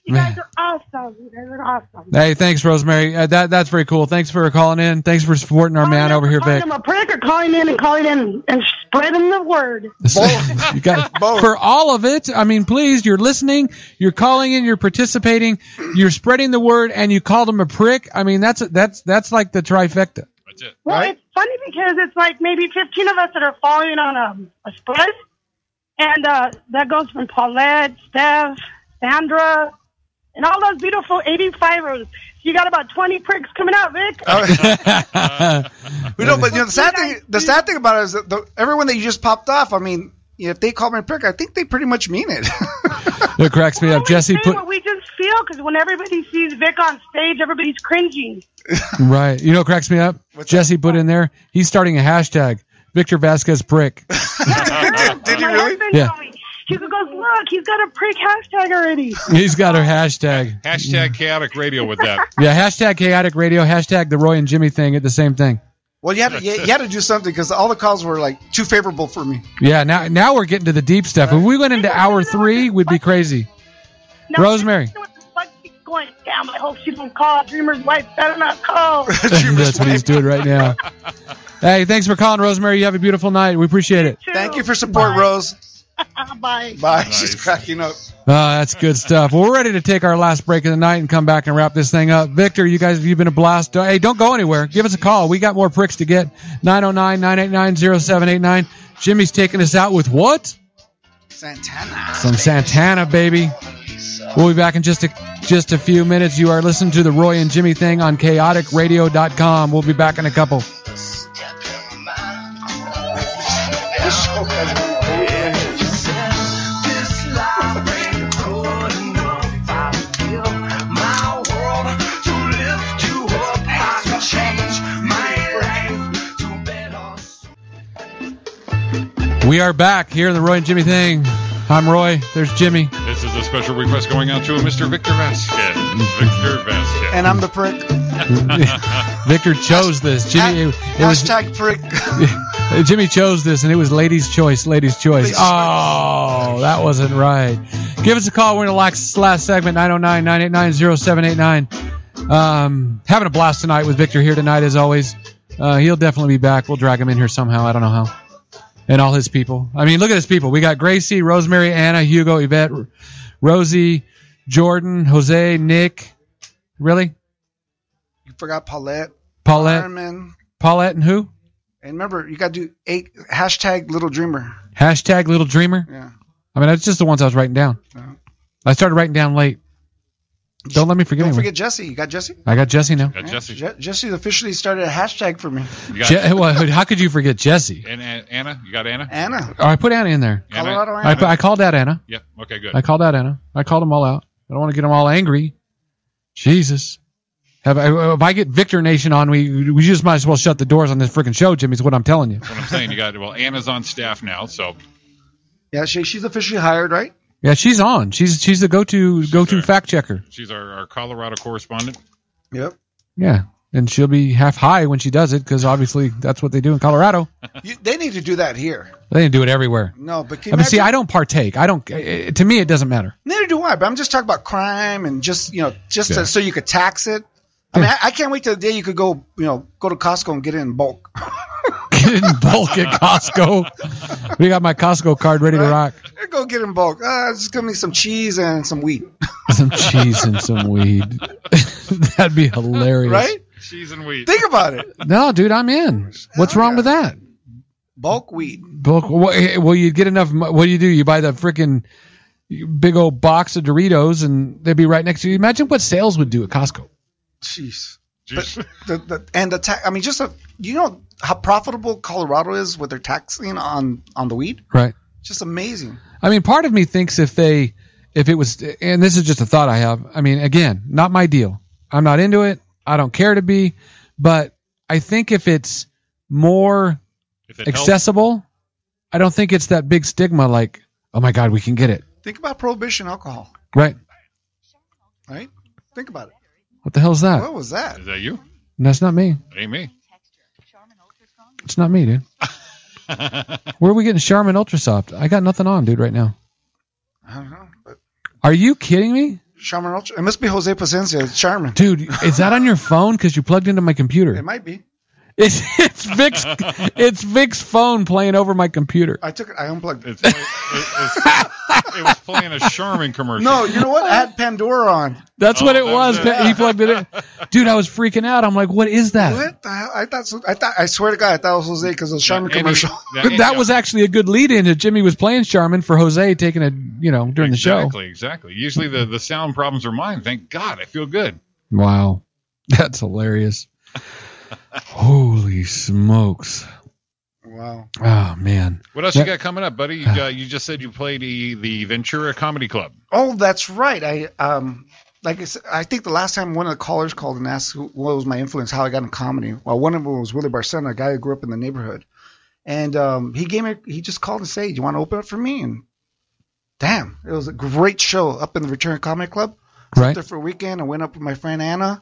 M: You guys are awesome. You guys are awesome.
A: Hey, thanks, Rosemary. Uh, that that's very cool. Thanks for calling in. Thanks for supporting our man over here,
M: Calling
A: Vic.
M: him a prick or calling in and calling in and spreading the word.
A: you got for all of it. I mean, please, you're listening, you're calling in, you're participating, you're spreading the word, and you called him a prick. I mean, that's that's that's like the trifecta.
M: Well, it's funny because it's like maybe 15 of us that are following on um, a, a spread. And uh, that goes from Paulette, Steph, Sandra, and all those beautiful 85ers. You got about 20 pricks coming out, Vic.
D: We know, but you know the sad thing. The sad thing about it is that the, everyone that you just popped off. I mean, you know, if they call me a prick, I think they pretty much mean it.
A: It cracks me up. Jesse
M: Say
A: put
M: what we just feel because when everybody sees Vic on stage, everybody's cringing.
A: right. You know, what cracks me up. Jesse put in there. He's starting a hashtag. Victor Vasquez prick.
D: Did you
M: really?
A: Yeah,
M: He goes, look, he's got a prick hashtag already.
A: he's got her hashtag.
B: Hashtag chaotic radio with that.
A: Yeah, hashtag chaotic radio. Hashtag the Roy and Jimmy thing. At the same thing.
D: well, you had to, you, you had to do something because all the calls were like too favorable for me.
A: Yeah. Now now we're getting to the deep stuff. If we went into hour three, we'd be crazy.
M: Now,
A: Rosemary.
M: What the fuck keeps going? Damn, I hope she don't call. Dreamer's wife better not call.
A: That's what he's doing right now. Hey, thanks for calling, Rosemary. You have a beautiful night. We appreciate it.
D: Thank you for support, Rose.
M: Bye.
D: Bye. She's cracking up.
A: Uh, that's good stuff. Well, we're ready to take our last break of the night and come back and wrap this thing up. Victor, you guys, you've been a blast. Uh, Hey, don't go anywhere. Give us a call. We got more pricks to get. 909-989-0789. Jimmy's taking us out with what?
D: Santana.
A: Some Santana, baby. We'll be back in just a, just a few minutes. You are listening to the Roy and Jimmy thing on chaoticradio.com. We'll be back in a couple. We are back here in the Roy and Jimmy thing. I'm Roy. There's Jimmy.
B: This is a special request going out to Mr. Victor Vasquez. Victor Vasquez.
D: And I'm the prick.
A: Victor chose this. Jimmy, it, it was,
D: Hashtag prick.
A: Jimmy chose this, and it was ladies' choice. Ladies' choice. Oh, that wasn't right. Give us a call. We're in the last, last segment, 909-989-0789. Um, having a blast tonight with Victor here tonight, as always. Uh, he'll definitely be back. We'll drag him in here somehow. I don't know how. And all his people. I mean, look at his people. We got Gracie, Rosemary, Anna, Hugo, Yvette, R- Rosie, Jordan, Jose, Nick. Really?
D: You forgot Paulette.
A: Paulette.
D: Carmen.
A: Paulette and who?
D: And remember, you got to do eight hashtag Little Dreamer.
A: Hashtag Little Dreamer.
D: Yeah.
A: I mean, that's just the ones I was writing down. I started writing down late. Don't let me forget
D: Don't
A: anyone.
D: forget Jesse. You got Jesse?
A: I got Jesse now.
B: Jesse.
D: Jesse officially started a hashtag for me.
A: Je- well, how could you forget Jesse?
B: And, and Anna, you got Anna?
D: Anna.
A: Oh, I put Anna in there.
B: Anna.
D: Colorado
A: I, put- I called out Anna.
B: Yep. Okay, good.
A: I called out Anna. I called them all out. I don't want to get them all angry. Jesus. Have I, if I get Victor Nation on me, we just might as well shut the doors on this freaking show, Jimmy, is what I'm telling you.
B: That's what I'm saying. You got well, Anna's on staff now, so
D: Yeah, she, she's officially hired, right?
A: Yeah, she's on. She's she's the go to go to fact checker.
B: she's our, our Colorado correspondent.
D: Yep.
A: Yeah. And she'll be half high when she does it because obviously that's what they do in Colorado.
D: You, they need to do that here.
A: They do it everywhere.
D: No, but
A: I
D: can you
A: mean, see,
D: imagine-
A: I don't partake. I don't. eh, eh, To me, it doesn't matter.
D: Neither do I. But I'm just talking about crime and just you know just
A: Yeah.
D: to, so you could tax it. I mean, I, I can't wait till the day you could go you know go to Costco and get it in bulk.
A: Get in bulk at Costco. We got my Costco card ready to rock.
D: go get it in bulk. Uh, it's just gonna be some cheese and some wheat,
A: Some cheese and some weed. That'd be hilarious.
D: right?
B: Cheese and wheat.
D: Think about it.
A: No, dude, I'm in. What's wrong with that?
D: Bulk wheat.
A: Bulk, wha- eh, well, you get enough. mo- What do you do? You buy the freaking big old box of Doritos, and they'd be right next to you. Imagine what sales would do at Costco.
D: Jeez. But The, the, and the tax. I mean, just a, you know how profitable Colorado is with their taxing on on the wheat.
A: Right.
D: Just amazing.
A: I mean, part of me thinks if they, if it was, and this is just a thought I have. I mean, again, not my deal. I'm not into it. I don't care to be, but I think if it's more
B: If it helps.
A: accessible, I don't think it's that big stigma. Like, oh my God, we can get it,
D: Think about prohibition alcohol.
A: right?
D: Right. Think about it.
A: What the hell's that?
D: What was that?
B: Is that you?
A: That's not me.
B: Ain't me.
A: It's not me, dude. Where are we getting Charmin Ultrasoft? I got nothing on, dude, right now.
D: I don't know. But
A: Are you kidding me,
D: Charmin Ultra. It must be Jose Placencia. It's Charmin.
A: dude? Is that on your phone? Because you plugged into my
D: It
A: computer.
D: might be.
A: It's it's Vic's it's Vic's phone playing over my computer.
D: I took it. I unplugged it.
B: It was playing a Charmin commercial.
D: no, you know what? I had Pandora on.
A: That's
B: Oh,
A: what it
B: that
A: was.
B: was
A: but He plugged it in. Dude, I was freaking out. I'm like, what is that?
D: What the hell? I thought. so- I thought. I swear to God, I thought it was Jose because it was Charmin
B: Andy-
D: commercial.
A: But that was actually a good lead in to Jimmy was playing Charmin for Jose taking a you know during the show.
B: Exactly, exactly. Usually the, the sound problems are mine. Thank God. I feel good.
A: Wow. That's hilarious. Holy smokes.
D: Wow.
A: Oh man.
B: What else
A: Yeah.
B: you got coming up, buddy? You, got, you just said you played the, the Ventura Comedy Club.
D: Oh, that's right. I um, like I said, I think the last time one of the callers called and asked who, what was my influence, how I got in comedy. Well, one of them was Willie Barcena, a guy who grew up in the neighborhood, and um, he gave me. He just called and said, "You want to open up for me?" And damn, it was a great show up in the Return Comedy Club. I was up
A: Right.
D: there for a weekend. I went up with my friend Anna.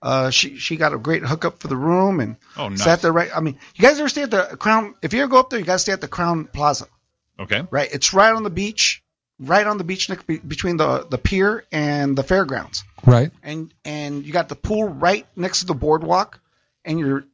D: Uh, she she got a great hookup for the room and
B: Oh, nice.
D: sat there right. I mean, you guys ever stay at the Crown? If you ever go up there, you guys stay at the Crown Plaza.
B: Okay.
D: Right. It's right on the beach, right on the beach next, be- between the the pier and the fairgrounds.
A: Right.
D: And and you got the pool right next to the boardwalk, and you're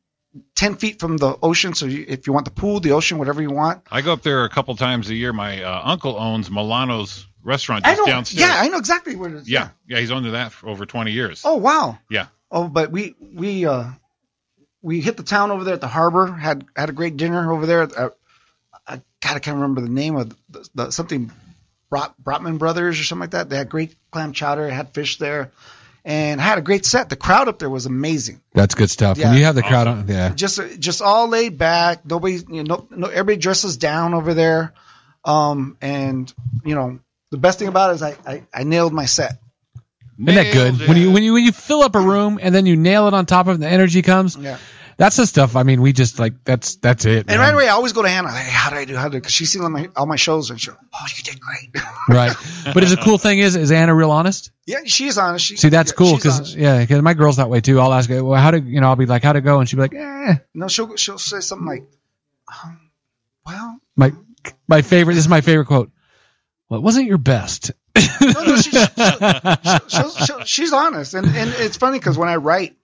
D: ten feet from the ocean. So you, if you want the pool, the ocean, whatever you want.
B: I go up there a couple times a year. My uh, uncle owns Milano's restaurant
D: I
B: just
D: know.
B: downstairs.
D: Yeah, I know exactly where it is.
B: yeah, yeah. He's owned that for over 20 years.
D: Oh wow.
B: Yeah.
D: Oh, but we we uh we hit the town over there at the harbor. Had had a great dinner over there. Uh, I God, I can't remember the name of the, the something. Brot, Brotman Brothers or something like that. They had great clam chowder. Had fish there, and had a great set. The crowd up there was amazing.
A: That's good stuff.
D: Yeah.
A: When you have the crowd on yeah.
D: Just just all laid back. Nobody, you know, no, everybody dresses down over there. Um, and you know, the best thing about it is I I, I nailed my set.
A: Isn't that good? When you when you when you fill up a room and then you nail it on top of it and the energy comes.
D: Yeah.
A: That's the stuff. I mean, we just like that's that's it.
D: And
A: man.
D: right away, I always go to Hannah. Hey, how did I do? How did? Because she's seen all my, all my shows, and she, oh, you did great.
A: right. But is the cool thing is is Anna real honest?
D: yeah, she's honest. She,
A: See, that's
D: yeah,
A: cool
D: she's
A: because
D: honest.
A: yeah, because my girl's that way too. I'll ask her, well, how to you know, I'll be like, how to go, and she'll be like, eh.
D: no, she'll she'll say something like, um, well,
A: My my favorite. This is my favorite quote. Well, it wasn't your best.
D: no, no, she, she, she, she'll, she'll, she's honest, and and it's funny because when I write,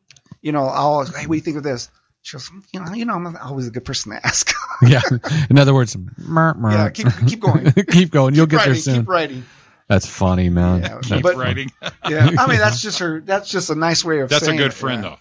D: you know, I'll always, hey, what do you think of this? She goes, you know, you know, I'm always a good person to ask.
A: yeah. In other words, mer, mer.
D: Yeah, keep- keep going.
A: keep going. You'll get
D: writing,
A: there soon.
D: Keep writing.
A: That's funny, man. That's-
D: but- Yeah, I mean that's just her. That's just a nice way of.
B: That's a
D: saying
B: good
D: it,
B: friend,
D: yeah.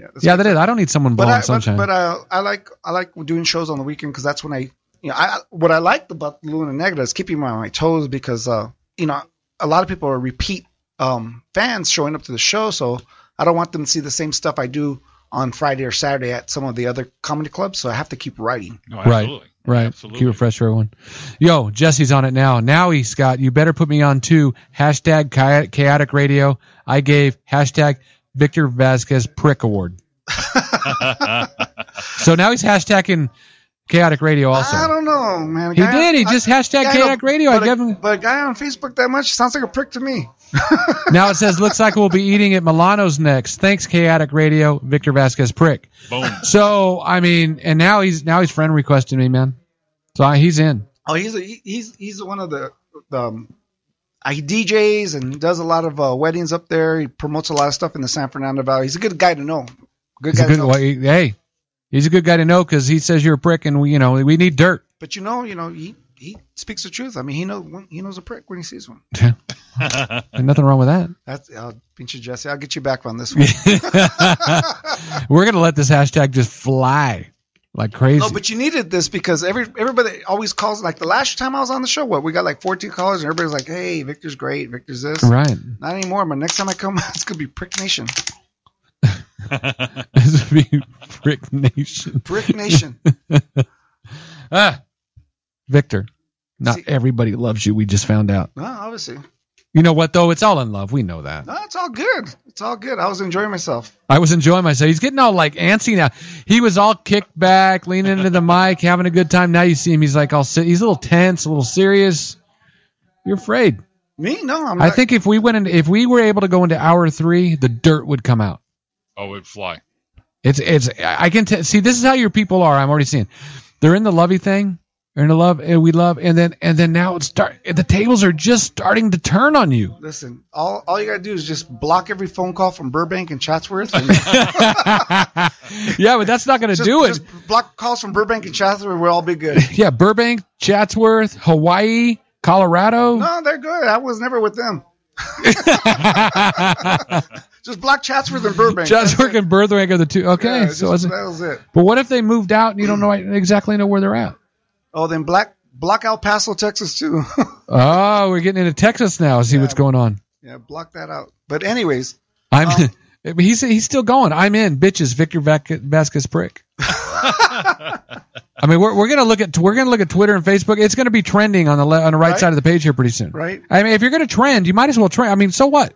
B: though.
A: yeah, that is. I don't need someone
D: But
A: blowing
D: I, but,
A: sunshine.
D: but uh, I like I like doing shows on the weekend because that's when I you know I what I liked about Luna Negra is keeping me on my toes because uh you know a lot of people are repeat um, fans showing up to the show, so I don't want them to see the same stuff I do on Friday or Saturday at some of the other comedy clubs. So I have to keep writing.
A: right. Right. Keep it fresh for everyone. Yo, Jesse's on it now. Now he, Scott, you better put me on too. Hashtag chaotic, chaotic radio. I gave hashtag Victor Vasquez prick award. so now he's hashtagging chaotic radio also.
D: I don't know, man. A
A: He
D: guy
A: did. He just hashtag
D: guy
A: Chaotic
D: on-
A: Radio. I
D: But,
A: gave
D: a, but a guy on Facebook that much sounds like a prick to me.
A: now it says, looks like we'll be eating at Milano's next. Thanks, chaotic radio. Victor Vasquez prick.
B: Boom.
A: So I mean, and now he's now he's friend requesting me, man. So I, he's in.
D: Oh, he's a, he- he's he's one of the um, he DJs and does a lot of uh, weddings up there. He promotes a lot of stuff in the San Fernando Valley. He's a good guy to know. Good
A: He's
D: guy
A: a good.
D: to know.
A: well, he- hey, he's a good guy to know because he says you're a prick, and we you know we need dirt.
D: But you know, you know, he he speaks the truth. I mean, he know he knows a prick when he sees one.
A: There's nothing wrong with that.
D: That's uh, pinch Jesse. I'll get you back on this one.
A: We're gonna let this hashtag just fly like crazy.
D: No, but you needed this because every everybody always calls. Like the last time I was on the show, what we got like 14 callers, and everybody's like, "Hey, Victor's great. Victor's this."
A: Right.
D: Not anymore. But next time I come, it's gonna be Prick Nation.
A: this would be Prick Nation.
D: Prick Nation.
A: ah, Victor, not everybody loves you. We just found out.
D: No, obviously.
A: You know what though? It's all in love. We know that.
D: No, it's all good. It's all good. I was enjoying myself.
A: I was enjoying myself. He's getting all like antsy now. He was all kicked back, leaning into the mic, having a good time. Now you see him. He's like all sit. He's a little tense, a little serious. You're afraid.
D: Me? No, I'm.
A: I
D: not-
A: think if we went in, if we were able to go into hour three, the dirt would come out.
B: Oh, it'd fly.
A: It's it's I can t- see this is how your people are. I'm already seeing. They're in the lovey thing. They're in the love and we love and then and then now it's start the tables are just starting to turn on you.
D: Listen, all all you gotta do is just block every phone call from Burbank and Chatsworth. And
A: Yeah, but that's not going to
D: just,
A: do it.
D: Just block calls from Burbank and Chatsworth. We'll all be good.
A: yeah, Burbank, Chatsworth, Hawaii, Colorado.
D: No, they're good. I was never with them. Just block Chatsworth and Burbank.
A: Chatsworth and Burbank are the two. Okay,
D: Yeah,
A: so
D: just-
A: it's-
D: that was it.
A: But what if they moved out and you don't know exactly know where they're at?
D: Oh, then black block El Paso, Texas too.
A: Oh, we're getting into Texas now. See what's going on.
D: yeah, block that out. But anyways,
A: I'm. he's he's still going. I'm in. Bitches, Victor Vac- Vasquez prick. I mean, we're, we're gonna look at we're gonna look at Twitter and Facebook. It's gonna be trending on the le- on the right,
D: Right.
A: side of the page here pretty soon.
D: Right.
A: I mean, if you're gonna trend, you might as well trend. I mean, so what?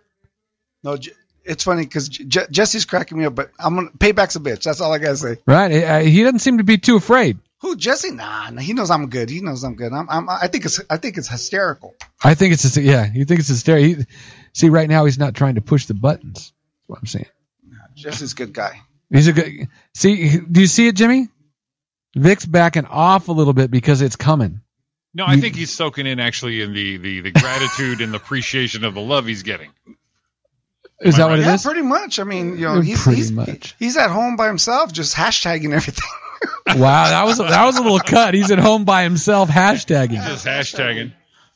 D: no, J- it's funny because J- Jesse's cracking me up, but I'm gonna payback's a bitch. That's all I gotta say.
A: Right? I- I- he doesn't seem to be too afraid.
D: Who Jesse? Nah, nah, he knows I'm good. He knows I'm good. I'm, I'm I think it's I think it's hysterical.
A: I think it's just yeah. You think it's hysterical. He, see, right now he's not trying to push the buttons. That's what I'm saying.
D: Jesse's a good guy.
A: He's a good. See, do you see it, Jimmy? Vic's backing off a little bit because it's coming.
B: No, I think he's soaking in actually in the the, the gratitude and the appreciation of the love he's getting.
A: Is that what it
D: yeah,
A: is?
D: pretty much. I mean, you know, he's
A: Pretty
D: he's,
A: much.
D: he's at home by himself, just hashtagging everything.
A: Wow, that was that was a little cut. He's at home by himself, hashtagging.
B: Just hashtagging.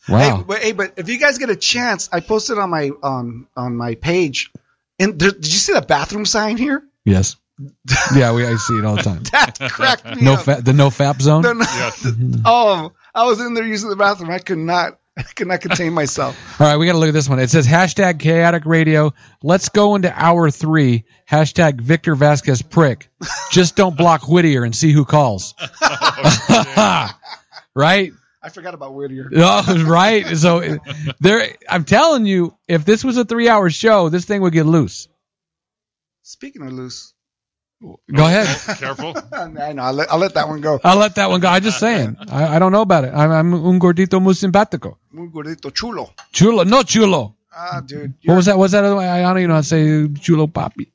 A: Wow.
D: But hey, but if you guys get a chance, I posted on my um on my page. And there, did you see the bathroom sign here?
A: Yes. Yeah, we I see it all the time.
D: That cracked me
A: No
D: up.
A: fa- the no fap zone.
D: No, no. Oh, I was in there using the bathroom. I could not, I could not contain myself.
A: All right, we got to look at this one. It says hashtag chaotic radio. Let's go into hour three. Hashtag Victor Vasquez prick. Just don't block Whittier and see who calls. right?
D: I forgot about Whittier.
A: Oh, right. So it- there, I'm telling you, if this was a three hour show, this thing would get loose.
D: Speaking of loose,
A: Go ahead.
B: Careful.
D: I know. I'll let, I'll let that one go.
A: I'll let that one go. I'm just saying. I, I don't know about it. I'm, I'm un gordito muy simpático.
D: Muy gordito, chulo.
A: Chulo, no chulo.
D: Ah, dude.
A: What was that? What's that other one? I don't even know how to say chulo papi.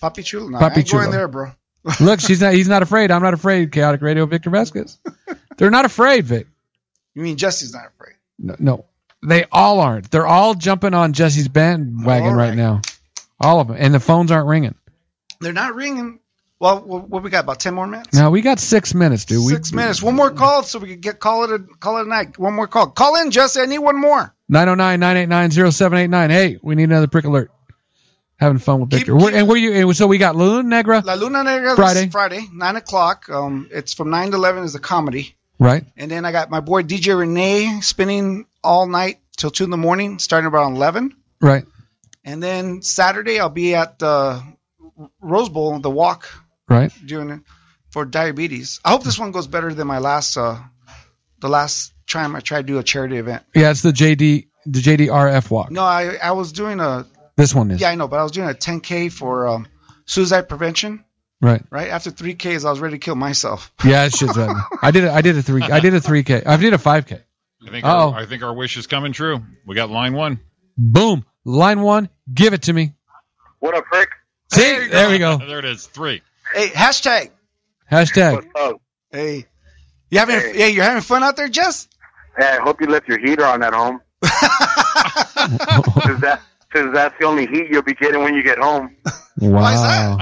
D: Papi chulo. No,
A: Papi
D: I ain't
A: chulo.
D: going there, bro.
A: Look, she's not. He's not afraid. I'm not afraid. Chaotic Radio, Victor Vasquez. They're not afraid, Vic.
D: You mean Jesse's not afraid?
A: No, no. they all aren't. They're all jumping on Jesse's bandwagon
D: All
A: right. now. All of them, and the phones aren't ringing.
D: They're not ringing. Well, wh- what we got? About ten more minutes.
A: Now we got six minutes, dude.
D: Six minutes. One more call, so we can get call it a call it a night. One more call. Call in, Jesse. I need one more.
A: 909-989-0789. Hey, we need another prick alert. Having fun with Victor. We're- and where you? And so we got Luna Negra,
D: La Luna Negra is
A: Friday.
D: Friday, nine o'clock. Um, it's from nine to eleven is a comedy,
A: right?
D: and then I got my boy DJ Renee spinning all night till two in the morning, starting about eleven.
A: Right.
D: And then Saturday I'll be at the Rose Bowl, the walk,
A: Right.
D: doing it for diabetes. I hope this one goes better than my last, uh, the last time I tried to do a charity event.
A: Yeah, it's the JD the JDRF walk.
D: No, I, I was doing a
A: This one is
D: yeah I know, but I was doing a 10k for um, suicide prevention.
A: right.
D: Right after 3ks, I was ready to kill myself.
A: Yeah, that shit's right. I did a, I did a three I did a three k. I did a five k.
B: I think
A: Uh-oh.
B: our, I think our wish is coming true. We got line one.
A: Boom. Line one. Give it to me.
L: What a prick.
A: See, there we go.
B: There it is. Three.
D: Hey, hashtag.
A: Hashtag.
L: Oh.
D: Hey, you having hey. you're having fun out there, Jess?
L: Hey, I hope you left your heater on at home. Because that, 'cause that's the only heat you'll be getting when you get home.
A: Wow.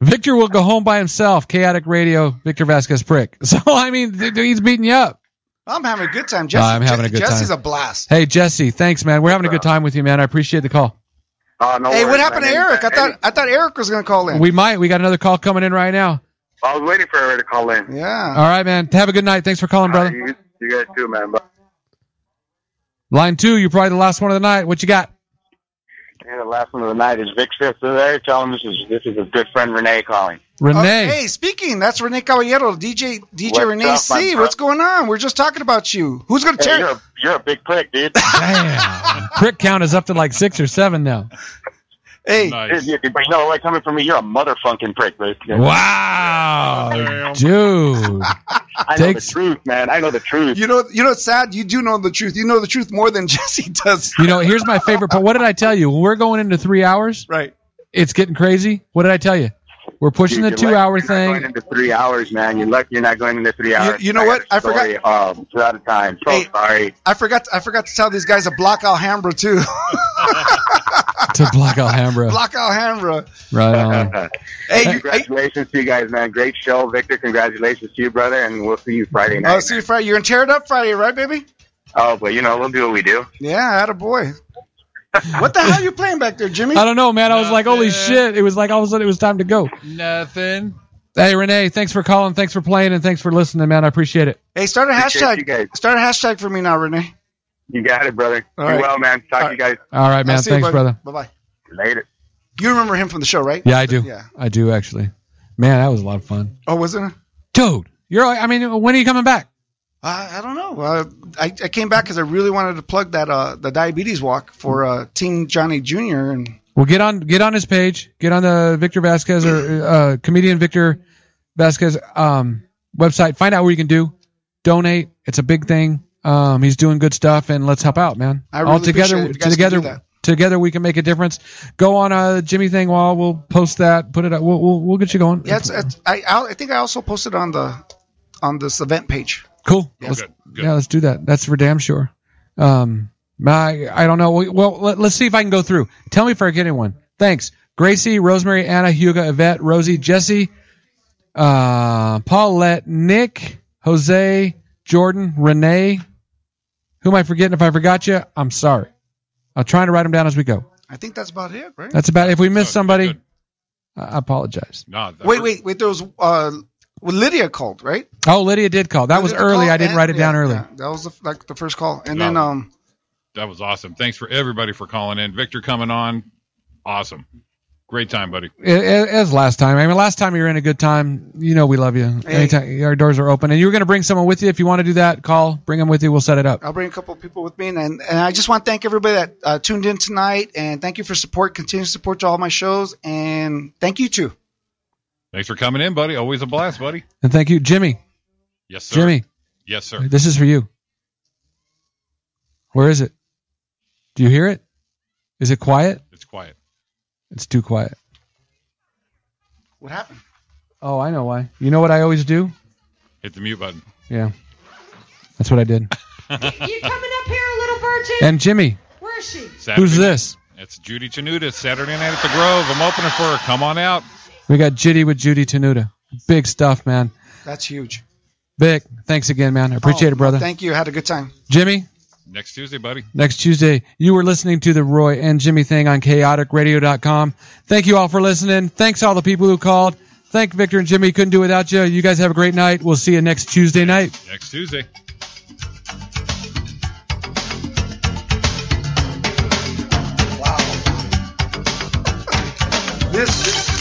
A: Victor will go home by himself. Chaotic Radio. Victor Vasquez prick. So I mean, th- th- he's beating you up.
D: I'm having a good time, Jesse.
A: I'm having a good
D: Jesse's
A: time.
D: a blast.
A: Hey Jesse, thanks man. We're having a good time with you, man. I appreciate the call.
L: Oh, no
D: hey,
L: worries,
D: what happened to
L: man.
D: Eric? I thought I thought Eric was gonna call in.
A: We might. We got another call coming in right now.
L: I was waiting for her to call in.
D: Yeah.
A: All right, man. Have a good night. Thanks for calling, brother.
L: You, you guys too, man. But
A: Line two. You're probably the last one of the night. What you got?
L: yeah, the last one of the night is Vic Smith still there. Tell him this is this is his good friend Renee calling.
A: Renee.
D: Oh, hey, speaking, that's Renee Caballero, DJ DJ
L: What's
D: Renee
L: up, my
D: C.
L: bro-
D: What's going on? We're just talking about you. Who's gonna
L: Hey,
D: tear?
L: you're a, you're a big prick, dude.
A: Damn. Prick count is up to like six or seven now.
D: hey,
L: you, but you know, like coming from me, you're a motherfucking prick, dude.
A: Wow, Oh, dude.
L: I know
A: Takes-
L: the truth, man. I know the truth.
D: You know, you know, it's sad. You do know the truth. You know the truth more than Jesse does.
A: You know, here's my favorite part. What did I tell you? When we're going into three hours,
D: right?
A: It's getting crazy. What did I tell you? We're pushing
L: Dude,
A: the
L: you're lucky
A: two-hour
L: you're not Going
A: thing.
L: into three hours, man. You're lucky you're not going into three hours.
D: you know what? I forgot-
L: forgot. Um, two out of time. So sorry.
D: I forgot. I forgot to tell these guys to block Alhambra too.
A: to Black Alhambra.
D: block Alhambra.
A: Right on.
D: Uh, Hey,
L: congratulations to you guys, man. Great show, Victor. Congratulations to you, brother. And we'll see you Friday night.
D: Oh, see you Friday. You're gonna tear it up Friday, right, baby?
L: Oh, but you know, we'll do what we do.
D: Yeah, atta boy. what the hell are you playing back there, Jimmy?
A: I don't know, man. I was like, holy shit. It was like all of a sudden it was time to go.
B: Nothing.
A: Hey, Renee, thanks for calling. Thanks for playing. And thanks for listening, man. I appreciate it.
D: Hey, start a
L: Appreciate you
D: hashtag.
L: guys.
D: Start a hashtag for me now, Renee.
L: You got it, brother.
D: All
L: do
D: right.
L: well, man. Talk to you guys
A: All right, man. Thanks, brother.
D: Bye bye.
L: later.
D: You remember him from the show, right?
A: Yeah, I do.
D: Yeah.
A: I do, actually. Man, that was a lot of fun.
D: Oh, wasn't it?
A: Dude, you're, I mean, when are you coming back?
D: I, I don't know. Uh, I, I came back because I really wanted to plug that uh, the diabetes walk for uh, Team Johnny Jr. and
A: Well, get on get on his page. Get on the Victor Vasquez or uh, comedian Victor Vasquez um, website. Find out where you can do. Donate. It's a big thing. Um, he's doing good stuff, and let's help out, man.
D: I really
A: All together,
D: appreciate it if you guys can do
A: together,
D: that.
A: together, we can make a difference. Go on uh, Jimmy thing wall. We'll post that. Put it up. We'll we'll, we'll get you going.
D: yeah, it's, it's, I I'll- I think I also posted on the on this event page.
A: cool.
D: Yeah.
A: Let's-
D: Good,
A: Yeah, let's do that. That's for damn sure. Um, my, I don't know. Well, let, let's see if I can go through. Tell me if I get anyone. Thanks. Gracie, Rosemary, Anna, Huga, Yvette, Rosie, Jesse, uh, Paulette, Nick, Jose, Jordan, Renee. Who am I forgetting? If I forgot you, I'm sorry. I'm trying to write them down as we go.
D: I think that's about it, right?
A: That's about. If we miss somebody, I I apologize.
B: No,
D: wait, wait, wait. There was uh, well, Lydia called, right?
A: Oh, Lydia did call. That was
D: Lydia
A: early.
D: called
A: I didn't
D: and-
A: write it down
D: yeah,
A: early.
D: yeah, that was the, like the first call, and
B: No.
D: then um.
B: That was awesome. Thanks for everybody for calling in. Victor coming on. Awesome. Great time, buddy.
A: A- a- as last time. I mean, last time you were in a good time. You know, we love you. Anytime our doors are open, and you were going to bring someone with you. If you want to do that, call. Bring them with you. We'll set it up.
D: I'll bring a couple of people with me, and and I just want to thank everybody that uh, tuned in tonight, and thank you for support, continued support to all my shows, and thank you too.
B: Thanks for coming in, buddy. Always a blast, buddy.
A: And thank you, Jimmy.
B: Yes, sir.
A: Jimmy,
B: Yes, sir.
A: this is for you. Where is it? Do you hear it? Is it quiet?
B: It's quiet.
A: It's too quiet.
D: What happened?
A: Oh, I know why. You know what I always do?
B: Hit the mute button.
A: Yeah, that's what I did.
C: You coming up here, little bird? Too?
A: And Jimmy,
C: Where is she?
A: who's this?
B: It's Judy Chanuta, Saturday night at the Grove. I'm opening for her. Come on out.
A: We got Jitty with Judy Tenuta. Big stuff, man.
D: That's huge.
A: Vic, thanks again, man. I appreciate it, brother.
D: Oh, Thank you. Had a good time.
A: Jimmy,
B: Next Tuesday, buddy.
A: next Tuesday. You were listening to the Roy and Jimmy thing on chaoticradio.com. Thank you all for listening. Thanks all the people who called. Thank Victor and Jimmy. Couldn't do without you. You guys have a great night. We'll see you next Tuesday night.
B: Next Tuesday.
D: Wow. this, this